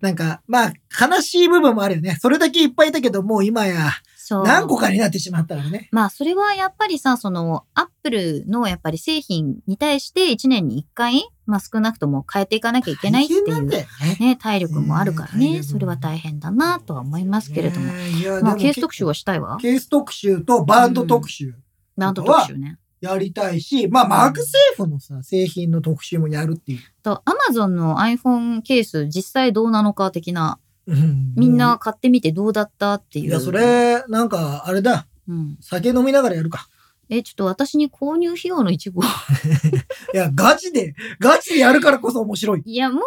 Speaker 2: なんか、まあ、悲しい部分もあるよね。それだけいっぱいいたけど、もう今や、
Speaker 3: そう
Speaker 2: 何個かになってしまったらね。
Speaker 3: まあそれはやっぱりさ、そのアップルのやっぱり製品に対して1年に1回、まあ少なくとも変えていかなきゃいけないってい
Speaker 2: 大変なん
Speaker 3: う
Speaker 2: だよね。
Speaker 3: ね、体力もあるから
Speaker 2: う
Speaker 3: ね、
Speaker 2: ん
Speaker 3: それは大変だなとは思いますけれども。
Speaker 2: ねいや
Speaker 3: まあ
Speaker 2: でも
Speaker 3: ケース特集はしたいわ。
Speaker 2: ケース特集とバンド特集
Speaker 3: なんと特集ね。
Speaker 2: やりたいし、まあ、マグセーフのさ、製品の特集もやるっていう。
Speaker 3: と、アマゾンの iPhone ケース実際どうなのか的な、
Speaker 2: うん
Speaker 3: みんな買ってみてどうだったっていう。
Speaker 2: いや、そ、れ、なんか、あれだ。
Speaker 3: うん。
Speaker 2: 酒飲みながらやるか。
Speaker 3: え、ちょっと私に購入費用の一部を。
Speaker 2: いや、ガチで、ガチでやるからこそ面白い。
Speaker 3: いや、も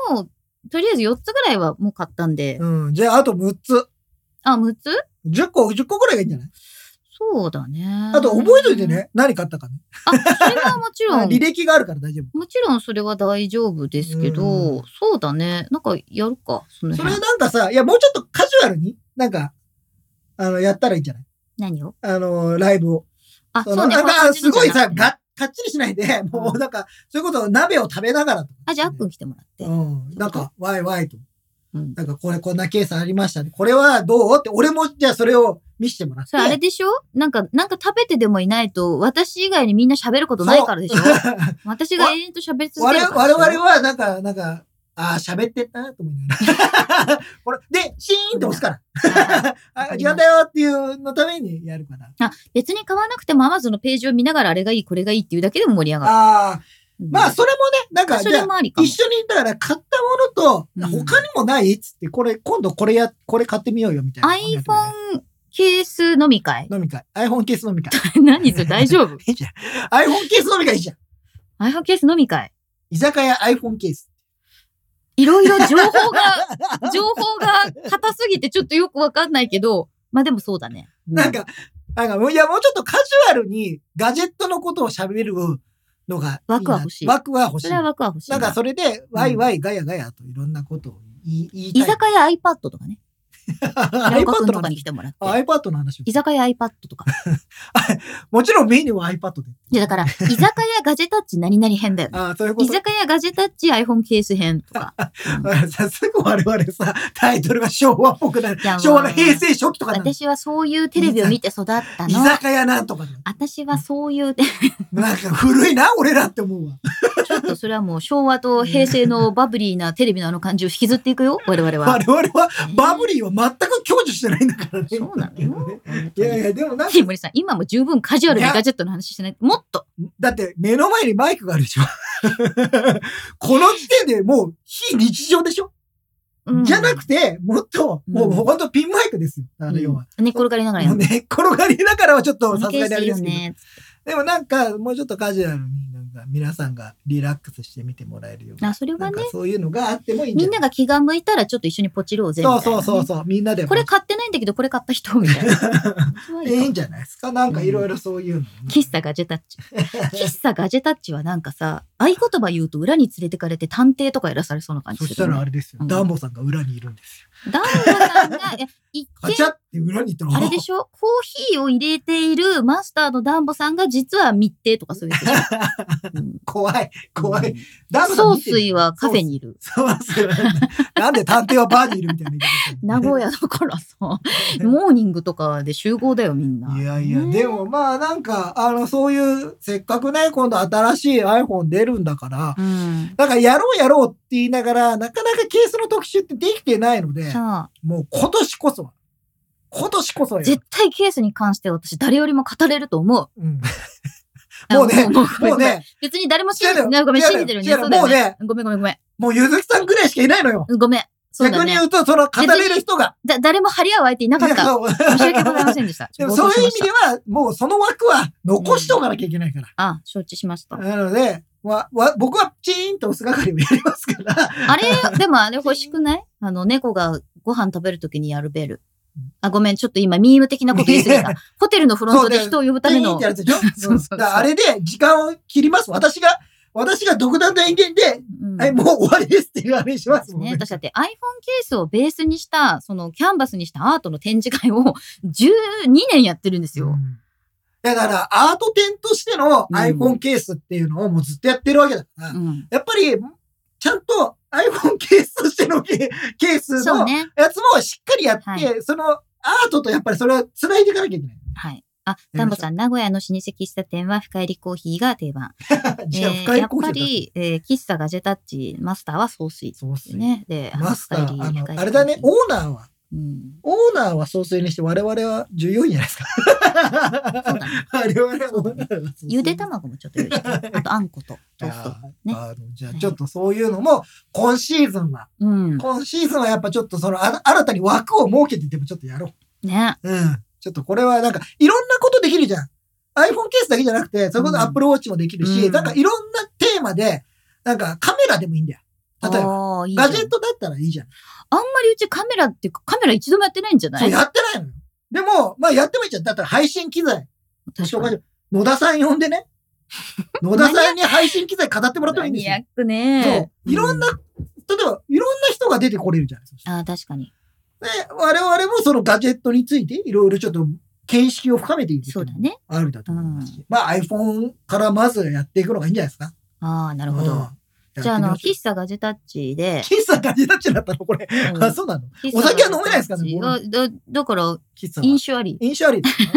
Speaker 3: う、とりあえず4つぐらいはもう買ったんで。
Speaker 2: うん。じゃあ、あと6つ。
Speaker 3: あ、6つ
Speaker 2: 10個、10個ぐらいがいいんじゃない
Speaker 3: そうだね。
Speaker 2: あと、覚えといて。ね。何買ったかね。
Speaker 3: あ、それはも ちろん。
Speaker 2: 履歴があるから大丈夫。
Speaker 3: もちろんそれは大丈夫ですけ
Speaker 2: う
Speaker 3: ど
Speaker 2: ん、
Speaker 3: そうだね。なんかやるか、その
Speaker 2: それ
Speaker 3: 辺。
Speaker 2: なんかさ、いや、もうちょっとカジュアルに、なんか、あの、やったらいいんじゃない
Speaker 3: 何を
Speaker 2: あの、ライブを。
Speaker 3: あ、
Speaker 2: そ
Speaker 3: そう
Speaker 2: の
Speaker 3: ね。
Speaker 2: なん
Speaker 3: こう
Speaker 2: か、
Speaker 3: う感じ
Speaker 2: す
Speaker 3: のじ
Speaker 2: ご
Speaker 3: ゃ
Speaker 2: い
Speaker 3: なく
Speaker 2: さ、
Speaker 3: てね
Speaker 2: が、かっちりしないで、もうなんか、そういうこと、鍋を食べながらとか。
Speaker 3: あ、じゃあ、あっくん来てもらって。
Speaker 2: うん。なんか、ワイワイと。
Speaker 3: うん。
Speaker 2: なんか、これ、こんなケースありましたね。これはどうって、俺も、じゃあそれを見せてもらって。
Speaker 3: それあれでしょなんか、なんか食べてでもいないと、私以外にみんな喋ることないからでしょ 私が永遠と喋り続け
Speaker 2: 我
Speaker 3: る
Speaker 2: 々
Speaker 3: からでし
Speaker 2: 我
Speaker 3: ょ
Speaker 2: 々は、なんか、なんか、ああ、喋ってんなと思いながら。 これ、で、シーンって押すから。
Speaker 3: はい
Speaker 2: あありがとうよっていうのためにやるから。
Speaker 3: 別に買わなくても Amazon のページを見ながらあれがいい、これがいいっていうだけでも盛り上がる。
Speaker 2: ああ、
Speaker 3: うん
Speaker 2: まあ、それもね、なんか、
Speaker 3: そ
Speaker 2: じゃ
Speaker 3: れ
Speaker 2: あ
Speaker 3: もありかも
Speaker 2: 一。緒に、だから買ったも
Speaker 3: う
Speaker 2: の
Speaker 3: ん
Speaker 2: と、他にもないっつって、これ、今度これや、これ買ってみようよみたいな。
Speaker 3: iPhone ケース飲み会。
Speaker 2: 飲み会。iPhone ケース飲み会。
Speaker 3: 何それ大丈夫
Speaker 2: いいじゃん。iPhone ケース飲み会いいじゃん。
Speaker 3: ?iPhone ケース飲み会。
Speaker 2: 居酒屋 iPhone ケース。
Speaker 3: いろいろ情報が、 情報が硬すぎてちょっとよくわかんないけど、まあでもそうだね。
Speaker 2: なんか、なんか、いや、もうちょっとカジュアルにガジェットのことを喋るのがいいな。
Speaker 3: 枠は欲しい
Speaker 2: 枠は欲し
Speaker 3: そ
Speaker 2: い。
Speaker 3: れは
Speaker 2: な
Speaker 3: 枠は欲しい。
Speaker 2: んか、それで、ワイワイガヤガヤといろんなことを言い言い
Speaker 3: 居
Speaker 2: たい。
Speaker 3: 酒屋 iPad とかね。平岡くん
Speaker 2: iPad
Speaker 3: と
Speaker 2: の
Speaker 3: かに来
Speaker 2: 話。
Speaker 3: てもらって。
Speaker 2: あ iPad の話を
Speaker 3: 居。酒屋 iPad とか。
Speaker 2: もちろんメニューは iPad で。
Speaker 3: いやだから、居酒屋ガジェタッチ何々編だよね。
Speaker 2: ああ、そういうこ
Speaker 3: 居
Speaker 2: と。
Speaker 3: 酒屋ガジェタッチ iPhone ケース編とか。
Speaker 2: さすぐ我々さ、タイトルが昭和っぽくなる
Speaker 3: いや。
Speaker 2: 昭和の平成初期とかなの
Speaker 3: 私はそういうテレビを見て育った
Speaker 2: 居
Speaker 3: の。
Speaker 2: 酒屋なんとかなの
Speaker 3: 私はそういう、 ち
Speaker 2: なんか古いな、俺らって思うわ。
Speaker 3: ょっとそれはもう昭和と平成のバブリーなテレビのあの感じを引きずっていくよ、 我々は。
Speaker 2: 我々はバブリーは全く享受してないんだからね。
Speaker 3: そうなのよ。
Speaker 2: いやいや、でもなんか
Speaker 3: 藤森さん、今も十分カジュアルにガジェットの話してない。もっと、
Speaker 2: だって目の前にマイクがあるでし ょ。この時点でもう非日常でしょ、
Speaker 3: うん
Speaker 2: じゃなくて、もっと、も
Speaker 3: う
Speaker 2: うん本当ピンマイクですよ。あの要は。
Speaker 3: 寝っ転がりながらや
Speaker 2: もう
Speaker 3: る。
Speaker 2: 寝っ転がりながらはちょっとさ
Speaker 3: 関
Speaker 2: すが
Speaker 3: 係
Speaker 2: にあ
Speaker 3: 性
Speaker 2: れ
Speaker 3: いい
Speaker 2: で
Speaker 3: よ
Speaker 2: すけど。
Speaker 3: ね。
Speaker 2: でもなんか、もうちょっとカジュアルに、なんか皆さんがリラックスして見てもらえるような。
Speaker 3: あ、それ
Speaker 2: な
Speaker 3: は
Speaker 2: ん
Speaker 3: ね
Speaker 2: か、そういうのがあってもいいんじ
Speaker 3: み
Speaker 2: ゃ
Speaker 3: ん
Speaker 2: ない
Speaker 3: なが気が向いたらちょっと一緒にポチろうぜみたいなね。
Speaker 2: そうそうそうそう、みんなでも。
Speaker 3: これ買ってないんだけど、これ買った人みた いな。それはいい
Speaker 2: い
Speaker 3: かも
Speaker 2: いんじゃないですかなんかいろいろそういうの。
Speaker 3: 喫茶ガジェタッチ。 喫茶ガジェタッチはなんかさ、合言葉言うと裏に連れてかれて探偵とかやらされそうな感
Speaker 2: そ
Speaker 3: じ
Speaker 2: し
Speaker 3: す
Speaker 2: た
Speaker 3: る、
Speaker 2: らあ
Speaker 3: ね。
Speaker 2: れですよ、
Speaker 3: うん
Speaker 2: ダンボさんが裏にいるんですよ。
Speaker 3: ダンボさんが、いや一
Speaker 2: ガチ
Speaker 3: 見、
Speaker 2: ャって裏に行ったら、
Speaker 3: あれでしょコーヒーを入れているマスターのダンボさんが実は密偵とかそういうやつでしょ。うん
Speaker 2: 怖い、 怖い。。ダンボさん
Speaker 3: 総
Speaker 2: 見てる
Speaker 3: 水はカフェ。にいる。
Speaker 2: そうそうなんで探偵はバーにいるみたいな言い方。
Speaker 3: 名古屋だからさ、 モーニングとかで集合だよ、みんな。
Speaker 2: いやいや、
Speaker 3: ね
Speaker 2: でもまあなんか、あの、そういう、せっかくね、今度新しい iPhone 出るんだから、
Speaker 3: うん。
Speaker 2: だからやろうやろうって言いながら、なかなかケースの特集ってできてないので、
Speaker 3: さあ、
Speaker 2: もう今年こそは。今年こそはやる
Speaker 3: 絶対ケースに関して私誰よりも語れると思う。
Speaker 2: うん もうね、
Speaker 3: もう
Speaker 2: もうね、
Speaker 3: 別に誰も信じてない。ごめん、
Speaker 2: 違うよ
Speaker 3: 信じてるね。
Speaker 2: 違うよ
Speaker 3: そうだよ
Speaker 2: もう
Speaker 3: ね
Speaker 2: ね。
Speaker 3: ごめん、ごめん、ごめん
Speaker 2: もうゆずきさんぐらいしかいないのよ。
Speaker 3: うん。ごめん。そうだ
Speaker 2: 逆に
Speaker 3: ね
Speaker 2: 言。うと、その語れる人が。
Speaker 3: だ、誰も張り合う相手いなかっ
Speaker 2: いや
Speaker 3: た。
Speaker 2: そう
Speaker 3: 申し訳ございませんでした。
Speaker 2: でもそういう意味
Speaker 3: 冒頭しまし
Speaker 2: では、もうその枠は残しておかなきゃいけないから。
Speaker 3: たあ、承知しました。
Speaker 2: なので、わわ僕はチーンと薄係をやりますから。
Speaker 3: あれ、でもあれ欲しくないあの、猫がご飯食べるときにやるベル。あ、ごめん、ちょっと今、ミーム的なこと言い過ぎた。ホテルのフロントで人を呼ぶた
Speaker 2: チ
Speaker 3: め
Speaker 2: ーンっ
Speaker 3: の
Speaker 2: てや。るでしょ
Speaker 3: そうそうそ
Speaker 2: だ
Speaker 3: う
Speaker 2: からあれで時間を切ります。私が、私が独断と偏見で、
Speaker 3: うん
Speaker 2: はい、もう終わりですっていうあれにしますもんね。
Speaker 3: ね、私だって iPhone ケースをベースにした、そのキャンバスにしたアートの展示会を12年やってるんです
Speaker 2: う
Speaker 3: よ。
Speaker 2: んだから、アート展としての
Speaker 3: うん
Speaker 2: iPhone ケースっていうのをもうずっとやってるわけだから、
Speaker 3: うん。
Speaker 2: やっぱり、ちゃんと iPhone ケースとしてのケケース
Speaker 3: そう
Speaker 2: の
Speaker 3: ね。
Speaker 2: やつもしっかりやって、
Speaker 3: は
Speaker 2: そのアートとやっぱりそれを繋いでいかなきゃいけない。
Speaker 3: はい。あ、ダンボさん、名古屋の老舗喫茶店は深入りコーヒーが定番。
Speaker 2: じゃあ、
Speaker 3: えー
Speaker 2: 深
Speaker 3: や
Speaker 2: い
Speaker 3: っ
Speaker 2: コーヒーだ
Speaker 3: ぱり、えー喫茶ガジェタッチ、マスターは総帥。
Speaker 2: そうっすね。
Speaker 3: ね。で、
Speaker 2: マスタ
Speaker 3: 深
Speaker 2: ー、
Speaker 3: 入
Speaker 2: あ
Speaker 3: り
Speaker 2: の
Speaker 3: 深入、り
Speaker 2: あれだね、
Speaker 3: コーヒ
Speaker 2: オーナーは、
Speaker 3: ーうん
Speaker 2: オーナーは総帥にして我々は従業員じゃないですか。
Speaker 3: そうだ ね
Speaker 2: 我々はオーナーは総帥
Speaker 3: ゆで卵もちょっと用意してね、あとあんことトースト
Speaker 2: あ。
Speaker 3: ね
Speaker 2: ーあのじゃあちょっとそういうのも、今シーズンは、
Speaker 3: うん。
Speaker 2: 今シーズンはやっぱちょっとその、あ新たに枠を設けてでもちょっとやろ
Speaker 3: ね。
Speaker 2: う。うん。ちょっとこれはなんか、いろんなことできるじゃん。iPhone ケースだけじゃなくて、それこそ
Speaker 3: うん
Speaker 2: Apple Watch もできるし、
Speaker 3: うん
Speaker 2: なんかいろんなテーマで、なんかカメラでもいいんだよ。例えば。
Speaker 3: ば。いいじゃん
Speaker 2: ガジェットだったらいいじゃん。
Speaker 3: あんまりうちカメラっていうか、カメラ一度もやってないんじゃな
Speaker 2: そう
Speaker 3: い
Speaker 2: やってないのよ。でも、まあやってもいいじゃん。だったら配信機材。紹介しよう野田さん呼んで ね。野田さんに配信機材語ってもらってもいいんですよ
Speaker 3: マニア。ックね。
Speaker 2: そういろんな例えば、いろんな人が出てこれるじゃないですか。
Speaker 3: うん。あー確かに。
Speaker 2: で、我々もそのガジェットについて、いろいろちょっと、見識を深めていくってい
Speaker 3: そうう
Speaker 2: の
Speaker 3: だ
Speaker 2: も
Speaker 3: ね。
Speaker 2: あるだと思いますし。まあ iPhone からまずやっていくのがいいんじゃないですか。
Speaker 3: ああ、なるほ
Speaker 2: うん
Speaker 3: ど。じゃあ、
Speaker 2: や
Speaker 3: あの、
Speaker 2: ってみましょ
Speaker 3: 喫茶ガジェタッチで
Speaker 2: う。喫茶ガジェタッチだったのこれ。
Speaker 3: うん
Speaker 2: あ、そうなのお酒は飲めないですかね
Speaker 3: 喫茶ガジェタッチがだだから、
Speaker 2: 喫茶は
Speaker 3: 飲。酒あり。
Speaker 2: 飲酒ありですか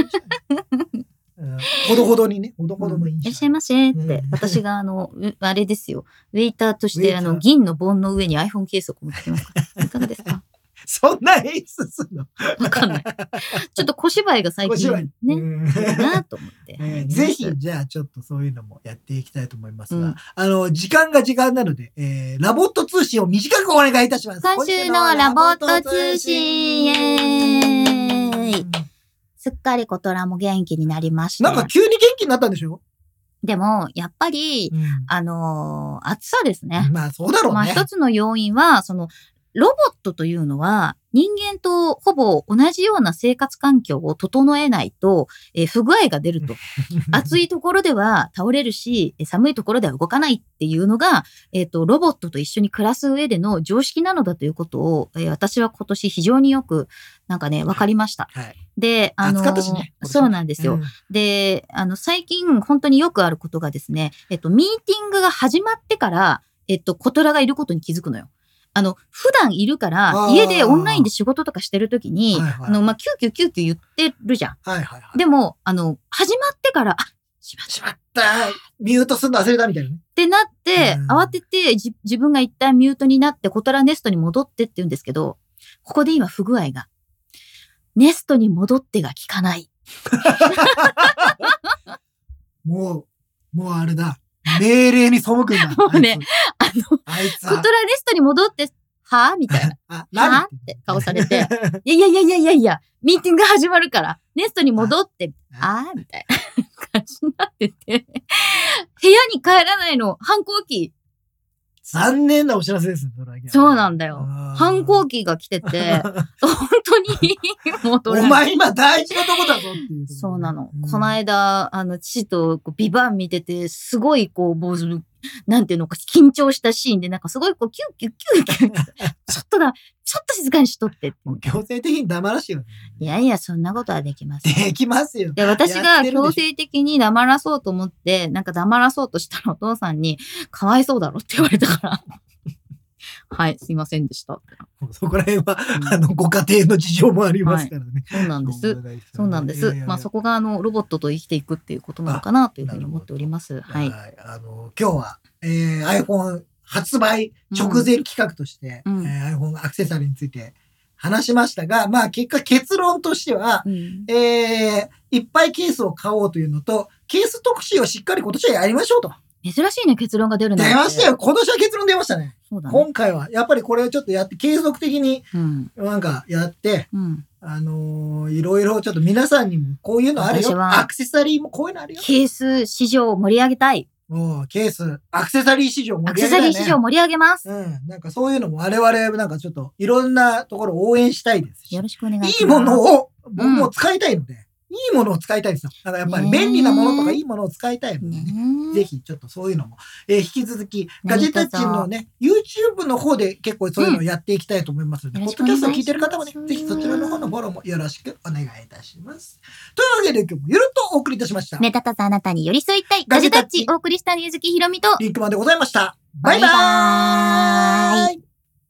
Speaker 2: うんほどほどにね。ほどほどの飲
Speaker 3: い
Speaker 2: 酒。
Speaker 3: らっしゃいませっ
Speaker 2: う
Speaker 3: て
Speaker 2: ん、
Speaker 3: 私があの、うあれですよ。ウェイターとし
Speaker 2: ウェイ
Speaker 3: て、
Speaker 2: ター
Speaker 3: あの、銀の盆の上に iPhone ケースをこってますから。いかがですか
Speaker 2: そんな演出すんの
Speaker 3: わかんない。ちょっと小芝居が最
Speaker 2: 面
Speaker 3: 近
Speaker 2: 白い。
Speaker 3: ね、
Speaker 2: うん
Speaker 3: いいなと思って。
Speaker 2: えー
Speaker 3: はい
Speaker 2: ぜひ、じゃあちょっとそういうのもやっていきたいと思いますが、
Speaker 3: うん
Speaker 2: あの、時間が時間なので、えー、ラボット通信を短くお願いいたします。
Speaker 3: 今週のラボット通信イエーイ すっかりコトラも元気になりまし
Speaker 2: なんか
Speaker 3: た。
Speaker 2: 急に元気になったんでしょ、
Speaker 3: でも、やっぱり、あのー暑さですね。
Speaker 2: まあそうだろうね。
Speaker 3: まあ一つの要因は、その、ロボットというのは人間とほぼ同じような生活環境を整えないと、えー不具合が出ると。暑いところでは倒れるし、えー寒いところでは動かないっていうのが、えっ、と、ロボットと一緒に暮らす上での常識なのだということを、えー私は今年非常によく、なんかね、わかりました。
Speaker 2: はい
Speaker 3: で、あの
Speaker 2: 暑かったしね今年
Speaker 3: そうなんです
Speaker 2: う
Speaker 3: よ。
Speaker 2: ん
Speaker 3: で、あの、最近本当によくあることがですね、えっと、ミーティングが始まってから、えっと、コトラがいることに気づくのよ。あの、普段いるから
Speaker 2: あ、ー
Speaker 3: 家でオンラインで仕事とかしてるとき
Speaker 2: は
Speaker 3: に、
Speaker 2: いはい
Speaker 3: あの、まあ、キューキューキューキュー言ってるじゃん。
Speaker 2: はいはいはい。
Speaker 3: でも、あの、始まってから、あ、しまっ
Speaker 2: しまったミュートするの忘れたみたいなね。
Speaker 3: てなって
Speaker 2: う、ん
Speaker 3: 慌ててじ自分が一旦ミュートになって、コトラネストに戻ってって言うんですけど、ここで今不具合が。ネストに戻ってが効かない。
Speaker 2: もう、もうあれだ。命令に背くんだ。
Speaker 3: もうねあの、コ
Speaker 2: あいつ。
Speaker 3: ト
Speaker 2: あ
Speaker 3: ラ
Speaker 2: いつは
Speaker 3: ネストに戻って、はぁみたい な。
Speaker 2: あ、
Speaker 3: は
Speaker 2: 何
Speaker 3: って顔されて、いやいやいやいやいや、ミーティング始まるから、ネストに戻って、あーみたいな 感じになってて、部屋に帰らないの、反抗期、
Speaker 2: 残念なお知らせですね、それだけ
Speaker 3: そうなんだよ
Speaker 2: あー
Speaker 3: 反抗期が来てて、本当に、もう
Speaker 2: お
Speaker 3: 取れない。
Speaker 2: 前今大事なとこだぞっていうところ。
Speaker 3: そうなの。
Speaker 2: ん
Speaker 3: この間、あの、父とこうビバン見てて、すごいこう、坊主、なんていうのか、緊張したシーンで、なんかすごいこう、キュッキュッキュッキュッ、ちょっとだ、ちょっと静かにしとってって。
Speaker 2: もう強制的に黙らしてよ。
Speaker 3: いやいや、そんなことはできません。
Speaker 2: できますよ。
Speaker 3: で、私
Speaker 2: やっ
Speaker 3: が
Speaker 2: てるでしょ
Speaker 3: 強制的に黙らそうと思って、なんか黙らそうとしたらお父さんに、かわいそうだろって言われた から。はい、すいませんでした。
Speaker 2: もうそこら辺は、
Speaker 3: うん
Speaker 2: あの、ご家庭の事情もありますからね。
Speaker 3: そうなんで
Speaker 2: しょ
Speaker 3: す
Speaker 2: う。がないよね
Speaker 3: そうなんで
Speaker 2: いや
Speaker 3: す
Speaker 2: いやい。や
Speaker 3: まあそこがあの、ロボットと生きていくっていうことなのかなというふうに思っております。は。
Speaker 2: はいい。あの、今日は、えー iPhone 発売直前企画として、
Speaker 3: うん
Speaker 2: えー iPhone アクセサリーについて話しましたが、まあ結果結論としては、
Speaker 3: うん
Speaker 2: えー、いっぱいケースを買おうというのと、ケース特集をしっかり今年はやりましょうと。
Speaker 3: 珍しいね、結論が出るの
Speaker 2: 出ました。よ。今年は結論出ましたね。
Speaker 3: そうだね。
Speaker 2: 今回は、やっぱりこれをちょっとやって、継続的に
Speaker 3: うん。
Speaker 2: なんかやって、
Speaker 3: うん。
Speaker 2: あのーいろいろちょっと皆さんにもこういうのある
Speaker 3: 私
Speaker 2: よ。
Speaker 3: は
Speaker 2: アクセサリーもこういうのあるよ。
Speaker 3: ケース市場を盛り上げたい。
Speaker 2: もうケース、アクセサリー市場盛
Speaker 3: アク
Speaker 2: り上
Speaker 3: セ
Speaker 2: げた
Speaker 3: サ
Speaker 2: い
Speaker 3: リ
Speaker 2: ね
Speaker 3: ー市場を盛り上げます。
Speaker 2: うん。なんかそういうのも我々なんかちょっといろんなところを応援したいですし。
Speaker 3: よろしくお願いします。
Speaker 2: いいもの
Speaker 3: を。
Speaker 2: を、僕も使いたいので、いいものを使いたいんですよ。だからやっぱり便利なものとかいいものを使いたいのでね。ぜ
Speaker 3: ね
Speaker 2: ひ、ちょっとそういうのも、えー引き続き、ガジ
Speaker 3: 何卒
Speaker 2: ェタッチのね、YouTube の方で結構そういうのをやっていきたいと思いますので、
Speaker 3: うんよ
Speaker 2: ポ
Speaker 3: ろ
Speaker 2: ッ
Speaker 3: し
Speaker 2: ド
Speaker 3: くお
Speaker 2: キャス
Speaker 3: 願いし
Speaker 2: トを
Speaker 3: ます
Speaker 2: 聞いてる方もね、ぜひそちらの方のフォローもよろしくお願いいたします。というわけで今日もゆるっとお送りいたしました。
Speaker 3: 目立たずあなたに寄り添いたい。
Speaker 2: ガ
Speaker 3: ガ
Speaker 2: ジ
Speaker 3: ジ
Speaker 2: ェ
Speaker 3: ェ
Speaker 2: タ
Speaker 3: タ
Speaker 2: ッ
Speaker 3: ッ
Speaker 2: チ
Speaker 3: チお送りしたゆずきひろみと。
Speaker 2: リンクマンでございました。バイバ
Speaker 3: バイバ
Speaker 2: ー
Speaker 3: ー
Speaker 2: イ